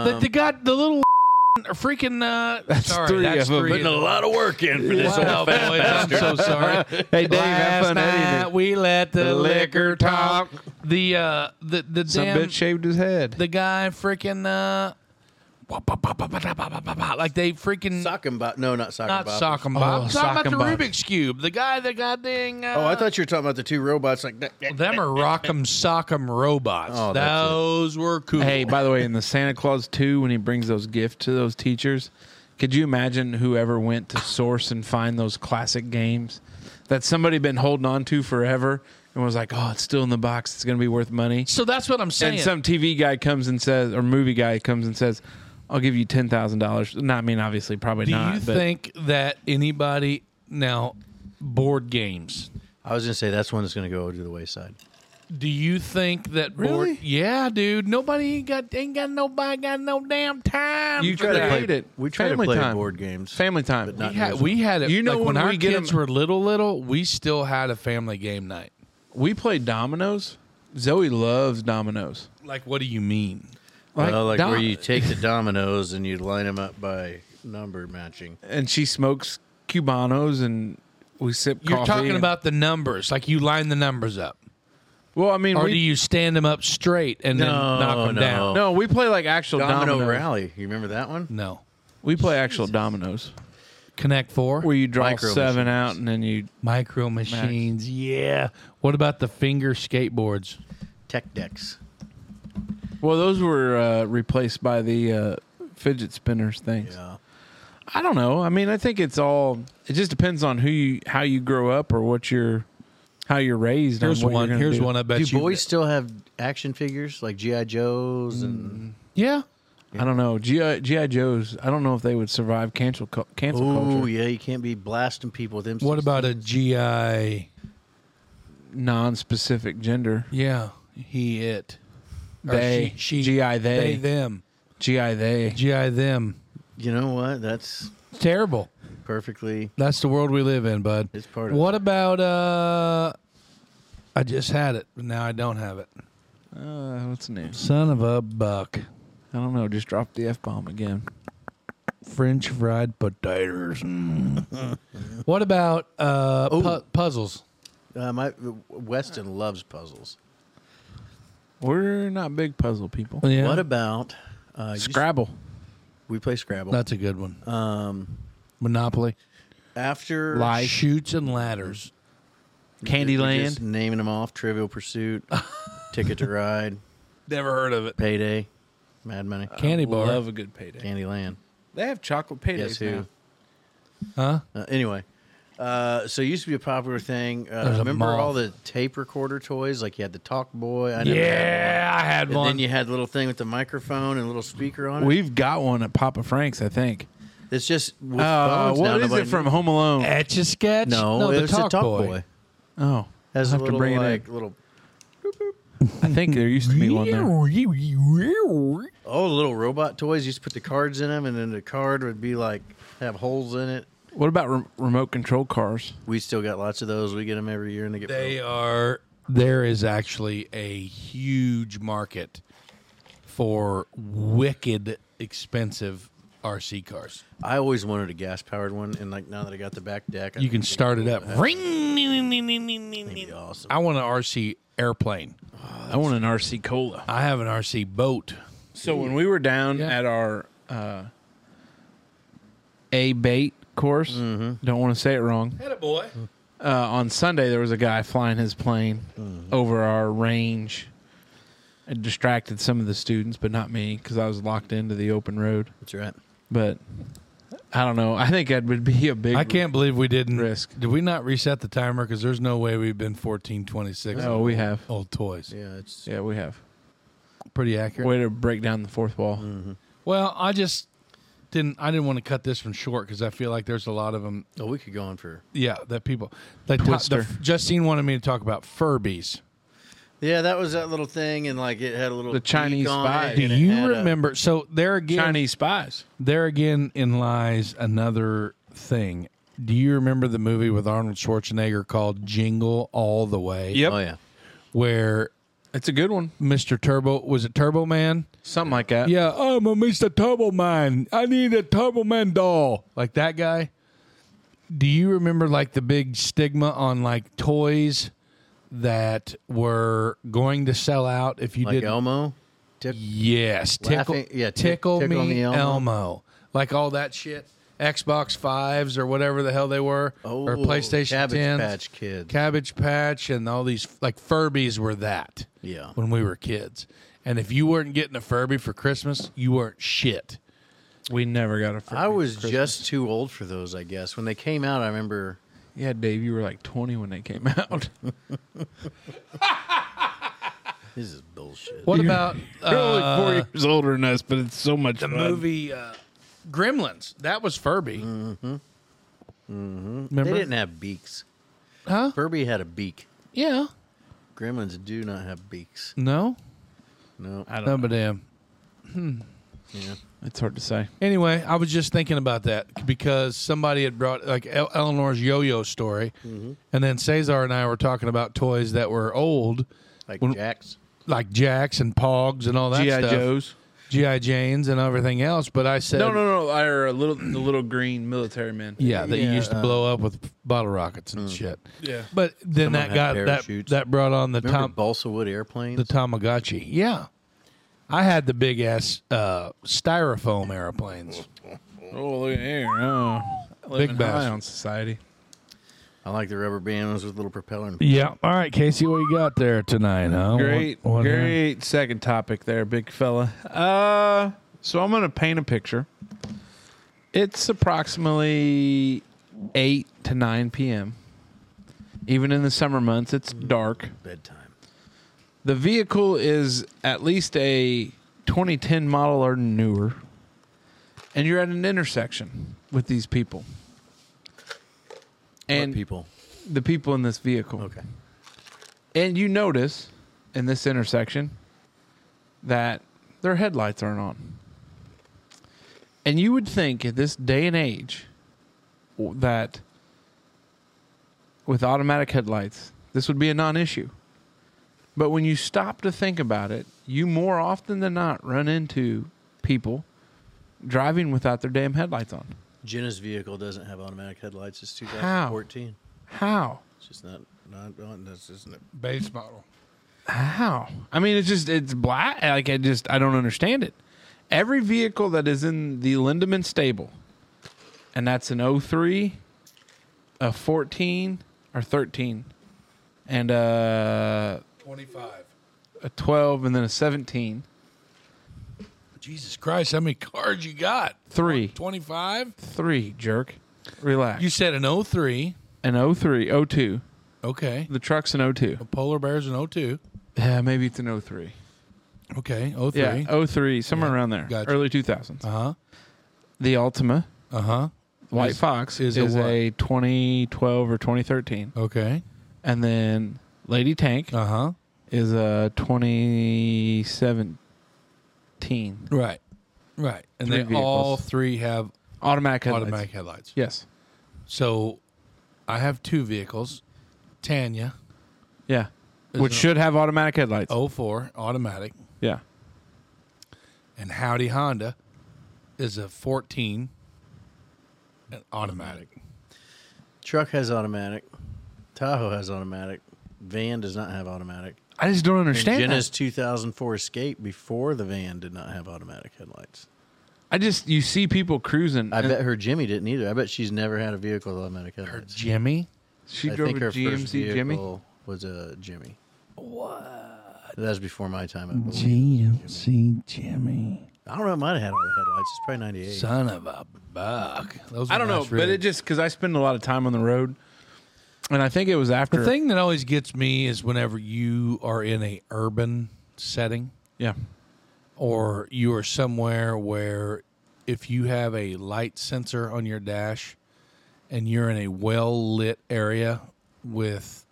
[SPEAKER 2] But the god, the little freaking. Uh, that's sorry,
[SPEAKER 1] three
[SPEAKER 2] that's
[SPEAKER 1] of 'em.
[SPEAKER 2] three
[SPEAKER 1] Putting
[SPEAKER 2] of
[SPEAKER 3] lot of work in for
[SPEAKER 2] them. Wow, boys, I'm so sorry.
[SPEAKER 1] Hey Dave, have
[SPEAKER 2] Last
[SPEAKER 1] fun
[SPEAKER 2] night
[SPEAKER 1] editing.
[SPEAKER 2] we let the,
[SPEAKER 1] The
[SPEAKER 2] liquor
[SPEAKER 1] liquor
[SPEAKER 2] talk. The uh, the the
[SPEAKER 1] Some
[SPEAKER 2] damn
[SPEAKER 1] bitch shaved his head.
[SPEAKER 2] the guy freaking uh, wah, bah, bah, bah, bah, bah, bah, bah, bah, bah, like they freaking
[SPEAKER 3] Sock and bop. No, not sock
[SPEAKER 2] not
[SPEAKER 3] and bop.
[SPEAKER 2] sock 'em
[SPEAKER 1] Oh,
[SPEAKER 2] bob. I'm
[SPEAKER 1] sock
[SPEAKER 2] talking
[SPEAKER 1] 'em
[SPEAKER 2] about
[SPEAKER 1] bob.
[SPEAKER 2] the Rubik's cube. The guy that got dang. Uh,
[SPEAKER 3] Oh, I thought you were talking about the two robots. Like that.
[SPEAKER 2] them are Rock'em Sock'em robots.
[SPEAKER 3] Oh, that's it.
[SPEAKER 2] Those were cool.
[SPEAKER 1] Hey, by the way, in the Santa Claus 2, when he brings those gifts to those teachers, could you imagine whoever went to source and find those classic games that somebody been holding on to forever and was like, oh, it's still in the box. It's going to be worth money.
[SPEAKER 2] so that's what I'm saying.
[SPEAKER 1] And some TV guy comes and says, or movie guy comes and says, I'll give you $10,000. Not, I mean, obviously, probably
[SPEAKER 2] Do
[SPEAKER 1] not.
[SPEAKER 2] you
[SPEAKER 1] but
[SPEAKER 2] think that anybody now board games?
[SPEAKER 3] I was gonna say that's one that's gonna go to the wayside.
[SPEAKER 2] Do you think that
[SPEAKER 3] Really?
[SPEAKER 2] board? Yeah, dude. Nobody ain't got ain't got nobody got no damn time.
[SPEAKER 1] You
[SPEAKER 2] for
[SPEAKER 1] try to
[SPEAKER 2] that.
[SPEAKER 1] play- Hate it.
[SPEAKER 3] We try
[SPEAKER 1] Family
[SPEAKER 3] to play
[SPEAKER 1] time.
[SPEAKER 3] board games.
[SPEAKER 1] family time.
[SPEAKER 3] But not-
[SPEAKER 2] We had, we had it.
[SPEAKER 1] You know
[SPEAKER 2] like, when,
[SPEAKER 1] when
[SPEAKER 2] our
[SPEAKER 1] we get
[SPEAKER 2] kids
[SPEAKER 1] 'em-
[SPEAKER 2] were little, little, we still had a family game night.
[SPEAKER 1] we played dominoes. Zoe loves dominoes.
[SPEAKER 2] Like, what do you mean?
[SPEAKER 3] well, like
[SPEAKER 1] dom-
[SPEAKER 3] where you take the dominoes and you line them up by number matching.
[SPEAKER 1] and she smokes cubanos and we sip
[SPEAKER 2] You're
[SPEAKER 1] coffee
[SPEAKER 2] talking
[SPEAKER 1] and-
[SPEAKER 2] about the numbers. Like, you line the numbers up,
[SPEAKER 1] well i mean
[SPEAKER 2] or
[SPEAKER 1] we,
[SPEAKER 2] do you stand them up straight and then
[SPEAKER 3] No,
[SPEAKER 2] knock them
[SPEAKER 3] no.
[SPEAKER 2] down?
[SPEAKER 1] no we play like actual
[SPEAKER 3] Domino
[SPEAKER 1] dominoes
[SPEAKER 3] rally. You remember that one?
[SPEAKER 2] No.
[SPEAKER 1] we play actual dominoes
[SPEAKER 2] Connect four.
[SPEAKER 1] where you draw
[SPEAKER 3] Micro
[SPEAKER 1] seven
[SPEAKER 3] machines.
[SPEAKER 1] out and then you
[SPEAKER 2] Micro machines. Yeah. What about the finger skateboards?
[SPEAKER 3] Tech decks.
[SPEAKER 1] well those were uh, replaced by the uh, fidget spinners things
[SPEAKER 3] Yeah.
[SPEAKER 1] i don't know i mean i think it's all it just depends on who you how you grow up or what you're how you're raised on
[SPEAKER 2] Here's
[SPEAKER 1] what you're
[SPEAKER 2] one.
[SPEAKER 1] gonna
[SPEAKER 2] Here's
[SPEAKER 1] do.
[SPEAKER 2] one. I bet
[SPEAKER 3] Do
[SPEAKER 2] you.
[SPEAKER 3] boys still have action figures like GI Joes and
[SPEAKER 2] Yeah.
[SPEAKER 1] i don't know gi gi joes i don't know if they would survive cancel cul- cancel
[SPEAKER 3] Oh
[SPEAKER 1] culture
[SPEAKER 3] yeah, you can't be blasting people with them.
[SPEAKER 2] What about a GI?
[SPEAKER 1] non-specific gender
[SPEAKER 2] Yeah. He it. Or
[SPEAKER 1] they
[SPEAKER 2] she, she-
[SPEAKER 1] gi
[SPEAKER 2] They them.
[SPEAKER 1] GI they.
[SPEAKER 2] GI them.
[SPEAKER 3] You know what? That's
[SPEAKER 2] Terrible.
[SPEAKER 3] perfectly.
[SPEAKER 2] That's the world we live in, bud.
[SPEAKER 3] It's part of.
[SPEAKER 2] What about uh I just had it, but now I don't have it.
[SPEAKER 1] Uh, what's new?
[SPEAKER 2] Son of a buck.
[SPEAKER 1] I don't know. Just drop the f bomb again.
[SPEAKER 2] French fried potatoes. Mm. what about uh pu- puzzles?
[SPEAKER 3] Uh, my Weston loves puzzles.
[SPEAKER 1] We're not big puzzle people.
[SPEAKER 2] Yeah.
[SPEAKER 3] What about uh, you-
[SPEAKER 1] Scrabble.
[SPEAKER 3] we play Scrabble.
[SPEAKER 2] That's a good one.
[SPEAKER 3] um,
[SPEAKER 2] Monopoly.
[SPEAKER 3] after
[SPEAKER 2] Life. Shoots and ladders.
[SPEAKER 3] Just
[SPEAKER 1] Candyland.
[SPEAKER 3] naming them off: Trivial Pursuit, Ticket to Ride,
[SPEAKER 2] Never heard of it.
[SPEAKER 3] Payday, Mad Money,
[SPEAKER 2] Candy bar.
[SPEAKER 1] Love a good payday.
[SPEAKER 3] Candyland.
[SPEAKER 1] They have chocolate paydays
[SPEAKER 3] Guess who?
[SPEAKER 1] now.
[SPEAKER 2] Huh?
[SPEAKER 3] Uh, anyway, uh, so it used to be a popular thing. Uh,
[SPEAKER 2] There's a
[SPEAKER 3] remember
[SPEAKER 2] moth.
[SPEAKER 3] all the tape recorder toys? Like you had the Talk Boy. I never had
[SPEAKER 2] Yeah, I
[SPEAKER 3] one.
[SPEAKER 2] had
[SPEAKER 3] And
[SPEAKER 2] one.
[SPEAKER 3] then you had the little thing with the microphone and a little speaker on it.
[SPEAKER 1] We've got one at Papa Frank's, I think.
[SPEAKER 3] it's just with
[SPEAKER 1] Uh,
[SPEAKER 3] phones now,
[SPEAKER 1] what is
[SPEAKER 3] nobody-
[SPEAKER 1] it from Home Alone?
[SPEAKER 2] Etch a sketch?
[SPEAKER 3] No,
[SPEAKER 2] the
[SPEAKER 3] it's a Talk Boy.
[SPEAKER 1] Oh,
[SPEAKER 3] Has a
[SPEAKER 1] I'll have to
[SPEAKER 3] little
[SPEAKER 1] bring it in.
[SPEAKER 3] like little
[SPEAKER 1] I think there used to be one there.
[SPEAKER 3] oh little robot toys. You used to put the cards in them, and then the card would be like have holes in it.
[SPEAKER 1] What about re- remote control cars?
[SPEAKER 3] We still got lots of those. We get them every year, and they get
[SPEAKER 2] They uh, are. There is actually a huge market for wicked expensive RC cars.
[SPEAKER 3] I always wanted a gas powered one, and like now that I got the back deck, I
[SPEAKER 2] You can
[SPEAKER 3] think
[SPEAKER 2] start it up. Ring.
[SPEAKER 3] it'd be awesome.
[SPEAKER 2] I want an RC airplane.
[SPEAKER 1] I want an RC Cola.
[SPEAKER 2] I have an RC boat.
[SPEAKER 1] So when we were down
[SPEAKER 2] Yeah.
[SPEAKER 1] at our uh, A bait course, Mm-hmm. don't want to say it wrong.
[SPEAKER 2] Had a boy.
[SPEAKER 1] uh, on Sunday there was a guy flying his plane over our range. It distracted some of the students, but not me because I was locked into the open road.
[SPEAKER 3] That's right.
[SPEAKER 1] But I don't know. I think that would be a big.
[SPEAKER 2] I can't believe we didn't
[SPEAKER 1] Risk.
[SPEAKER 2] Did we not reset the timer? Because there's no way we've been fourteen twenty six.
[SPEAKER 1] No, Oh, we have.
[SPEAKER 2] old toys.
[SPEAKER 3] Yeah, it's
[SPEAKER 1] Yeah, we have.
[SPEAKER 2] Pretty accurate.
[SPEAKER 1] Way to break down the fourth wall.
[SPEAKER 2] Well, I just didn't. I didn't want to cut this one short because I feel like there's a lot of them.
[SPEAKER 3] oh, we could go on for
[SPEAKER 2] Yeah, that people. Like the, the,
[SPEAKER 1] Twister.
[SPEAKER 2] Justine wanted me to talk about Furbies.
[SPEAKER 3] Yeah, that was that little thing, and like it had a little
[SPEAKER 1] The Chinese
[SPEAKER 3] beak on
[SPEAKER 1] spy.
[SPEAKER 3] it,
[SPEAKER 2] Do
[SPEAKER 3] and it
[SPEAKER 2] you
[SPEAKER 3] had a-
[SPEAKER 2] remember? so there again,
[SPEAKER 1] Chinese spies.
[SPEAKER 2] there again, in lies another thing. Do you remember the movie with Arnold Schwarzenegger called Jingle All the Way?
[SPEAKER 1] Yep.
[SPEAKER 3] oh yeah,
[SPEAKER 2] Where
[SPEAKER 1] It's a good one.
[SPEAKER 2] Mr. Turbo was it Turbo Man?
[SPEAKER 1] Something like that.
[SPEAKER 2] Yeah, I'm a Mr. Turbo Man. I need a Turbo Man doll. Like that guy. Do you remember like the big stigma on like toys that were going to sell out if you
[SPEAKER 3] like
[SPEAKER 2] didn't?
[SPEAKER 3] Elmo. Tip-
[SPEAKER 2] yes, tickle,
[SPEAKER 3] Laughing- yeah, Tick-
[SPEAKER 2] tickle,
[SPEAKER 3] Tickle
[SPEAKER 2] me,
[SPEAKER 3] Me
[SPEAKER 2] Elmo.
[SPEAKER 3] Elmo.
[SPEAKER 2] like all that shit. Xbox fives or whatever the hell they were,
[SPEAKER 3] Oh,
[SPEAKER 2] or PlayStation
[SPEAKER 3] Cabbage
[SPEAKER 2] 10s.
[SPEAKER 3] Patch Kids.
[SPEAKER 2] Cabbage Patch, and all these like Furbies were that
[SPEAKER 3] Yeah.
[SPEAKER 2] when we were kids. And if you weren't getting a Furby for Christmas, you weren't shit.
[SPEAKER 1] We never got a. Furby
[SPEAKER 3] I was
[SPEAKER 1] for Christmas.
[SPEAKER 3] just too old for those, I guess. When they came out, I remember.
[SPEAKER 1] Yeah, Dave, you were like 20 when they came out.
[SPEAKER 3] This is bullshit.
[SPEAKER 2] What about uh,
[SPEAKER 7] four years older than us, but it's so much
[SPEAKER 2] the movie uh, Gremlins? That was Furby. Mm-hmm. Mm-hmm.
[SPEAKER 3] They
[SPEAKER 2] Remember?
[SPEAKER 3] didn't have beaks.
[SPEAKER 2] Huh?
[SPEAKER 3] Furby had a beak.
[SPEAKER 2] Yeah.
[SPEAKER 3] Gremlins do not have beaks.
[SPEAKER 2] No.
[SPEAKER 3] No.
[SPEAKER 1] I
[SPEAKER 2] No,
[SPEAKER 1] don't know.
[SPEAKER 2] but um, damn.
[SPEAKER 3] Yeah.
[SPEAKER 1] It's hard to say.
[SPEAKER 2] Anyway, I was just thinking about that because somebody had brought like El- Eleanor's yo-yo story, and then Cesar and I were talking about toys that were old,
[SPEAKER 3] Like
[SPEAKER 2] When-
[SPEAKER 3] Jack's.
[SPEAKER 2] like Jacks and Pogs and all that
[SPEAKER 1] G.I.
[SPEAKER 2] stuff,
[SPEAKER 1] Joes.
[SPEAKER 2] GI Janes and everything else. But I said,
[SPEAKER 1] No, no, no. Are a little the little green military men.
[SPEAKER 2] yeah, that you
[SPEAKER 3] Yeah,
[SPEAKER 2] used to
[SPEAKER 3] uh,
[SPEAKER 2] blow up with bottle rockets and shit.
[SPEAKER 1] Yeah.
[SPEAKER 2] But then
[SPEAKER 3] Someone
[SPEAKER 2] that
[SPEAKER 3] had
[SPEAKER 2] got that
[SPEAKER 3] parachutes.
[SPEAKER 2] that brought on the
[SPEAKER 3] Remember
[SPEAKER 2] Tom
[SPEAKER 3] balsa wood airplanes?
[SPEAKER 2] the Tamagotchi. Yeah, I had the big ass uh, styrofoam airplanes.
[SPEAKER 1] Oh, look at here. Oh,
[SPEAKER 2] Big bass.
[SPEAKER 1] high on society.
[SPEAKER 3] I like the rubber band ones with little propeller. And
[SPEAKER 2] Yeah. All right, Casey, what you got there tonight? Huh?
[SPEAKER 1] Great,
[SPEAKER 2] What- what-
[SPEAKER 1] great second topic there, big fella. Uh, so I'm gonna paint a picture. It's approximately eight to nine p.m. Even in the summer months, it's dark.
[SPEAKER 3] bedtime.
[SPEAKER 1] The vehicle is at least a 2010 model or newer, and you're at an intersection with these people
[SPEAKER 3] What
[SPEAKER 1] and
[SPEAKER 3] people.
[SPEAKER 1] the people in this vehicle.
[SPEAKER 3] Okay.
[SPEAKER 1] And you notice in this intersection that their headlights aren't on. And you would think at this day and age w- that with automatic headlights, this would be a non issue. But when you stop to think about it, you more often than not run into people driving without their damn headlights on.
[SPEAKER 3] Jenna's vehicle doesn't have automatic headlights. It's 2014.
[SPEAKER 1] How?
[SPEAKER 3] It's just not not on. This isn't it.
[SPEAKER 2] Base model.
[SPEAKER 1] How? I mean, it's just it's black. Like I just I don't understand it. Every vehicle that is in the Lindemann stable, and that's an 03, a 14 or 13, and a,
[SPEAKER 2] Twenty-five.
[SPEAKER 1] a 12, and then a 17.
[SPEAKER 2] Jesus Christ, how many cards you got?
[SPEAKER 1] Three,
[SPEAKER 2] Twenty-five.
[SPEAKER 1] three, jerk. Relax.
[SPEAKER 2] You said an 03.
[SPEAKER 1] an 03, 02.
[SPEAKER 2] Okay.
[SPEAKER 1] The truck's an 02.
[SPEAKER 2] Polar bear's oh an 02.
[SPEAKER 1] Yeah, maybe it's an 03.
[SPEAKER 2] Okay, 03.
[SPEAKER 1] Yeah, oh- 03, somewhere around there.
[SPEAKER 2] gotcha.
[SPEAKER 1] Early 2000s.
[SPEAKER 2] Uh-huh.
[SPEAKER 1] The Ultima.
[SPEAKER 2] Uh-huh.
[SPEAKER 1] White
[SPEAKER 2] Is-
[SPEAKER 1] Fox
[SPEAKER 2] is
[SPEAKER 1] is,
[SPEAKER 2] a what?
[SPEAKER 1] a 2012 or 2013.
[SPEAKER 2] Okay.
[SPEAKER 1] And then Lady Tank
[SPEAKER 2] Uh-huh.
[SPEAKER 1] is a 2017
[SPEAKER 2] Right. Right. And
[SPEAKER 1] Three
[SPEAKER 2] they all
[SPEAKER 1] vehicles.
[SPEAKER 2] three have
[SPEAKER 1] automatic headlights.
[SPEAKER 2] automatic headlights.
[SPEAKER 1] Yes.
[SPEAKER 2] So I have two vehicles. Tanya
[SPEAKER 1] Yeah.
[SPEAKER 2] Is
[SPEAKER 1] Which
[SPEAKER 2] it- Oh.
[SPEAKER 1] should have automatic headlights.
[SPEAKER 2] 04 automatic
[SPEAKER 1] Yeah.
[SPEAKER 2] and Howdy Honda is a 14 and automatic.
[SPEAKER 3] Truck has automatic. Tahoe has automatic. Van does not have automatic.
[SPEAKER 1] I just don't
[SPEAKER 3] And
[SPEAKER 1] understand.
[SPEAKER 3] Jenna's
[SPEAKER 1] That.
[SPEAKER 3] 2004 Escape before the van did not have automatic headlights.
[SPEAKER 1] I just you see people cruising.
[SPEAKER 3] I
[SPEAKER 1] and
[SPEAKER 3] bet her Jimmy didn't either. I bet she's never had a vehicle with automatic
[SPEAKER 2] Her
[SPEAKER 3] headlights.
[SPEAKER 2] Jimmy
[SPEAKER 1] she
[SPEAKER 3] I
[SPEAKER 1] drove a
[SPEAKER 3] think her first
[SPEAKER 1] GMC
[SPEAKER 3] vehicle
[SPEAKER 1] Jimmy.
[SPEAKER 3] was a Jimmy. What? That was before my time. I, believe.
[SPEAKER 2] GMC Jimmy.
[SPEAKER 3] I don't know. It might have had all the headlights. It's probably 98.
[SPEAKER 2] Son of a back. Those
[SPEAKER 8] I don't know, but it just because I spend a lot of time on the road, and I think it was after.
[SPEAKER 2] the thing that always gets me is whenever you are in a urban setting
[SPEAKER 8] yeah,
[SPEAKER 2] or you are somewhere where if you have a light sensor on your dash and you're in a well lit area with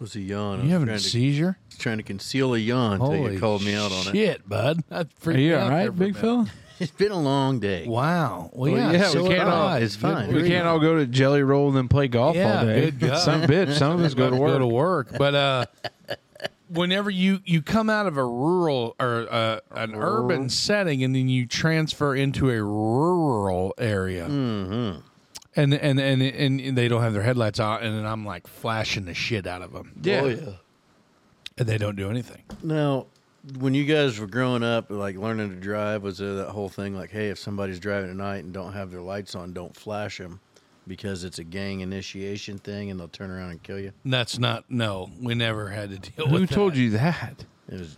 [SPEAKER 3] was a yawn. I
[SPEAKER 2] you
[SPEAKER 3] was
[SPEAKER 2] having
[SPEAKER 3] trying
[SPEAKER 2] a
[SPEAKER 3] to,
[SPEAKER 2] seizure.
[SPEAKER 3] trying to conceal a yawn until you called me out on it.
[SPEAKER 2] Shit, bud. I
[SPEAKER 8] are
[SPEAKER 2] freaked
[SPEAKER 8] you
[SPEAKER 2] out
[SPEAKER 8] all
[SPEAKER 2] there
[SPEAKER 8] right,
[SPEAKER 2] for a
[SPEAKER 8] big
[SPEAKER 2] minute.
[SPEAKER 8] fella?
[SPEAKER 3] It's been a long day.
[SPEAKER 2] Wow. Well,
[SPEAKER 1] Well,
[SPEAKER 2] yeah,
[SPEAKER 1] yeah,
[SPEAKER 2] so
[SPEAKER 1] we can't
[SPEAKER 2] am
[SPEAKER 1] all-
[SPEAKER 2] I.
[SPEAKER 3] It's
[SPEAKER 2] Good
[SPEAKER 3] fine.
[SPEAKER 1] We can't all go to Jelly Roll and then play golf
[SPEAKER 2] Yeah,
[SPEAKER 1] all day.
[SPEAKER 2] good God.
[SPEAKER 1] Some bitch. Some of us go to
[SPEAKER 2] Go to
[SPEAKER 1] work.
[SPEAKER 2] work. But uh, whenever you you come out of a rural or uh, an urban setting and then you transfer into a rural area.
[SPEAKER 1] Mm-hmm.
[SPEAKER 2] And, and and and they don't have their headlights on, and then I'm like flashing the shit out of them,
[SPEAKER 8] Yeah.
[SPEAKER 3] Oh, yeah.
[SPEAKER 2] and they don't do anything.
[SPEAKER 3] Now, when you guys were growing up, like learning to drive, was there that whole thing like, hey, if somebody's driving at night and don't have their lights on, don't flash them because it's a gang initiation thing and they'll turn around and kill you?
[SPEAKER 2] That's not no. We never had to deal with
[SPEAKER 1] Who
[SPEAKER 2] that.
[SPEAKER 1] told you that?
[SPEAKER 3] It was,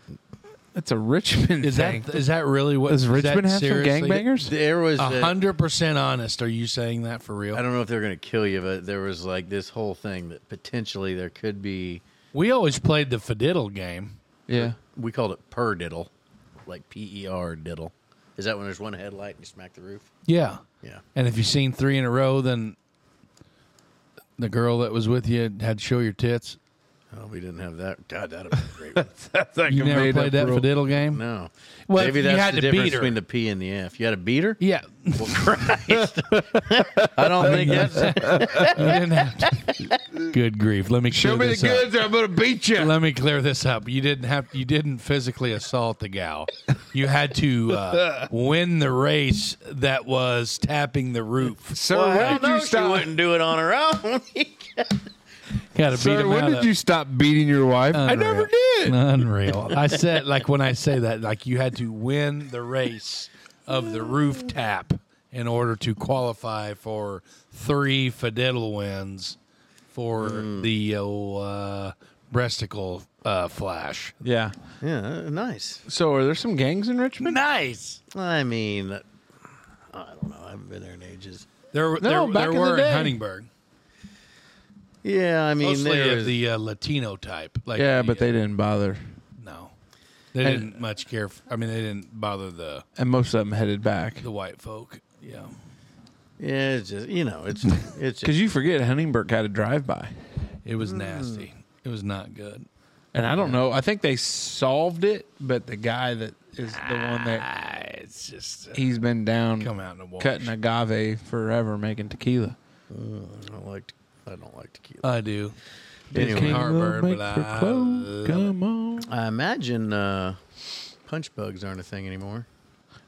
[SPEAKER 1] That's a Richmond
[SPEAKER 2] Is
[SPEAKER 1] thing.
[SPEAKER 2] that is that really what
[SPEAKER 1] Does
[SPEAKER 2] is that
[SPEAKER 1] Richmond have some
[SPEAKER 2] seriously-
[SPEAKER 1] gangbangers?
[SPEAKER 3] there was
[SPEAKER 2] A
[SPEAKER 3] a-
[SPEAKER 2] hundred percent honest. Are you saying that for real?
[SPEAKER 3] I don't know if they're going to kill you, but there was like this whole thing that potentially there could be.
[SPEAKER 2] We always played the fadiddle game.
[SPEAKER 1] Yeah.
[SPEAKER 3] We called it per diddle, like P E R diddle. Is that when there's one headlight and you smack the roof?
[SPEAKER 2] Yeah.
[SPEAKER 3] Yeah.
[SPEAKER 2] And if you've seen three in a row, then the girl that was with you had to show your tits.
[SPEAKER 3] Oh, we didn't have that. God, that'd have been a great. One.
[SPEAKER 1] That's like
[SPEAKER 2] You
[SPEAKER 1] a
[SPEAKER 2] never
[SPEAKER 1] made-up
[SPEAKER 2] played that
[SPEAKER 1] rule.
[SPEAKER 2] fadiddle game?
[SPEAKER 3] No.
[SPEAKER 2] Well,
[SPEAKER 3] Maybe
[SPEAKER 2] you
[SPEAKER 3] that's
[SPEAKER 2] had
[SPEAKER 3] the
[SPEAKER 2] to beat
[SPEAKER 3] difference
[SPEAKER 2] her.
[SPEAKER 3] between the P and the F. You had a beater?
[SPEAKER 2] Yeah.
[SPEAKER 3] Well, Christ. I don't think that's.
[SPEAKER 2] You didn't have to- Good grief. Let me clear
[SPEAKER 1] Show me the
[SPEAKER 2] this up.
[SPEAKER 1] goods, or I'm gonna beat you.
[SPEAKER 2] Let me clear this up. You didn't have you didn't physically assault the gal. You had to uh, win the race that was tapping the roof.
[SPEAKER 1] Sir,
[SPEAKER 3] Well,
[SPEAKER 1] when
[SPEAKER 3] hell
[SPEAKER 1] did
[SPEAKER 3] no,
[SPEAKER 1] you
[SPEAKER 3] She
[SPEAKER 1] stop?
[SPEAKER 3] wouldn't do it on her own.
[SPEAKER 2] Got to beat
[SPEAKER 1] Sir,
[SPEAKER 2] him
[SPEAKER 1] when
[SPEAKER 2] out
[SPEAKER 1] did
[SPEAKER 2] of-
[SPEAKER 1] you stop beating your wife? I
[SPEAKER 2] Unreal.
[SPEAKER 1] never did.
[SPEAKER 2] Unreal. I said like when I say that, like you had to win the race of the roof tap in order to qualify for three fiddle wins for
[SPEAKER 1] Mm.
[SPEAKER 2] the uh, breasticle uh, flash.
[SPEAKER 8] Yeah.
[SPEAKER 3] yeah, uh, nice.
[SPEAKER 1] So, are there some gangs in Richmond?
[SPEAKER 2] Nice.
[SPEAKER 3] I mean, I don't know. I haven't been there in ages.
[SPEAKER 2] There,
[SPEAKER 1] No,
[SPEAKER 2] there,
[SPEAKER 1] back
[SPEAKER 2] there
[SPEAKER 1] in the
[SPEAKER 2] were
[SPEAKER 1] day.
[SPEAKER 2] in Huntingburg,
[SPEAKER 3] Yeah, I mean,
[SPEAKER 2] mostly
[SPEAKER 3] there
[SPEAKER 2] of
[SPEAKER 3] was-
[SPEAKER 2] the uh, Latino type. Like
[SPEAKER 1] Yeah,
[SPEAKER 2] the,
[SPEAKER 1] but they didn't bother,
[SPEAKER 2] uh, no, they
[SPEAKER 1] And-
[SPEAKER 2] didn't much care. f I I mean, they didn't bother the
[SPEAKER 1] and most of them headed back.
[SPEAKER 2] the white folk. Yeah,
[SPEAKER 3] Yeah, it's just you know, it's it's
[SPEAKER 8] Because you forget Huntingburg had a drive-by,
[SPEAKER 2] it was
[SPEAKER 1] Hmm.
[SPEAKER 2] nasty. It was not good.
[SPEAKER 8] and I don't know. I think they solved it, but the guy that is the one that
[SPEAKER 2] Ah, it's just uh,
[SPEAKER 8] he's been down
[SPEAKER 2] come out in the wash.
[SPEAKER 8] cutting agave forever, making tequila.
[SPEAKER 3] I don't like I don't like tequila.
[SPEAKER 2] I do.
[SPEAKER 3] Anyway.
[SPEAKER 2] Can't-
[SPEAKER 8] Tequila
[SPEAKER 2] Heartburn,
[SPEAKER 8] make
[SPEAKER 2] but
[SPEAKER 8] for
[SPEAKER 2] I
[SPEAKER 8] clo-
[SPEAKER 2] love
[SPEAKER 8] Come on.
[SPEAKER 3] I imagine uh, punch bugs aren't a thing anymore.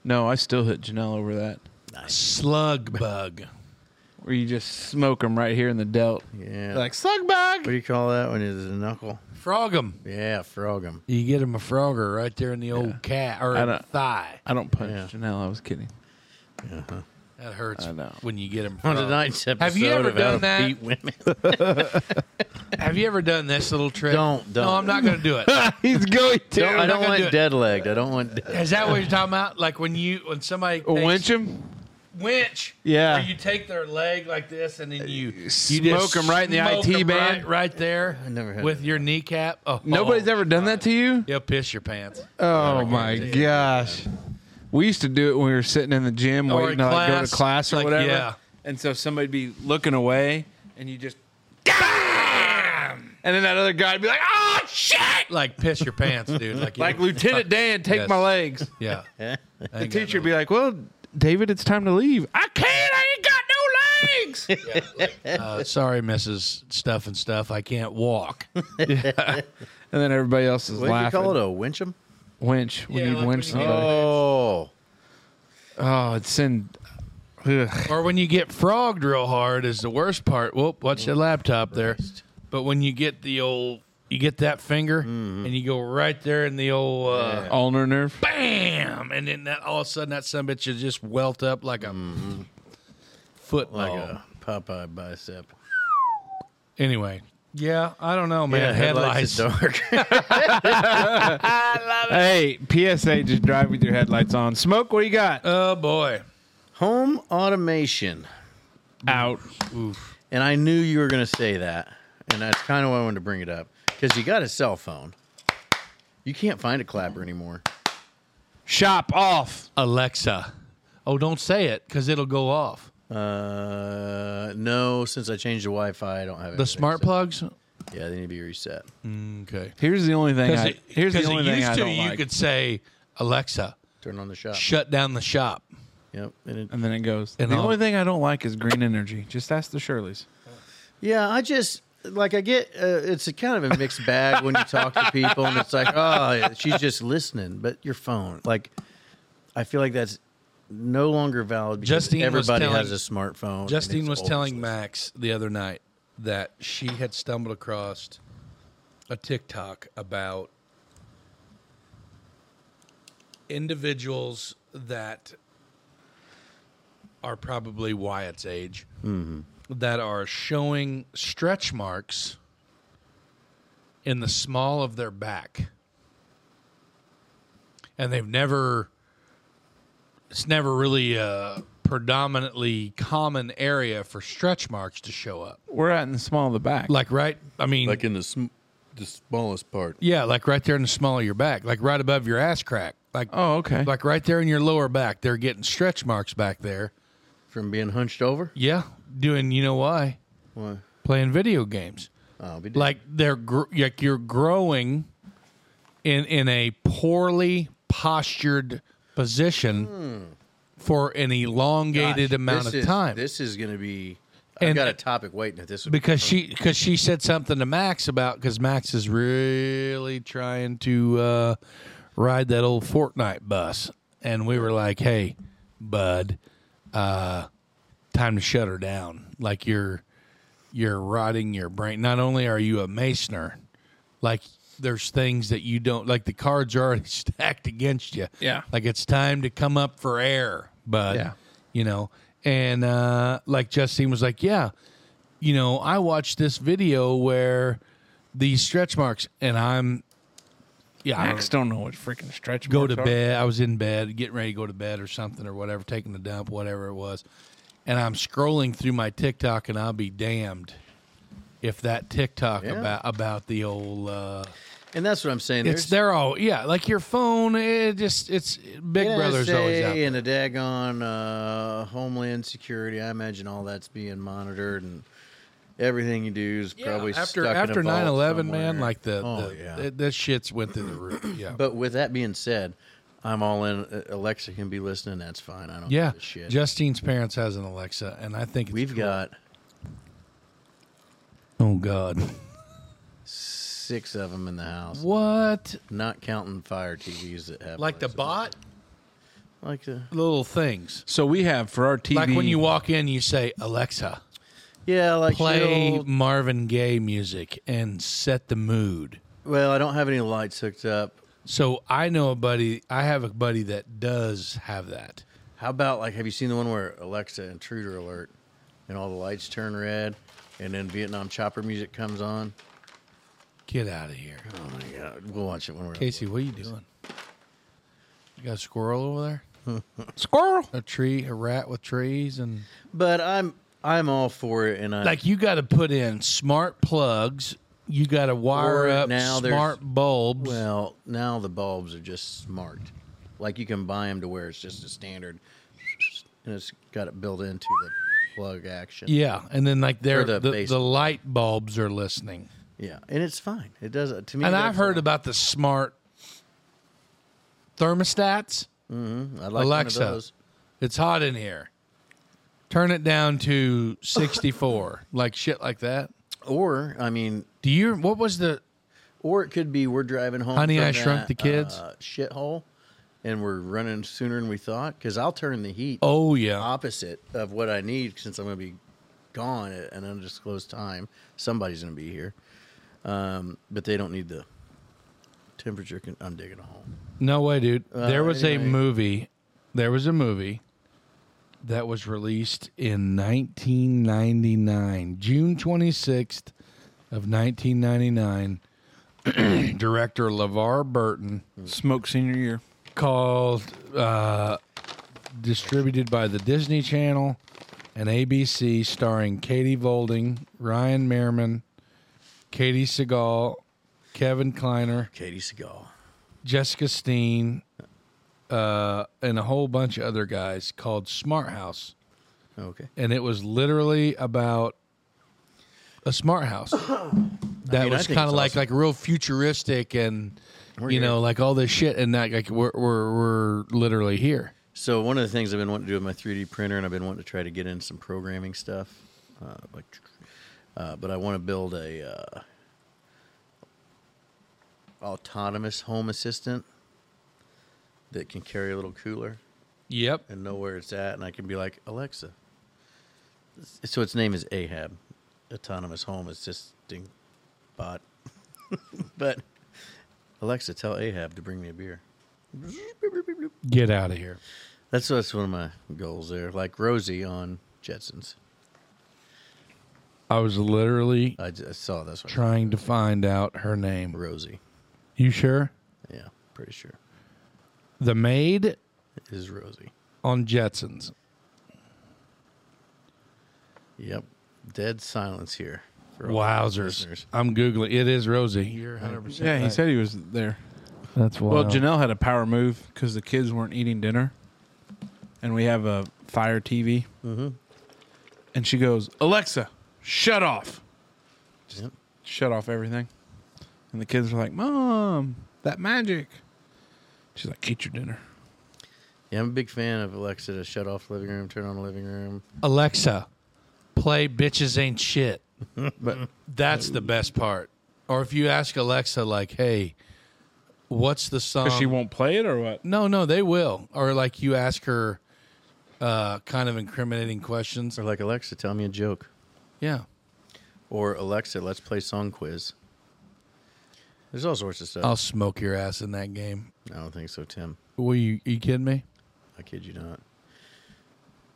[SPEAKER 8] No, I still hit Janelle over that.
[SPEAKER 2] Slug bug.
[SPEAKER 8] Where you just smoke him right here in the delt.
[SPEAKER 3] Yeah,
[SPEAKER 8] Like slug bug.
[SPEAKER 3] what do you call that when it's a knuckle?
[SPEAKER 2] Frog 'em.
[SPEAKER 3] Yeah, frog 'em.
[SPEAKER 2] You get him a frogger right there in the old cat or
[SPEAKER 8] I
[SPEAKER 2] in the
[SPEAKER 8] don't-
[SPEAKER 2] thigh.
[SPEAKER 8] I don't punch
[SPEAKER 3] Yeah.
[SPEAKER 8] Janelle. I was kidding.
[SPEAKER 2] That hurts
[SPEAKER 8] I know.
[SPEAKER 2] when you get him.
[SPEAKER 3] On tonight's episode,
[SPEAKER 2] Have you ever
[SPEAKER 3] of how
[SPEAKER 2] done
[SPEAKER 3] to
[SPEAKER 2] that?
[SPEAKER 3] Beat women.
[SPEAKER 2] Have you ever done this little trick?
[SPEAKER 3] Don't,
[SPEAKER 2] No,
[SPEAKER 3] don't.
[SPEAKER 2] I'm not going to do it.
[SPEAKER 1] He's going to
[SPEAKER 3] I
[SPEAKER 2] not
[SPEAKER 3] don't
[SPEAKER 2] gonna
[SPEAKER 3] want
[SPEAKER 2] do it.
[SPEAKER 3] dead legged. I don't want.
[SPEAKER 2] Is that what you're talking about? Like when you when somebody takes,
[SPEAKER 1] winch him.
[SPEAKER 2] winch,
[SPEAKER 1] Yeah.
[SPEAKER 2] Or you take their leg like this and then you you
[SPEAKER 1] smoke 'em right in the
[SPEAKER 2] smoke
[SPEAKER 1] IT
[SPEAKER 2] 'em
[SPEAKER 1] band?
[SPEAKER 2] right, right there. I
[SPEAKER 3] never had
[SPEAKER 2] with
[SPEAKER 3] that.
[SPEAKER 2] your kneecap. Oh,
[SPEAKER 1] Nobody's ever done that to you.
[SPEAKER 2] You'll piss your pants.
[SPEAKER 1] Oh my gosh. We used to do it when we were sitting in the gym
[SPEAKER 2] Or
[SPEAKER 1] waiting
[SPEAKER 2] in
[SPEAKER 1] to like, go
[SPEAKER 2] class,
[SPEAKER 1] to class or
[SPEAKER 2] like,
[SPEAKER 1] whatever.
[SPEAKER 2] yeah.
[SPEAKER 1] And so somebody'd be looking away and you just And then that other guy'd be like, "Oh shit!"
[SPEAKER 2] Like piss your pants, dude. Like you
[SPEAKER 1] Like
[SPEAKER 2] don't-
[SPEAKER 1] Lieutenant Dan, take
[SPEAKER 2] Yes.
[SPEAKER 1] my legs.
[SPEAKER 2] Yeah.
[SPEAKER 1] The teacher would be like, "Well, David, it's time to leave." I can't. I ain't got no legs.
[SPEAKER 2] uh, sorry, Mrs. Stuff and Stuff, I can't walk.
[SPEAKER 1] and then everybody else is
[SPEAKER 3] What do you
[SPEAKER 1] laughing.
[SPEAKER 3] call it? A winchum?
[SPEAKER 1] Winch. We
[SPEAKER 2] Yeah,
[SPEAKER 1] need
[SPEAKER 2] like when
[SPEAKER 1] winch
[SPEAKER 2] you get-
[SPEAKER 1] somebody.
[SPEAKER 3] Oh,
[SPEAKER 1] Oh, it's in. Ugh.
[SPEAKER 2] or when you get frogged real hard is the worst part. Whoop, watch your laptop there. But when you get the old, you get that finger and you go right there in the old, uh,
[SPEAKER 8] Ulnar nerve.
[SPEAKER 2] bam, and then that all of a sudden that son bitch is just welt up like a football.
[SPEAKER 3] like a Popeye bicep.
[SPEAKER 2] Anyway, Yeah, I don't know, man. headlights.
[SPEAKER 3] are dark.
[SPEAKER 1] Hey, PSA, just drive with your headlights on. Smoke, what do you got?
[SPEAKER 2] Oh boy.
[SPEAKER 3] Home automation.
[SPEAKER 1] Out.
[SPEAKER 3] And I knew you were going to say that. And that's kind of why I wanted to bring it up. Because you got a cell phone. You can't find a clapper anymore.
[SPEAKER 1] Shop off.
[SPEAKER 2] Alexa. Oh, don't say it because it'll go off.
[SPEAKER 3] Uh, no, since I changed the Wi Fi, I don't have
[SPEAKER 2] The smart Hmm.
[SPEAKER 3] plug.
[SPEAKER 2] plugs.
[SPEAKER 3] Yeah, they need to be reset.
[SPEAKER 2] Okay.
[SPEAKER 1] Here's the only thing.
[SPEAKER 2] Because
[SPEAKER 1] I,
[SPEAKER 2] it,
[SPEAKER 1] here's the
[SPEAKER 2] 'cause it
[SPEAKER 1] only thing
[SPEAKER 2] used
[SPEAKER 1] I
[SPEAKER 2] to,
[SPEAKER 1] don't
[SPEAKER 2] you
[SPEAKER 1] like.
[SPEAKER 2] could say, Alexa,
[SPEAKER 3] Turn on the shop.
[SPEAKER 2] shut down the shop.
[SPEAKER 3] Yep. And it,
[SPEAKER 1] and then it goes.
[SPEAKER 2] And
[SPEAKER 1] the
[SPEAKER 2] I'll-
[SPEAKER 1] only thing I don't like is green energy. Just ask the Shirleys.
[SPEAKER 3] yeah, I just like I get uh, it's a kind of a mixed bag when you talk to people, and it's like, oh, yeah, she's just listening, but your phone, like, I feel like that's no longer valid because
[SPEAKER 2] Justine was
[SPEAKER 3] everybody
[SPEAKER 2] telling-
[SPEAKER 3] has a smartphone. and
[SPEAKER 2] Justine
[SPEAKER 3] it's
[SPEAKER 2] was
[SPEAKER 3] always
[SPEAKER 2] telling
[SPEAKER 3] listening.
[SPEAKER 2] Max the other night that she had stumbled across a TikTok about individuals that are probably Wyatt's age
[SPEAKER 3] Mm-hmm.
[SPEAKER 2] that are showing stretch marks in the small of their back. And they've never it's never really a predominantly common area for stretch marks to show up.
[SPEAKER 1] We're at in the small of the back.
[SPEAKER 2] Like right, I mean,
[SPEAKER 3] like in the sm- the smallest part.
[SPEAKER 2] yeah, like right there in the small of your back, like right above your ass crack, like
[SPEAKER 1] oh, okay.
[SPEAKER 2] like right there in your lower back. They're getting stretch marks back there.
[SPEAKER 3] From being hunched over?
[SPEAKER 2] Yeah, doing you know why?
[SPEAKER 3] Why?
[SPEAKER 2] Playing video games.
[SPEAKER 3] Oh, we did.
[SPEAKER 2] Like they're gr- like you're growing in in a poorly postured position for an
[SPEAKER 3] Hmm. Gosh,
[SPEAKER 2] elongated amount
[SPEAKER 3] this
[SPEAKER 2] of
[SPEAKER 3] is-
[SPEAKER 2] time.
[SPEAKER 3] This is going to be. I've
[SPEAKER 2] And-
[SPEAKER 3] got a topic waiting at this. would be
[SPEAKER 2] because she because she said something to Max about because Max is really trying to uh, ride that old Fortnite bus, and we were like, "Hey, bud, uh, time to shut her down. Like you're you're rotting your brain. Not only are you a Masoner, like." There's things that you don't like. The cards are already stacked against you.
[SPEAKER 8] Yeah.
[SPEAKER 2] like it's time to come up for air, bud.
[SPEAKER 1] Yeah.
[SPEAKER 2] you know. And uh, like Justine was like, "Yeah, you know, I watched this video where these stretch marks, and I'm, yeah, I
[SPEAKER 8] Max don't know what freaking stretch.
[SPEAKER 2] go to
[SPEAKER 8] marks are.
[SPEAKER 2] bed. I was in bed, getting ready to go to bed or something or whatever, taking a dump, whatever it was. And I'm scrolling through my TikTok, and I'll be damned if that TikTok
[SPEAKER 3] Yeah.
[SPEAKER 2] about about the old. Uh,
[SPEAKER 3] and that's what I'm saying.
[SPEAKER 2] it's
[SPEAKER 3] There's-
[SPEAKER 2] they're all yeah, like your phone. It just it's Big
[SPEAKER 3] NSA
[SPEAKER 2] Brother's always out. there.
[SPEAKER 3] and the daggone uh, Homeland Security. I imagine all that's being monitored and everything you do is probably
[SPEAKER 2] after
[SPEAKER 3] stuck
[SPEAKER 2] after
[SPEAKER 3] in a vault
[SPEAKER 2] 9-11, man,
[SPEAKER 3] somewhere.
[SPEAKER 2] like the,
[SPEAKER 3] oh
[SPEAKER 2] the,
[SPEAKER 3] yeah.
[SPEAKER 2] the this shit's went through the roof. Yeah,
[SPEAKER 3] but with that being said, I'm all in. Uh, Alexa can be listening. That's fine. I don't
[SPEAKER 2] Yeah,
[SPEAKER 3] give a shit.
[SPEAKER 2] Justine's parents has an Alexa, and I think it's
[SPEAKER 3] We've
[SPEAKER 2] cool.
[SPEAKER 3] got
[SPEAKER 2] Oh God,
[SPEAKER 3] six of them in the house,
[SPEAKER 2] what?
[SPEAKER 3] not counting Fire TVs that have
[SPEAKER 2] Like the
[SPEAKER 3] Alexa.
[SPEAKER 2] bot
[SPEAKER 3] like the
[SPEAKER 2] little things.
[SPEAKER 1] So we have for our TV.
[SPEAKER 2] Like when you walk in, you say Alexa,
[SPEAKER 3] yeah, like
[SPEAKER 2] play
[SPEAKER 3] she'll-
[SPEAKER 2] Marvin Gaye music and set the mood.
[SPEAKER 3] Well, I don't have any lights hooked up.
[SPEAKER 2] So I know a buddy. I have a buddy that does have that.
[SPEAKER 3] How about like have you seen the one where Alexa intruder alert and all the lights turn red and then Vietnam chopper music comes on?
[SPEAKER 2] Get out of here,
[SPEAKER 3] Oh my god. We'll watch it when we're
[SPEAKER 2] Casey. What are you doing? You got a squirrel over there?
[SPEAKER 1] squirrel.
[SPEAKER 2] A tree? A rat with trees and.
[SPEAKER 3] But I'm I'm all for it and I
[SPEAKER 2] like you got to put in smart plugs. You got to wire
[SPEAKER 3] Or
[SPEAKER 2] up
[SPEAKER 3] now there's-
[SPEAKER 2] smart bulbs.
[SPEAKER 3] well, now the bulbs are just smart. Like you can buy them to where it's just a standard and it's got it built into the plug action.
[SPEAKER 2] yeah, and then like there,
[SPEAKER 3] Or
[SPEAKER 2] the,
[SPEAKER 3] the
[SPEAKER 2] the,
[SPEAKER 3] base-
[SPEAKER 2] light bulbs are listening.
[SPEAKER 3] Yeah, and it's fine. It does to me.
[SPEAKER 2] And
[SPEAKER 3] that's
[SPEAKER 2] I've heard
[SPEAKER 3] all.
[SPEAKER 2] about the smart thermostats.
[SPEAKER 3] I like
[SPEAKER 2] Alexa.
[SPEAKER 3] One of those.
[SPEAKER 2] It's hot in here. Turn it down to sixty-four, like shit, like that.
[SPEAKER 3] Or I mean,
[SPEAKER 2] Do you? What was the?
[SPEAKER 3] Or it could be we're driving home.
[SPEAKER 2] Honey,
[SPEAKER 3] from
[SPEAKER 2] I Shrunk
[SPEAKER 3] that,
[SPEAKER 2] the Kids.
[SPEAKER 3] uh, shithole, and we're running sooner than we thought. Because I'll turn the heat
[SPEAKER 2] Oh yeah,
[SPEAKER 3] opposite of what I need since I'm going to be gone at an undisclosed time. Somebody's going to be here, um, but they don't need the temperature. Con- I'm digging a hole.
[SPEAKER 2] no way, dude. there was a
[SPEAKER 3] anyway.
[SPEAKER 2] movie. There was a movie that was released in 1999, June 26th, of 1999, director LeVar Burton
[SPEAKER 1] Smoke senior year.
[SPEAKER 2] called, uh, distributed by the Disney Channel and ABC, starring Katie Volding, Ryan Merriman, Katie Seagal, Kevin Kleiner,
[SPEAKER 3] Katie Seagal.
[SPEAKER 2] Jessica Steen, uh, and a whole bunch of other guys called Smart House.
[SPEAKER 3] Okay.
[SPEAKER 2] And it was literally about a smart house that
[SPEAKER 3] mean, I
[SPEAKER 2] was
[SPEAKER 3] think
[SPEAKER 2] kind of
[SPEAKER 3] it's
[SPEAKER 2] like
[SPEAKER 3] awesome.
[SPEAKER 2] like real futuristic and you know like all this shit and that like we're we're, we're literally here.
[SPEAKER 3] So one of the things I've been wanting to do with my 3D printer, and I've been wanting to try to get in some programming stuff, uh, like, uh, but I want to build a uh, autonomous home assistant that can carry a little cooler
[SPEAKER 2] Yep.
[SPEAKER 3] and know where it's at, and I can be like Alexa. So its name is Ahab, autonomous home assisting bot. but Alexa, tell Ahab to bring me a beer.
[SPEAKER 2] Get out of here.
[SPEAKER 3] That's that's one of my goals there. Like Rosie on Jetsons.
[SPEAKER 2] I was literally
[SPEAKER 3] I, ju- I saw this one.
[SPEAKER 2] trying to find out her name.
[SPEAKER 3] Rosie.
[SPEAKER 2] You sure?
[SPEAKER 3] Yeah, pretty sure.
[SPEAKER 2] The maid
[SPEAKER 3] It is Rosie.
[SPEAKER 2] on Jetsons.
[SPEAKER 3] Yep. Dead silence here. for all the
[SPEAKER 2] Wowzers.
[SPEAKER 3] listeners.
[SPEAKER 2] I'm googling. It is Rosie. You're 100%.
[SPEAKER 1] Yeah, he said he was there.
[SPEAKER 2] That's wild.
[SPEAKER 1] Well, Janelle had a power move because the kids weren't eating dinner, and we have a Fire TV. Mm-hmm. And she goes, "Alexa, shut off." Just
[SPEAKER 3] Yep.
[SPEAKER 1] shut off everything. And the kids were like, "Mom, that magic." She's like, "Eat your dinner."
[SPEAKER 3] Yeah, I'm a big fan of Alexa to shut off living room, turn on living room.
[SPEAKER 2] Alexa, play Bitches Ain't Shit.
[SPEAKER 1] But
[SPEAKER 2] That's the best part. Or if you ask Alexa, like, hey, what's the song?
[SPEAKER 1] she won't play it or what?
[SPEAKER 2] no, no, they will. Or like you ask her uh, kind of incriminating questions.
[SPEAKER 3] Or like Alexa, tell me a joke.
[SPEAKER 2] Yeah.
[SPEAKER 3] Or Alexa, let's play song quiz. There's all sorts of stuff.
[SPEAKER 2] I'll smoke your ass in that game.
[SPEAKER 3] I don't think so, Tim.
[SPEAKER 2] Will you, you kidding me?
[SPEAKER 3] I kid you not.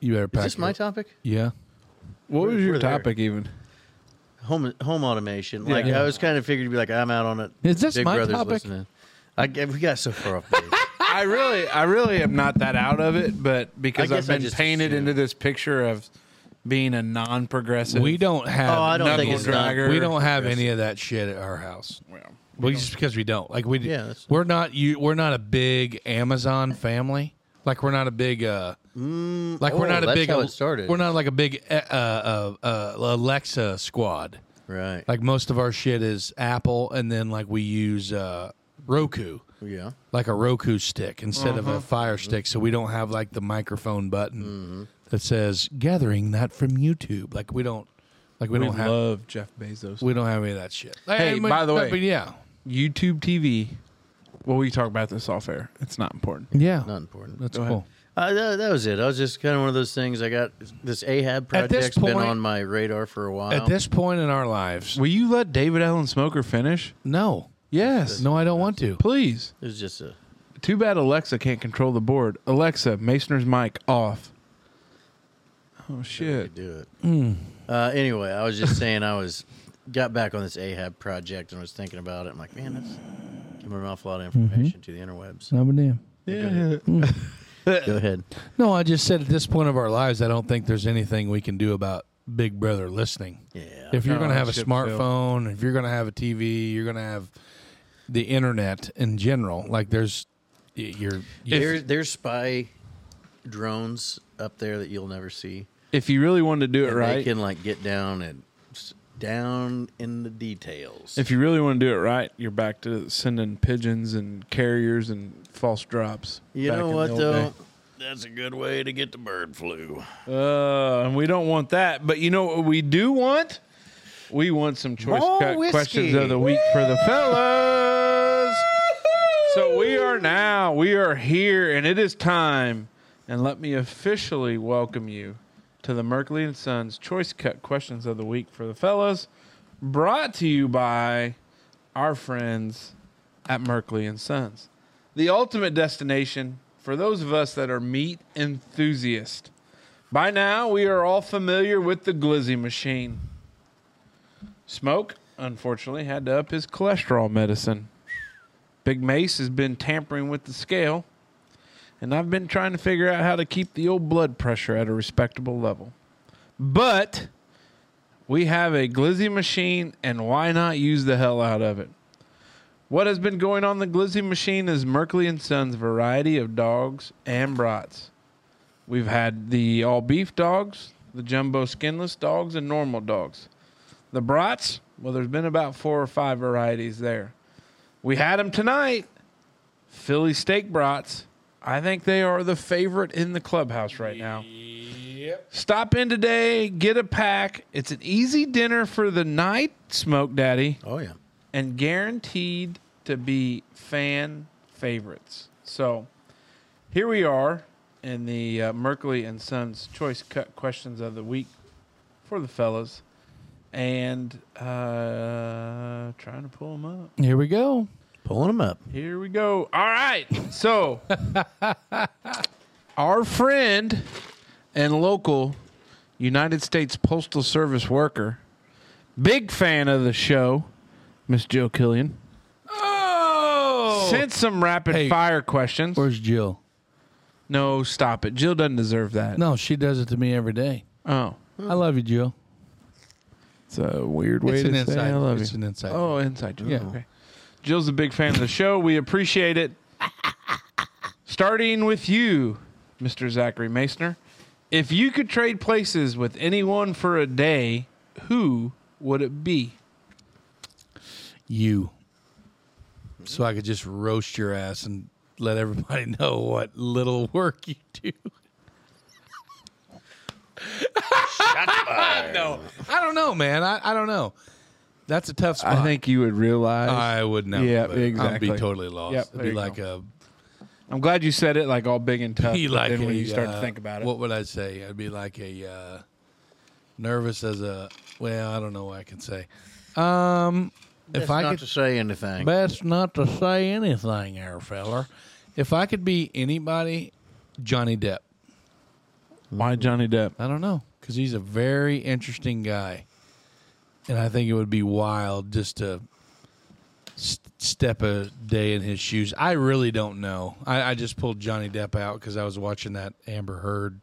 [SPEAKER 2] You better
[SPEAKER 3] Is
[SPEAKER 2] pack
[SPEAKER 3] this my
[SPEAKER 2] your-
[SPEAKER 3] topic?
[SPEAKER 2] Yeah.
[SPEAKER 1] What was
[SPEAKER 3] We're-
[SPEAKER 1] your
[SPEAKER 3] we're there.
[SPEAKER 1] topic even?
[SPEAKER 3] home home automation. Like
[SPEAKER 1] Yeah.
[SPEAKER 3] I was kind of figured to be like I'm out on it.
[SPEAKER 2] Is this my topic?
[SPEAKER 3] I g- we got so far off. base.
[SPEAKER 1] I really, I really am not that out of it, but because
[SPEAKER 3] I
[SPEAKER 1] I've
[SPEAKER 3] guess I
[SPEAKER 1] been
[SPEAKER 3] just
[SPEAKER 1] painted
[SPEAKER 3] assumed.
[SPEAKER 1] into this picture of being a non-progressive.
[SPEAKER 2] We don't have
[SPEAKER 3] oh, I don't think
[SPEAKER 1] Knuckle
[SPEAKER 3] it's not.
[SPEAKER 1] dragger.
[SPEAKER 2] we don't have any of that shit at our house. Well, just because we don't like we
[SPEAKER 3] Yeah, that's-
[SPEAKER 2] we're not you we're not a big Amazon family. Like we're not a big uh like we're
[SPEAKER 3] oh,
[SPEAKER 2] not a
[SPEAKER 3] that's
[SPEAKER 2] big
[SPEAKER 3] how it started.
[SPEAKER 2] we're not like a big uh, uh, uh Alexa squad.
[SPEAKER 3] Right.
[SPEAKER 2] Like most of our shit is Apple and then like we use uh Roku.
[SPEAKER 3] yeah.
[SPEAKER 2] Like a Roku stick instead of
[SPEAKER 3] Uh-huh.
[SPEAKER 2] a Fire stick so we don't have like the microphone button
[SPEAKER 3] Mm-hmm.
[SPEAKER 2] that says gathering that from YouTube. Like we don't like we,
[SPEAKER 1] We
[SPEAKER 2] don't have
[SPEAKER 1] love Jeff Bezos.
[SPEAKER 2] we don't have any of that shit.
[SPEAKER 1] Hey,
[SPEAKER 2] I mean,
[SPEAKER 1] by the way-
[SPEAKER 2] but yeah.
[SPEAKER 1] YouTube TV. Well, we talk about this off air. It's not important.
[SPEAKER 2] Yeah.
[SPEAKER 3] Not important.
[SPEAKER 2] That's
[SPEAKER 1] Go ahead.
[SPEAKER 2] cool.
[SPEAKER 3] Uh, that, that was it. I was just kind of one of those things. I got this Ahab
[SPEAKER 2] At this
[SPEAKER 3] project's been
[SPEAKER 2] point-
[SPEAKER 3] on my radar for a while.
[SPEAKER 2] At this point in our lives,
[SPEAKER 1] Will you let David Allen Smoker finish?
[SPEAKER 2] no.
[SPEAKER 1] Yes.
[SPEAKER 2] No, I don't want to.
[SPEAKER 1] Please.
[SPEAKER 3] it was just a
[SPEAKER 1] Too bad Alexa can't control the board. Alexa, Mason's mic off. Oh
[SPEAKER 3] I
[SPEAKER 1] shit.
[SPEAKER 3] do it.
[SPEAKER 2] Mm.
[SPEAKER 3] Uh, anyway, I was just saying I was got back on this Ahab project and was thinking about it. I'm like, man, that's giving an awful lot
[SPEAKER 2] Mm-hmm.
[SPEAKER 3] of information to the interwebs.
[SPEAKER 1] Yeah.
[SPEAKER 3] Go ahead.
[SPEAKER 2] No, I just said at this point of our lives, I don't think there's anything we can do about Big Brother listening.
[SPEAKER 3] Yeah.
[SPEAKER 2] If you're going
[SPEAKER 1] Oh,
[SPEAKER 2] to have a
[SPEAKER 1] shit,
[SPEAKER 2] smartphone, if you're going to have a TV, you're going to have the internet in general. Like there's, y- you're,
[SPEAKER 3] there's there's spy drones up there that you'll never see.
[SPEAKER 1] If you really wanted to do it
[SPEAKER 3] And They
[SPEAKER 1] right,
[SPEAKER 3] can like get down and s- down in the details.
[SPEAKER 1] if you really want to do it right, you're back to sending pigeons and carriers and false drops.
[SPEAKER 3] you
[SPEAKER 1] back
[SPEAKER 3] know
[SPEAKER 1] in the
[SPEAKER 3] what
[SPEAKER 1] old
[SPEAKER 3] though, that's a good way to get the bird flu.
[SPEAKER 1] day. Uh, and we don't want that. But you know what we do want? We want some choice
[SPEAKER 3] More
[SPEAKER 1] cut
[SPEAKER 3] whiskey.
[SPEAKER 1] questions of the week for the fellas. So we are now, we are here, and it is time. And let me officially welcome you to the Merkley and Sons Choice Cut Questions of the Week for the Fellas, brought to you by our friends at Merkley and Sons, the ultimate destination for those of us that are meat enthusiasts. By now, we are all familiar with the Glizzy machine. Smoke, unfortunately, had to up his cholesterol medicine. Big Mace has been tampering with the scale, and I've been trying to figure out how to keep the old blood pressure at a respectable level. But we have a glizzy machine, and why not use the hell out of it? What has been going on the glizzy machine is Merkley and Sons variety of dogs and brats. We've had the all beef dogs, the jumbo skinless dogs, and normal dogs. The brats, well, there's been about four or five varieties there. We had them tonight. Philly steak brats. I think they are the favorite in the clubhouse right now. Stop in today, get a pack. It's an easy dinner for the night, Smoke Daddy,
[SPEAKER 3] Oh yeah.
[SPEAKER 1] and guaranteed to be fan favorites. So here we are in the uh, Merkley and Sons Choice Cut Questions of the Week for the fellas. And uh, trying to pull them up.
[SPEAKER 9] Here we go.
[SPEAKER 3] Pulling them up.
[SPEAKER 1] Here we go. All right. So, our friend and local United States Postal Service worker, big fan of the show, Miss Jill Killian,
[SPEAKER 10] Oh,
[SPEAKER 1] sent some rapid
[SPEAKER 10] Hey.
[SPEAKER 1] fire questions.
[SPEAKER 2] Where's Jill?
[SPEAKER 1] No, stop it. Jill doesn't deserve that.
[SPEAKER 2] No, she does it to me every day.
[SPEAKER 1] Oh,
[SPEAKER 2] I love you, Jill.
[SPEAKER 1] it's a weird way
[SPEAKER 2] it's
[SPEAKER 1] to
[SPEAKER 2] an
[SPEAKER 1] say
[SPEAKER 2] inside.
[SPEAKER 1] I love
[SPEAKER 2] it's
[SPEAKER 1] you.
[SPEAKER 2] an inside.
[SPEAKER 1] Oh, inside joke.
[SPEAKER 2] Yeah.
[SPEAKER 1] Okay. Jill's a big fan of the show. We appreciate it. Starting with you, Mr. Zachary Masner. If you could trade places with anyone for a day, who would it be?
[SPEAKER 2] you. So I could just roast your ass and let everybody know what little work you do. no, I don't know, man. I, I don't know. That's a tough spot.
[SPEAKER 1] you would realize.
[SPEAKER 2] I would know.
[SPEAKER 1] Yeah,
[SPEAKER 2] but I'd
[SPEAKER 1] exactly.
[SPEAKER 2] be totally lost.
[SPEAKER 1] Yep,
[SPEAKER 2] It'd
[SPEAKER 1] there
[SPEAKER 2] be
[SPEAKER 1] you
[SPEAKER 2] like
[SPEAKER 1] I'm glad you said it like all big and
[SPEAKER 2] a
[SPEAKER 1] tough.
[SPEAKER 2] be
[SPEAKER 1] but
[SPEAKER 2] like
[SPEAKER 1] then
[SPEAKER 2] a,
[SPEAKER 1] when you start to
[SPEAKER 2] uh,
[SPEAKER 1] think about it.
[SPEAKER 2] What would I say? I'd be like a uh, nervous as a well. I don't know what I can say. Um, if
[SPEAKER 3] That's
[SPEAKER 2] I
[SPEAKER 3] not
[SPEAKER 2] could
[SPEAKER 3] to say anything.
[SPEAKER 2] Best not to say anything there, feller. If I could be anybody, Johnny Depp.
[SPEAKER 1] Why Johnny Depp?
[SPEAKER 2] I don't know, because he's a very interesting guy, and I think it would be wild just to s- step a day in his shoes. I really don't know. I, I just pulled Johnny Depp out because I was watching that Amber Heard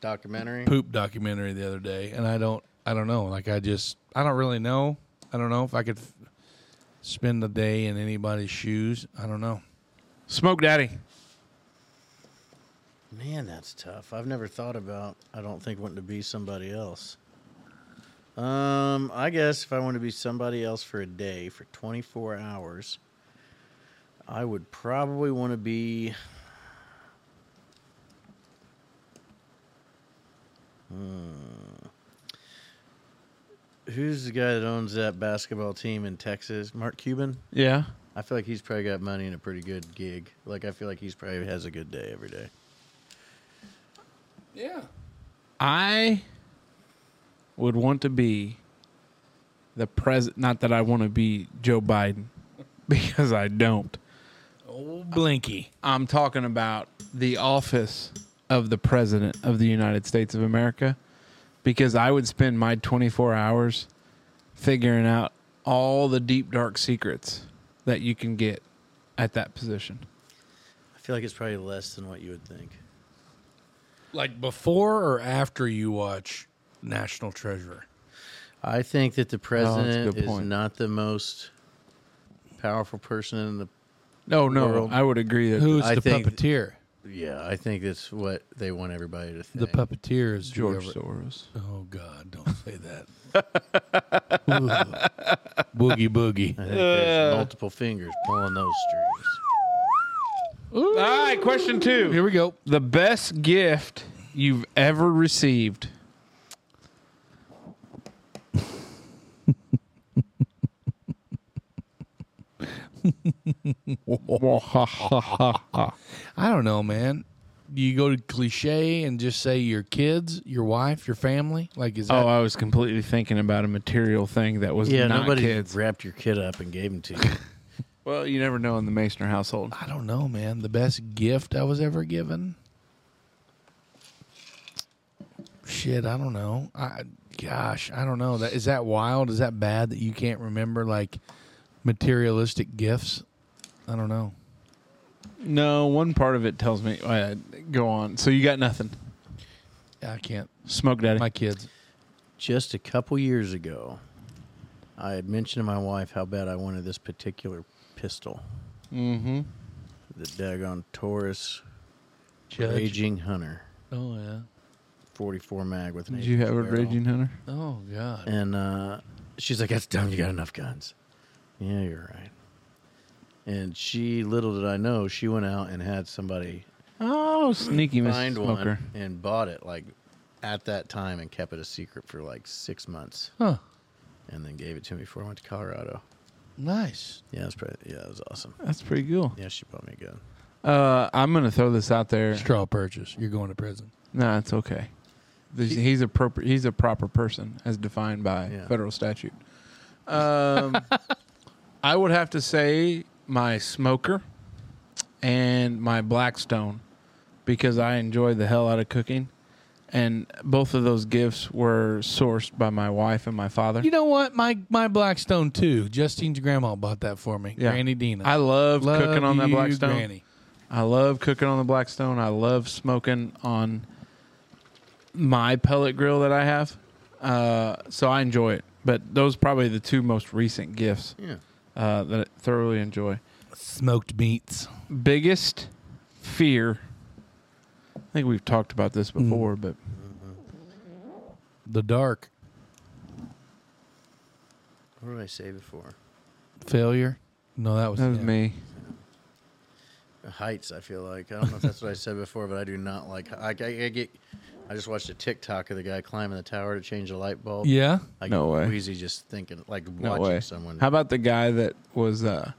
[SPEAKER 3] Documentary.
[SPEAKER 2] poop documentary the other day, and I don't, I don't know. Like I just, I don't really know. I don't know if I could f- spend the day in anybody's shoes. I don't know.
[SPEAKER 1] Smoke Daddy.
[SPEAKER 3] Man, that's tough. I've never thought about. I don't think wanting to be somebody else. Um, I guess if I want to be somebody else for a day for 24 hours, I would probably want to be. Hmm. Who's the guy that owns that basketball team in Texas? Mark Cuban.
[SPEAKER 1] Yeah.
[SPEAKER 3] I feel like he's probably got money and a pretty good gig. Like I feel like he's probably has a good day every day.
[SPEAKER 2] Yeah.
[SPEAKER 1] I would want to be the president. Not that I want to be Joe Biden, because I don't.
[SPEAKER 2] Old Blinky.
[SPEAKER 1] I'm talking about the office of the president of the United States of America, because I would spend my 24 hours figuring out all the deep dark secrets that you can get at that position.
[SPEAKER 3] I feel like it's probably less than what you would think.
[SPEAKER 2] Like before or after you watch National Treasure?
[SPEAKER 3] I think that the president
[SPEAKER 1] Oh, good
[SPEAKER 3] is
[SPEAKER 1] point.
[SPEAKER 3] not the most powerful person in the.
[SPEAKER 1] No, no,
[SPEAKER 3] World.
[SPEAKER 1] I would agree that
[SPEAKER 2] Who's
[SPEAKER 3] I
[SPEAKER 2] the
[SPEAKER 3] think-
[SPEAKER 2] puppeteer?
[SPEAKER 3] Yeah, I think that's what they want everybody to
[SPEAKER 2] The
[SPEAKER 3] think.
[SPEAKER 2] puppeteer is
[SPEAKER 1] George
[SPEAKER 2] whoever-
[SPEAKER 1] Soros.
[SPEAKER 2] Oh God! Don't say that. Ooh. Boogie
[SPEAKER 3] I
[SPEAKER 2] boogie.
[SPEAKER 3] think there's multiple fingers pulling those strings.
[SPEAKER 1] All right, question two.
[SPEAKER 2] Here we go.
[SPEAKER 1] The best gift you've ever received. Oh,
[SPEAKER 2] I don't know, man. You go to cliche and just say your kids, your wife, your family. Like is that?
[SPEAKER 1] Oh, I was completely thinking about a material thing that was
[SPEAKER 3] Yeah,
[SPEAKER 1] not
[SPEAKER 3] nobody
[SPEAKER 1] kids.
[SPEAKER 3] wrapped your kid up and gave them to you.
[SPEAKER 1] Well, you never know in the Masoner household.
[SPEAKER 2] I don't know, man. The best gift I was ever given. Shit, I don't know. I gosh, I don't know. That is that wild? Is that bad that you can't remember like materialistic gifts? I don't know.
[SPEAKER 1] No, one part of it tells me. Uh, go on. So you got nothing.
[SPEAKER 2] I can't.
[SPEAKER 1] Smoke daddy.
[SPEAKER 2] My kids.
[SPEAKER 3] Just a couple years ago, I had mentioned to my wife how bad I wanted this particular pistol. Mm-hmm. The daggone Taurus Raging Hunter,
[SPEAKER 2] Oh yeah.
[SPEAKER 3] 44 mag with an.
[SPEAKER 1] Did you have a
[SPEAKER 3] 18 barrel.
[SPEAKER 1] raging hunter?
[SPEAKER 2] Oh god.
[SPEAKER 3] And uh, she's like, "That's dumb. You got enough guns." Yeah, you're right. And she, little did I know, she went out and had somebody
[SPEAKER 1] Oh, sneaky Miss
[SPEAKER 3] find
[SPEAKER 1] Smoker.
[SPEAKER 3] one and bought it like at that time and kept it a secret for like six months,
[SPEAKER 2] Huh.
[SPEAKER 3] and then gave it to me before I went to Colorado.
[SPEAKER 2] Nice.
[SPEAKER 3] Yeah, it was pretty, yeah, it was awesome.
[SPEAKER 1] That's pretty cool.
[SPEAKER 3] Yeah, she bought me a gun.
[SPEAKER 1] Uh, I'm gonna throw this out there.
[SPEAKER 2] Straw purchase. You're going to prison.
[SPEAKER 1] Nah, it's okay. This- He's a proper. He's a proper person as defined by
[SPEAKER 3] Yeah.
[SPEAKER 1] federal statute. Um, I would have to say my smoker and my Blackstone because I enjoy the hell out of cooking, and both of those gifts were sourced by my wife and my father.
[SPEAKER 2] You know what? My my Blackstone too. Justine's grandma bought that for me.
[SPEAKER 1] Yeah.
[SPEAKER 2] Granny Dina.
[SPEAKER 1] I love,
[SPEAKER 2] Love
[SPEAKER 1] cooking on that
[SPEAKER 2] you,
[SPEAKER 1] Blackstone.
[SPEAKER 2] Granny.
[SPEAKER 1] I love cooking on the Blackstone. I love smoking on my pellet grill that I have. Uh, so I enjoy it. But those probably the two most recent gifts
[SPEAKER 3] Yeah,
[SPEAKER 1] uh, that I thoroughly enjoy.
[SPEAKER 2] Smoked meats.
[SPEAKER 1] Biggest fear. I think we've talked about this
[SPEAKER 3] Mm-hmm.
[SPEAKER 1] before, but
[SPEAKER 2] The dark.
[SPEAKER 3] what did I say before?
[SPEAKER 2] Failure. No, that was,
[SPEAKER 1] that was
[SPEAKER 2] him.
[SPEAKER 1] me.
[SPEAKER 3] heights. I feel like I don't know if that's what I said before, but I do not like. I, I, I get. I just watched a TikTok of the guy climbing the tower to change a light bulb.
[SPEAKER 2] Yeah.
[SPEAKER 3] I
[SPEAKER 1] No
[SPEAKER 3] get
[SPEAKER 1] way.
[SPEAKER 3] Wheezy just thinking like
[SPEAKER 1] No
[SPEAKER 3] watching
[SPEAKER 1] way.
[SPEAKER 3] someone.
[SPEAKER 1] How about the guy that was uh,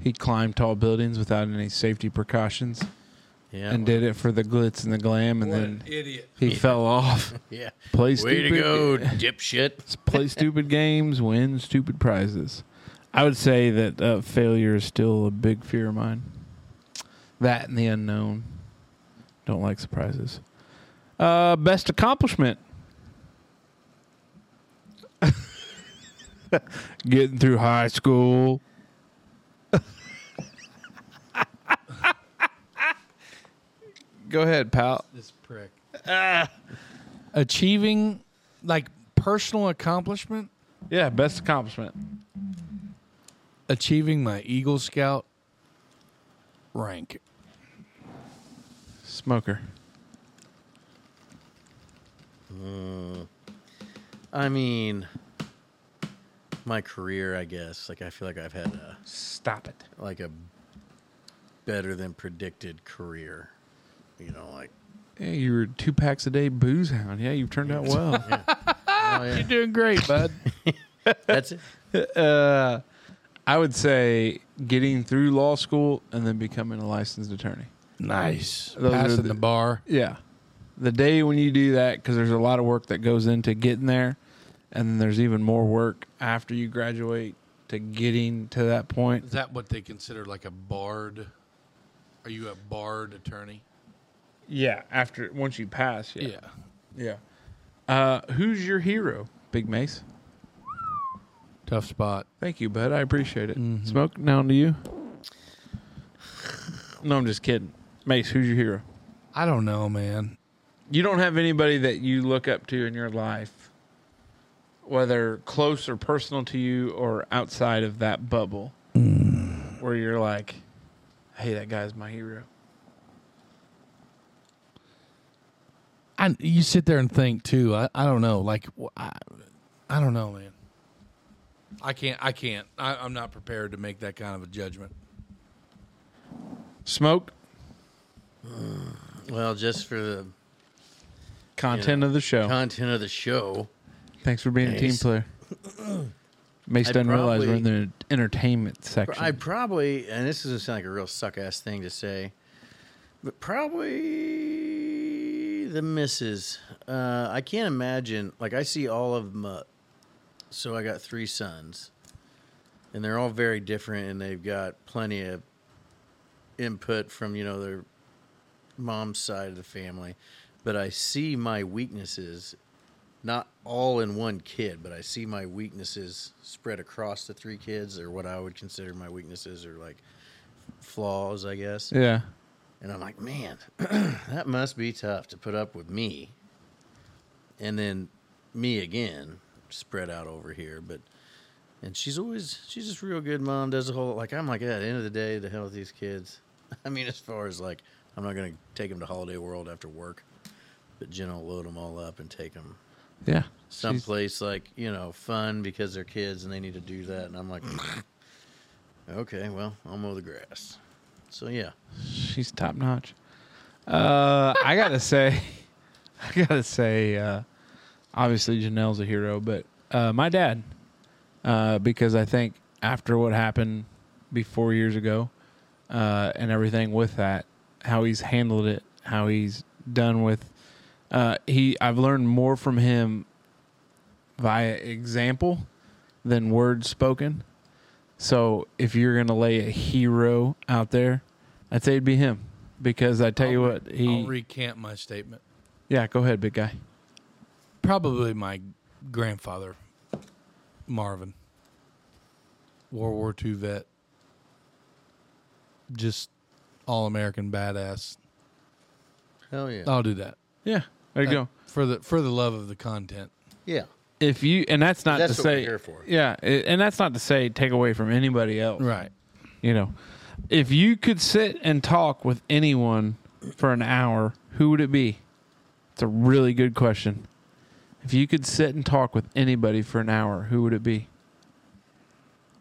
[SPEAKER 1] he climbed tall buildings without any safety precautions
[SPEAKER 3] yeah,
[SPEAKER 1] and did it for the glitz and the glam, and then
[SPEAKER 2] idiot.
[SPEAKER 1] he fell off.
[SPEAKER 3] Yeah,
[SPEAKER 1] Play
[SPEAKER 3] way to
[SPEAKER 1] stupid.
[SPEAKER 3] go, dipshit.
[SPEAKER 1] play stupid games, win stupid prizes. I would say that uh, failure is still a big fear of mine. That and the unknown. Don't like surprises. Uh, best accomplishment. Getting through high school. Go ahead, pal.
[SPEAKER 2] This prick. Achieving like personal accomplishment.
[SPEAKER 1] Yeah, best accomplishment.
[SPEAKER 2] Achieving my Eagle Scout rank.
[SPEAKER 1] Smoker.
[SPEAKER 3] I mean, my career, I guess. Like I feel like I've had a
[SPEAKER 1] Stop it.
[SPEAKER 3] like a better than predicted career. You know, like
[SPEAKER 1] Yeah, you were two packs a day booze hound. Yeah, you've turned out well. Ah!
[SPEAKER 3] oh, yeah.
[SPEAKER 2] You're doing great, bud.
[SPEAKER 3] that's it.
[SPEAKER 1] uh, I would say getting through law school and then becoming a licensed attorney.
[SPEAKER 2] nice.
[SPEAKER 1] Those are
[SPEAKER 2] Passing
[SPEAKER 1] the-
[SPEAKER 2] the bar.
[SPEAKER 1] Yeah. The day when you do that, because there's a lot of work that goes into getting there, and then there's even more work after you graduate to getting to that point.
[SPEAKER 2] Is that what they consider like a barred? Are you a barred attorney?
[SPEAKER 1] Yeah, after once you pass. yeah. Uh, who's your hero, Big Mace?
[SPEAKER 2] Tough spot.
[SPEAKER 1] Thank you, bud. I appreciate it.
[SPEAKER 3] Mm-hmm.
[SPEAKER 1] Smoke now to you. No, I'm just kidding. Mace, who's your hero?
[SPEAKER 2] I don't know, man.
[SPEAKER 1] You don't have anybody that you look up to in your life, whether close or personal to you or outside of that bubble,
[SPEAKER 3] Mm.
[SPEAKER 1] where you're like, hey, that guy's my hero.
[SPEAKER 2] I you sit there and think too. I, I don't know. Like wh- I, I don't know, man. I can't. I can't. I, I'm not prepared to make that kind of a judgment.
[SPEAKER 1] Smoke,
[SPEAKER 3] Well, just for the
[SPEAKER 1] content of the show.
[SPEAKER 3] content of the show,
[SPEAKER 1] Thanks for being a team
[SPEAKER 3] Mace.
[SPEAKER 1] player. Mace
[SPEAKER 3] I
[SPEAKER 1] doesn't realize we're in
[SPEAKER 3] probably-
[SPEAKER 1] the entertainment section.
[SPEAKER 3] I probably and this doesn't sound like a real suck ass thing to say, but probably the misses. Uh, I can't imagine. Like I see all of them up. So I got three sons, and they're all very different, and they've got plenty of input from you know their mom's side of the family, but I see my weaknesses not all in one kid, but I see my weaknesses spread across the three kids, or what I would consider my weaknesses or like flaws, I guess.
[SPEAKER 1] Yeah.
[SPEAKER 3] And I'm like, man, that must be tough to put up with me. And then me again, spread out over here. But, and she's always, she's just real good mom, does a whole, like, I'm like, at the end of the day, the hell with these kids. I mean, as far as like, I'm not going to take them to Holiday World after work, but Jen will load them all up and take them
[SPEAKER 1] Yeah.
[SPEAKER 3] someplace like, you know, fun because they're kids and they need to do that. And I'm like, okay, well, I'll mow the grass. So, yeah.
[SPEAKER 1] She's top notch. Uh, I gotta say, I gotta say, uh, obviously Janelle's a hero, but uh, my dad, uh, because I think after what happened be four years ago, uh, and everything with that, how he's handled it, how he's done with, uh, he I've learned more from him via example than words spoken. So if you're gonna lay a hero out there, I'd say it'd be him because I tell you what he
[SPEAKER 2] I'll recant my statement.
[SPEAKER 1] yeah go ahead big guy
[SPEAKER 2] Probably my grandfather, Marvin, World War II vet, just all American badass.
[SPEAKER 3] Hell yeah.
[SPEAKER 2] I'll do that.
[SPEAKER 1] yeah there you
[SPEAKER 2] Uh,
[SPEAKER 1] go
[SPEAKER 2] for the for the love of the content.
[SPEAKER 3] Yeah.
[SPEAKER 1] if you and that's not
[SPEAKER 3] That's
[SPEAKER 1] to
[SPEAKER 3] what we're
[SPEAKER 1] say
[SPEAKER 3] here for.
[SPEAKER 1] yeah it, and that's not to say take away from anybody else
[SPEAKER 2] Right.
[SPEAKER 1] you know if you could sit and talk with anyone for an hour who would it be it's a really good question if you could sit and talk with anybody for an hour who would it be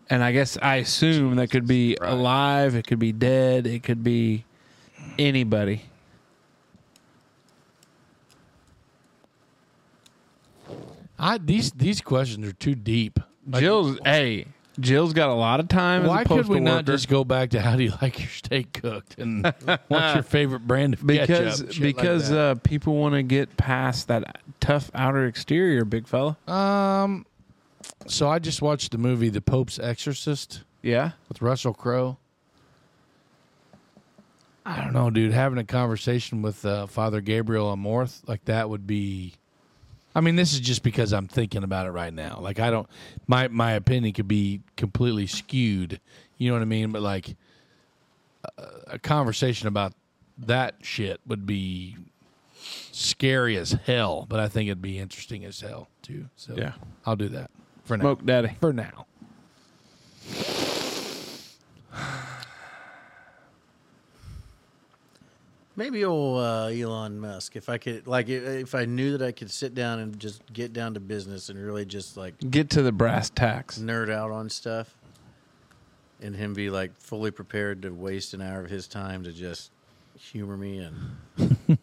[SPEAKER 1] and i guess i assume that could be alive it could be dead it could be anybody
[SPEAKER 2] I these these questions are too deep. Like,
[SPEAKER 1] jill's hey jill's got a lot of time as
[SPEAKER 2] why
[SPEAKER 1] a
[SPEAKER 2] could
[SPEAKER 1] postal
[SPEAKER 2] we not
[SPEAKER 1] worker.
[SPEAKER 2] just go back to how do you like your steak cooked and what's your favorite brand of
[SPEAKER 1] because
[SPEAKER 2] ketchup? Shit like
[SPEAKER 1] because
[SPEAKER 2] that.
[SPEAKER 1] uh, people want to get past that tough outer exterior, big fella.
[SPEAKER 2] um,
[SPEAKER 1] uh,
[SPEAKER 2] so I just watched the movie The Pope's Exorcist
[SPEAKER 1] Yeah,
[SPEAKER 2] with Russell Crowe. I don't know, dude. Having a conversation with uh, Father Gabriel Amorth like that would be. I mean, this is just because I'm thinking about it right now. Like, I don't. My my opinion could be completely skewed. You know what I mean? But like, a, a conversation about that shit would be scary as hell. But I think it'd be interesting as hell too. So
[SPEAKER 1] Yeah.
[SPEAKER 2] I'll do that for now.
[SPEAKER 1] smoke daddy.
[SPEAKER 2] For now.
[SPEAKER 3] Maybe old uh, Elon Musk. If I could, like, i- if I knew that I could sit down and just get down to business and really just like
[SPEAKER 1] Get to the brass tacks.
[SPEAKER 2] Mm.
[SPEAKER 3] nerd out on stuff, and him be like fully prepared to waste an hour of his time to just humor me and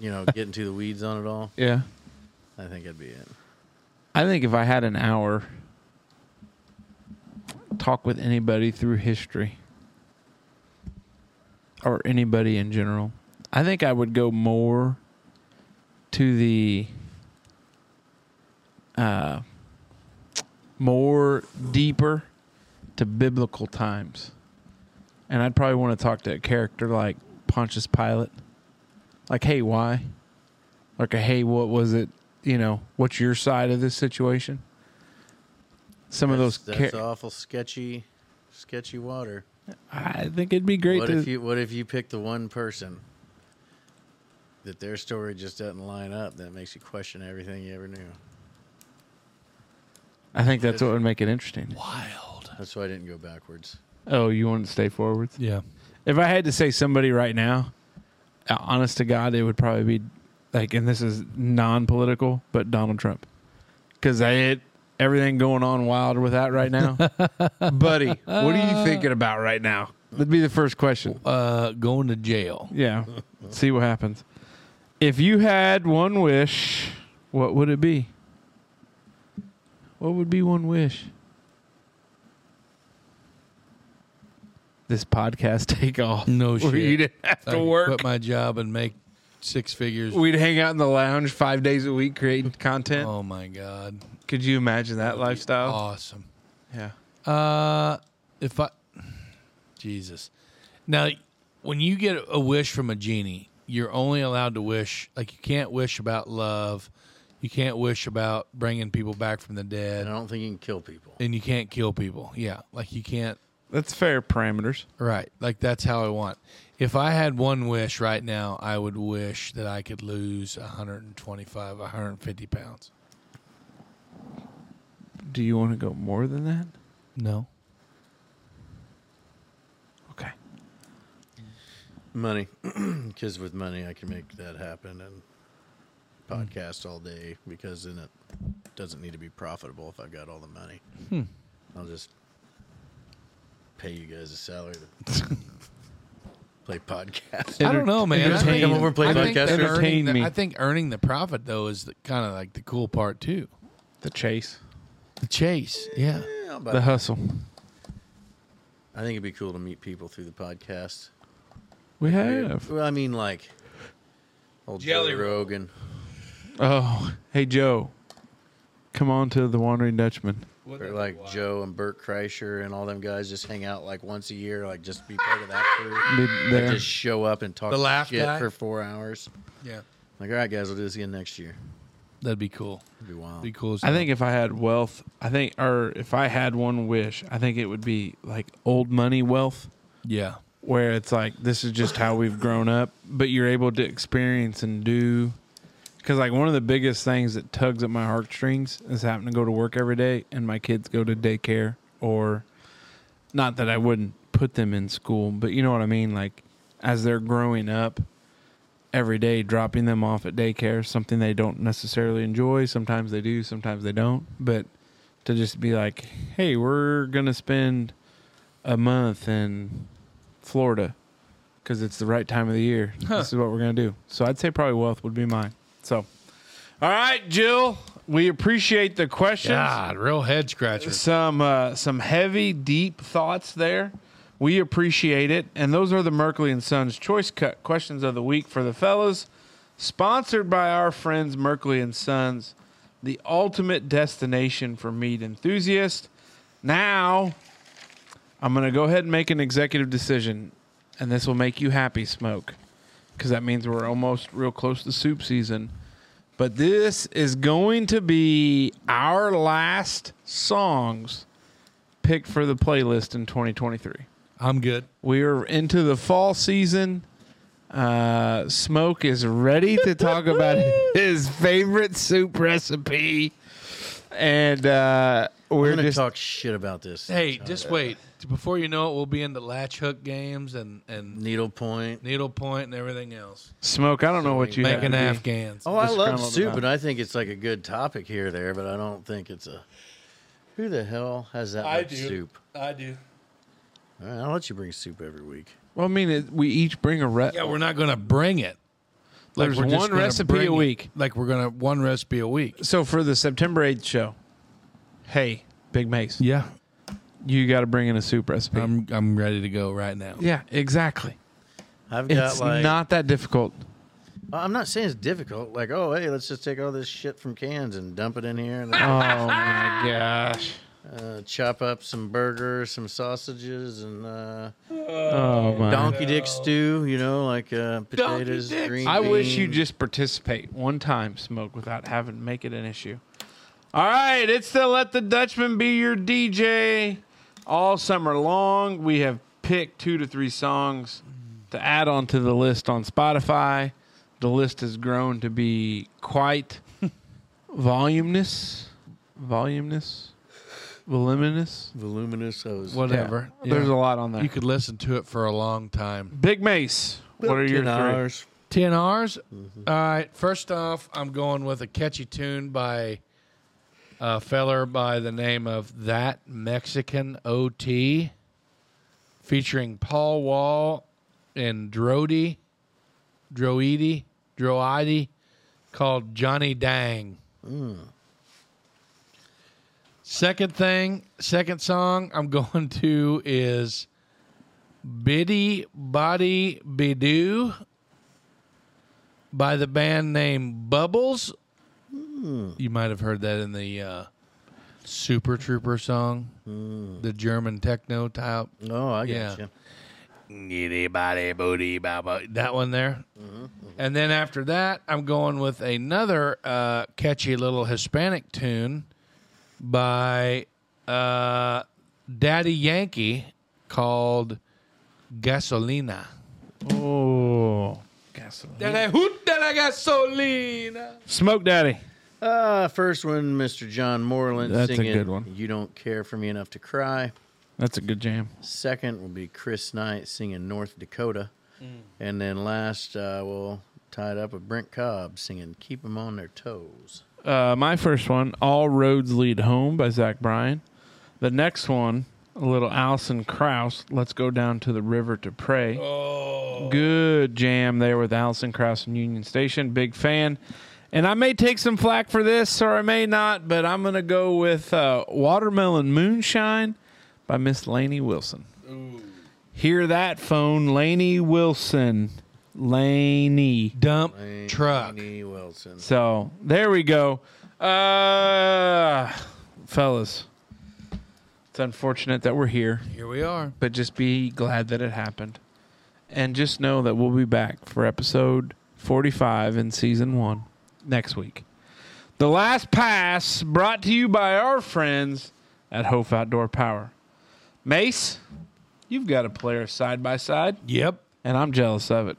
[SPEAKER 3] you know get into the weeds on it all.
[SPEAKER 1] Yeah,
[SPEAKER 3] I think that'd be it.
[SPEAKER 1] I think if I had an hour, talk with anybody through history or anybody in general, I think I would go more to the uh, more deeper to biblical times. And I'd probably want to talk to a character like Pontius Pilate. Like, hey, why? Like, a, hey, what was it? You know, what's your side of this situation? Some of
[SPEAKER 3] That's-
[SPEAKER 1] those
[SPEAKER 3] that's
[SPEAKER 1] char-
[SPEAKER 3] awful sketchy, sketchy water.
[SPEAKER 1] I think it'd be great
[SPEAKER 3] What
[SPEAKER 1] to
[SPEAKER 3] if you What if you pick the one person that their story just doesn't line up? That makes you question everything you ever knew.
[SPEAKER 1] I think that's what would make it interesting.
[SPEAKER 2] Wild.
[SPEAKER 3] That's why I didn't go backwards.
[SPEAKER 1] Oh, you want to stay forwards?
[SPEAKER 2] Yeah.
[SPEAKER 1] If I had to say somebody right now, uh, honest to God, it would probably be like, and this is non-political, but Donald Trump, because I it everything going on wild with that right now, buddy. What are you thinking about right now? That'd be the first question.
[SPEAKER 2] Uh, going to jail.
[SPEAKER 1] Yeah, see what happens. If you had one wish, what would it be? What would be one wish? This podcast take off.
[SPEAKER 2] No
[SPEAKER 1] Where
[SPEAKER 2] Oh, shit.
[SPEAKER 1] you didn't have
[SPEAKER 2] I
[SPEAKER 1] to
[SPEAKER 2] could
[SPEAKER 1] work.
[SPEAKER 2] Quit my job and make six figures.
[SPEAKER 1] We'd hang out in the lounge five days a week creating content.
[SPEAKER 2] oh my god.
[SPEAKER 1] Could you imagine that lifestyle?
[SPEAKER 2] Awesome.
[SPEAKER 1] Yeah.
[SPEAKER 2] Uh, if I, Jesus. Now, when you get a wish from a genie, you're only allowed to wish like you can't wish about love. You can't wish about bringing people back from the dead,
[SPEAKER 3] And I don't think you can kill people.
[SPEAKER 2] and you can't kill people. Yeah, like you can't.
[SPEAKER 1] That's fair parameters.
[SPEAKER 2] Right, like that's how I want. If I had one wish right now, I would wish that I could lose 125, 150 pounds.
[SPEAKER 1] Do you want to go more than that?
[SPEAKER 2] No,
[SPEAKER 1] Okay.
[SPEAKER 3] Money, because with money I can make that happen and podcast all day. Because then it doesn't need to be profitable if I got all the money.
[SPEAKER 1] Hmm.
[SPEAKER 3] I'll just pay you guys a salary to play podcasts.
[SPEAKER 2] I don't know, man. I
[SPEAKER 1] entertain-
[SPEAKER 2] think-
[SPEAKER 1] Come over and
[SPEAKER 3] play
[SPEAKER 2] I think
[SPEAKER 3] podcast.
[SPEAKER 2] that earning
[SPEAKER 1] Entertain
[SPEAKER 2] the-
[SPEAKER 1] me.
[SPEAKER 2] I think earning the profit though is kind of like the cool part too.
[SPEAKER 1] The chase,
[SPEAKER 2] The chase, yeah.
[SPEAKER 3] Yeah,
[SPEAKER 1] the
[SPEAKER 3] but
[SPEAKER 1] hustle.
[SPEAKER 3] I think it'd be cool to meet people through the podcast.
[SPEAKER 1] We have.
[SPEAKER 3] Well, I mean, like old Jelly Joe Rogan.
[SPEAKER 1] Oh, hey Joe, come on to the Wandering Dutchman.
[SPEAKER 3] Or like Joe and Bert Kreischer and all them guys just hang out like once a year, like just be part of that crew.
[SPEAKER 1] Be
[SPEAKER 3] Like
[SPEAKER 1] there.
[SPEAKER 3] just show up and talk
[SPEAKER 2] The laugh
[SPEAKER 3] shit
[SPEAKER 2] guy?
[SPEAKER 3] for four hours.
[SPEAKER 2] Yeah,
[SPEAKER 3] Like, all right, guys, we'll do this again next year.
[SPEAKER 2] that'd be cool.
[SPEAKER 3] It'd be wild.
[SPEAKER 2] Be cool. as
[SPEAKER 1] I think if I had wealth, I think, or if I had one wish, I think it would be like old money wealth,
[SPEAKER 2] Yeah.
[SPEAKER 1] where it's like this is just how we've grown up, but you're able to experience and do. Because like one of the biggest things that tugs at my heartstrings is having to go to work every day, and my kids go to daycare, or not that I wouldn't put them in school, but you know what I mean. Like as they're growing up, every day dropping them off at daycare something they don't necessarily enjoy sometimes they do sometimes they don't but to just be like hey we're gonna spend a month in florida because it's the right time of the year this is what we're gonna do so i'd say probably wealth would be mine so all right jill we appreciate the questions
[SPEAKER 2] God, real head scratcher.
[SPEAKER 1] some uh, some heavy, deep thoughts there. We appreciate it, and those are the Merkley and Sons Choice Cut questions of the week for the fellas, sponsored by our friends Merkley and Sons, the ultimate destination for meat enthusiasts. Now, I'm gonna go ahead and make an executive decision, and this will make you happy, Smoke, because that means we're almost real close to soup season. But this is going to be our last songs picked for the playlist in 2023.
[SPEAKER 2] I'm good.
[SPEAKER 1] We are into the fall season. Uh, Smoke is ready to talk about his favorite soup recipe. And uh,
[SPEAKER 3] We're
[SPEAKER 1] we're
[SPEAKER 3] gonna
[SPEAKER 1] just.
[SPEAKER 3] talk shit about this.
[SPEAKER 2] Hey, just wait. Before you know it, we'll be into latch hook games and and
[SPEAKER 3] Needlepoint.
[SPEAKER 2] needle point and everything else.
[SPEAKER 1] Smoke, I don't know what you have.
[SPEAKER 2] Making
[SPEAKER 1] to be.
[SPEAKER 2] Afghans.
[SPEAKER 3] Oh, I love
[SPEAKER 1] scrambled
[SPEAKER 3] soup,
[SPEAKER 1] about.
[SPEAKER 3] and I think it's like a good topic here or there, but I don't think it's a. Who the hell has that
[SPEAKER 2] I
[SPEAKER 3] much
[SPEAKER 2] do.
[SPEAKER 3] soup?
[SPEAKER 2] I do.
[SPEAKER 3] All right, I'll let you bring soup every week.
[SPEAKER 1] Well, I mean, it, we each bring a rep.
[SPEAKER 2] Yeah, we're not gonna bring it. Like,
[SPEAKER 1] There's
[SPEAKER 2] we're just
[SPEAKER 1] one
[SPEAKER 2] gonna
[SPEAKER 1] recipe
[SPEAKER 2] bring
[SPEAKER 1] a
[SPEAKER 2] it.
[SPEAKER 1] week.
[SPEAKER 2] Like we're gonna one recipe a week.
[SPEAKER 1] So for the September 8th show, hey, Big Mace,
[SPEAKER 2] Yeah, Um,
[SPEAKER 1] you got to bring in a soup recipe.
[SPEAKER 2] I'm I'm ready to go right now.
[SPEAKER 1] yeah, exactly.
[SPEAKER 3] I've got
[SPEAKER 1] It's
[SPEAKER 3] like
[SPEAKER 1] not that difficult.
[SPEAKER 3] I'm not saying it's difficult. Like, oh, hey, let's just take all this shit from cans and dump it in here and
[SPEAKER 1] Oh my gosh.
[SPEAKER 3] uh, chop up some burgers, some sausages, and uh,
[SPEAKER 1] Oh my.
[SPEAKER 3] donkey dick stew. You know, like uh, potatoes,
[SPEAKER 2] dick
[SPEAKER 3] green.
[SPEAKER 1] I wish you
[SPEAKER 3] beans.
[SPEAKER 1] just participate one time, smoke without having to make it an issue. All right, it's the Let the Dutchman Be Your DJ. All summer long, we have picked two to three songs to add onto the list on Spotify. The list has grown to be quite voluminous, voluminous, voluminous.
[SPEAKER 3] voluminous. Hose.
[SPEAKER 2] Whatever.
[SPEAKER 1] Yeah, There's a lot on there.
[SPEAKER 2] You could listen to it for a long time.
[SPEAKER 1] Big Mace, what are your
[SPEAKER 3] Ten
[SPEAKER 1] three?
[SPEAKER 3] hours.
[SPEAKER 2] Ten R's. All right. First off, I'm going with a catchy tune by a feller by the name of That Mexican OT, featuring Paul Wall and Drody, Droidi, Droidi, called Johnny Dang. Second thing, second song I'm going to is Biddy Body Bidoo by the band named Bubbles. You might have heard that in the uh, Super Trooper song, the German techno type.
[SPEAKER 3] Oh, I got
[SPEAKER 2] Yeah.
[SPEAKER 3] you.
[SPEAKER 2] Giddy body booty baba. That one there. And then after that, I'm going with another uh, catchy little Hispanic tune by uh, Daddy Yankee called Gasolina.
[SPEAKER 1] Oh,
[SPEAKER 2] De la hoot de la gasolina.
[SPEAKER 1] smoke daddy.
[SPEAKER 3] Uh, first one, Mr. John Moreland
[SPEAKER 1] That's a
[SPEAKER 3] singing
[SPEAKER 1] good one.
[SPEAKER 3] You Don't Care For Me Enough to Cry.
[SPEAKER 1] That's a good jam.
[SPEAKER 3] Second will be Chris Knight singing North Dakota. And then last, uh, we'll tie it up with Brent Cobb singing Keep Them On Their Toes.
[SPEAKER 1] Uh, my first one, All Roads Lead Home by Zach Bryan. The next one, a little Allison Krauss, Let's Go Down to the River to Pray. Good jam there with Allison Krauss and Union Station. Big fan. And I may take some flack for this, or I may not, but I'm going to go with uh, Watermelon Moonshine by Miss Laney Wilson. Hear that phone, Laney Wilson. Laney.
[SPEAKER 2] Dump truck.
[SPEAKER 3] Laney Wilson.
[SPEAKER 1] So there we go. Uh fellas. It's unfortunate that we're here,
[SPEAKER 2] Here we are.
[SPEAKER 1] but just be glad that it happened. And just know that we'll be back for episode 45 in season 1 next week. The Last Pass brought to you by our friends at Hope Outdoor Power. Mace, you've got a player side by side
[SPEAKER 2] Yep.
[SPEAKER 1] and I'm jealous of it.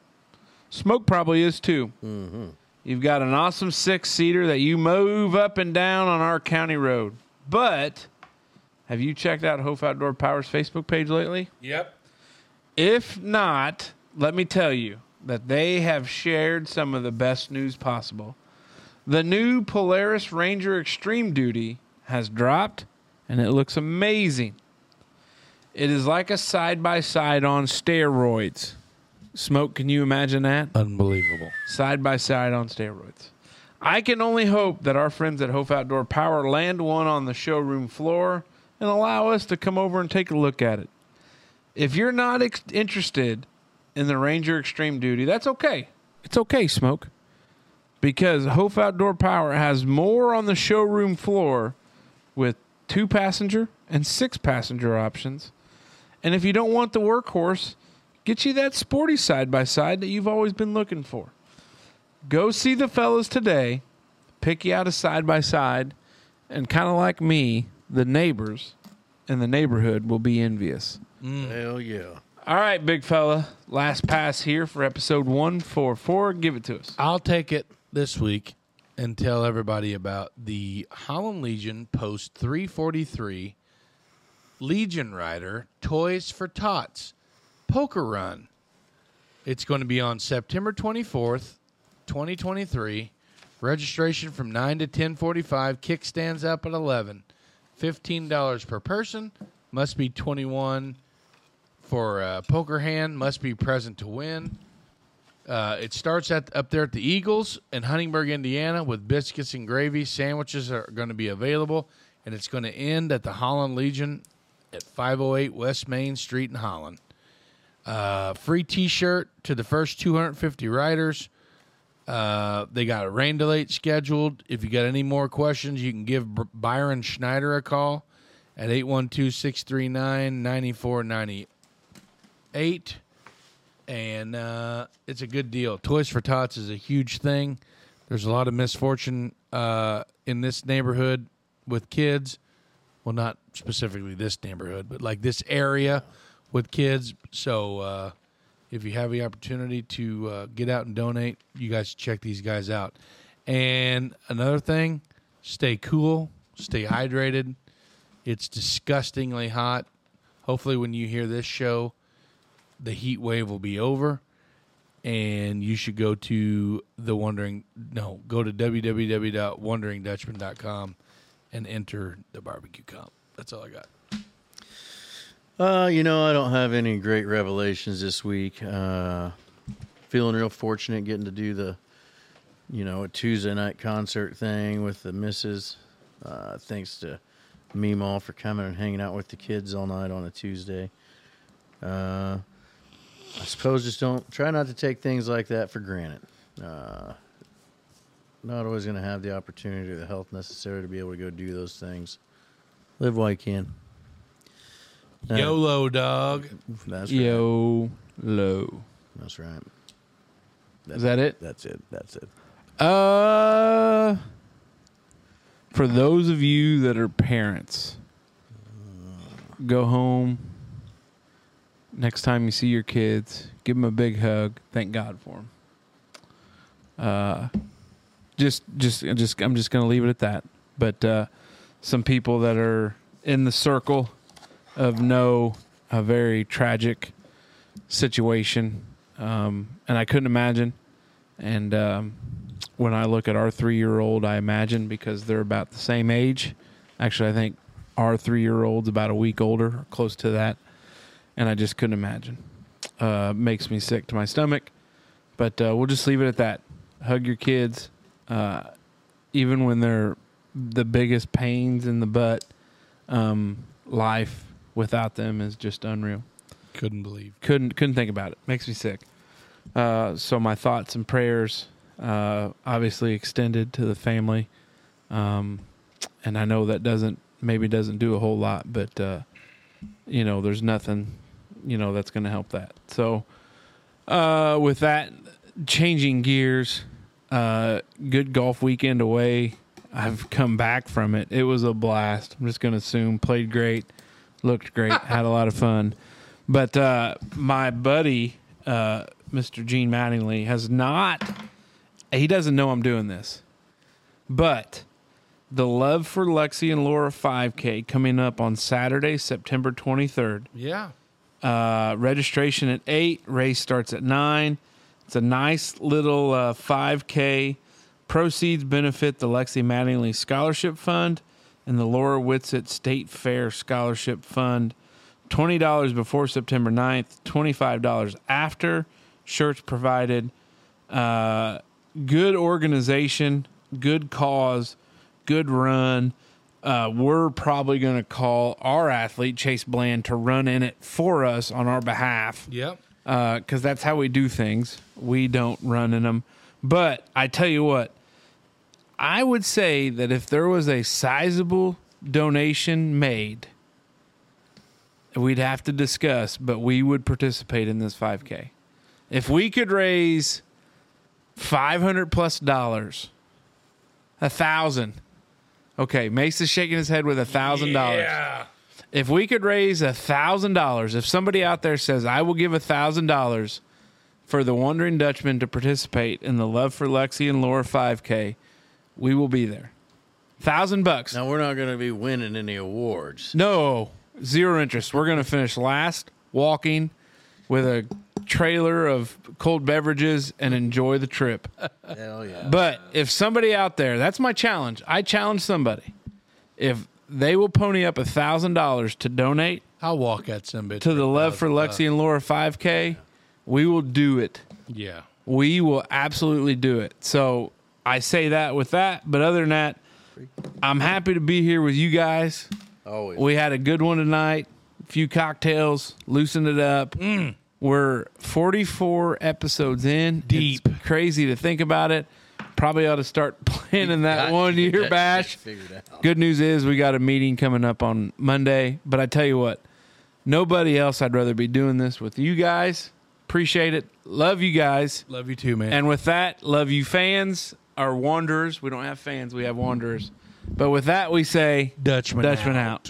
[SPEAKER 1] Smoke probably is too. You've got an awesome six seater that you move up and down on our county road. But have you checked out Hope Outdoor Power's Facebook page lately?
[SPEAKER 2] Yep.
[SPEAKER 1] If not, let me tell you that they have shared some of the best news possible. The new Polaris Ranger Extreme Duty has dropped and it looks amazing. It is like a side by side on steroids. Smoke, can you imagine that?
[SPEAKER 2] Unbelievable.
[SPEAKER 1] Side by side on steroids. I can only hope that our friends at Hope Outdoor Power land one on the showroom floor and allow us to come over and take a look at it. If you're not ex- interested in the Ranger Extreme Duty, that's okay. It's okay, Smoke. Because Hope Outdoor Power has more on the showroom floor with two passenger and six passenger options. And if you don't want the workhorse, get you that sporty side by side that you've always been looking for. Go see the fellas today, pick you out a side by side, and kind of like me, the neighbors in the neighborhood will be envious.
[SPEAKER 3] Hell yeah.
[SPEAKER 1] All right, big fella. Last pass here for episode 144. Give it to us.
[SPEAKER 2] I'll take it this week and tell everybody about the Holland Legion Post 343 Legion Rider Toys for Tots Poker Run. It's going to be on September 24th, 2023. Registration from 9 to 10:45, kickstands up at 11. $15 per person, must be 21 for a poker hand, must be present to win. Uh, it starts at up there at the Eagles in Huntingburg, Indiana, with biscuits and gravy. Sandwiches are going to be available, and it's going to end at the Holland Legion at 508 West Main Street in Holland. Uh, free T-shirt to the first 250 riders. Uh, they got a rain delay scheduled. If you got any more questions, you can give B- Byron Schneider a call at 812-639-9498 and uh, it's a good deal. Toys for Tots is a huge thing. There's a lot of misfortune uh, in this neighborhood with kids. Well, not specifically this neighborhood, but like this area with kids. So uh, if you have the opportunity to uh, get out and donate, you guys should check these guys out. And another thing, stay cool, stay hydrated. It's disgustingly hot. Hopefully, when you hear this show, the heat wave will be over and you should go to the wondering no go to www.wonderingdutchman.com and enter the barbecue comp that's all i got
[SPEAKER 3] Uh, you know, I don't have any great revelations this week. Uh, feeling real fortunate getting to do the, you know, a Tuesday night concert thing with the missus. Uh, thanks to Meemaw for coming and hanging out with the kids all night on a Tuesday. Uh, I suppose just don't try not to take things like that for granted. Uh, not always going to have the opportunity or the health necessary to be able to go do those things. Live while you can. Uh,
[SPEAKER 2] yolo dog
[SPEAKER 3] That's right.
[SPEAKER 1] Yo, low.
[SPEAKER 3] That's right.
[SPEAKER 1] Is that it?
[SPEAKER 11] That's it. That's it.
[SPEAKER 1] Uh, for those of you that are parents, go home. Next time you see your kids, give them a big hug. Thank God for them. Uh, just, just, just, I'm just gonna leave it at that. But uh, some people that are in the circle of no, a very tragic situation, um, and I couldn't imagine. And um, when I look at our three year old, I imagine because they're about the same age. Actually, I think our three year old's about a week older, or close to that. And I just couldn't imagine. Uh, makes me sick to my stomach. But uh, we'll just leave it at that. Hug your kids, uh, even when they're the biggest pains in the butt. Um, life without them is just unreal
[SPEAKER 12] Couldn't believe.
[SPEAKER 1] couldn't couldn't think about it. Makes me sick. Uh, so my thoughts and prayers, uh, obviously extended to the family, um, and I know that doesn't maybe doesn't do a whole lot, but uh, you know there's nothing you know that's going to help that. So uh, with that, changing gears, uh, good golf weekend away. I've come back from it. It was a blast. I'm just going to assume played great, looked great, had a lot of fun. But uh, my buddy, uh, Mr. Gene Mattingly, has not. He doesn't know I'm doing this, but the Love for Lexi and Laura 5K coming up on Saturday, September 23rd.
[SPEAKER 2] Yeah.
[SPEAKER 1] Uh, registration at eight. Race starts at nine. It's a nice little uh, 5K. Proceeds benefit the Lexi Mattingly Scholarship Fund and the Laura Witsit State Fair Scholarship Fund. $20 before September 9th, $25 after. Shirts provided. Uh, good organization, good cause, good run. Uh, we're probably going to call our athlete, Chase Bland, to run in it for us on our behalf
[SPEAKER 2] Yep.
[SPEAKER 1] because Uh, that's how we do things. We don't run in them. But I tell you what, I would say that if there was a sizable donation made, we'd have to discuss, but we would participate in this 5K. If we could raise 500 plus dollars, a thousand. Okay, Mace shaking his head with a thousand dollars if we could raise a thousand dollars, if somebody out there says, I will give a thousand dollars for the Wandering Dutchman to participate in the Love for Lexi and Laura 5K, we will be there. Thousand bucks.
[SPEAKER 3] Now we're not going to be winning any awards.
[SPEAKER 1] No, zero interest. We're going to finish last, walking with a trailer of cold beverages and enjoy the trip.
[SPEAKER 3] Hell yeah!
[SPEAKER 1] But if somebody out there, that's my challenge. I challenge somebody. If they will pony up a thousand dollars to donate,
[SPEAKER 2] I'll walk at some bitch.
[SPEAKER 1] to the love
[SPEAKER 3] uh,
[SPEAKER 1] for Lexi and Laura 5K, we will do it.
[SPEAKER 2] Yeah.
[SPEAKER 1] We will absolutely do it. So I say that with that. But other than that, I'm happy to be here with you guys.
[SPEAKER 3] Always.
[SPEAKER 1] We had a good one tonight. A few cocktails, loosened it up.
[SPEAKER 3] Mm.
[SPEAKER 1] We're 44 episodes in. Deep. crazy to think about it. Probably ought to start planning that
[SPEAKER 3] Got
[SPEAKER 1] one
[SPEAKER 3] to get
[SPEAKER 1] year
[SPEAKER 3] that
[SPEAKER 1] bash.
[SPEAKER 3] shit Figured out.
[SPEAKER 1] Good news is we got a meeting coming up on Monday. But I tell you what, nobody else I'd rather be doing this with you guys. Appreciate it. Love you guys.
[SPEAKER 2] Love you too, man.
[SPEAKER 1] And with that, love you fans, our wanderers. We don't have fans, we have wanderers. But with that, we say
[SPEAKER 2] Dutchman.
[SPEAKER 1] Dutchman out.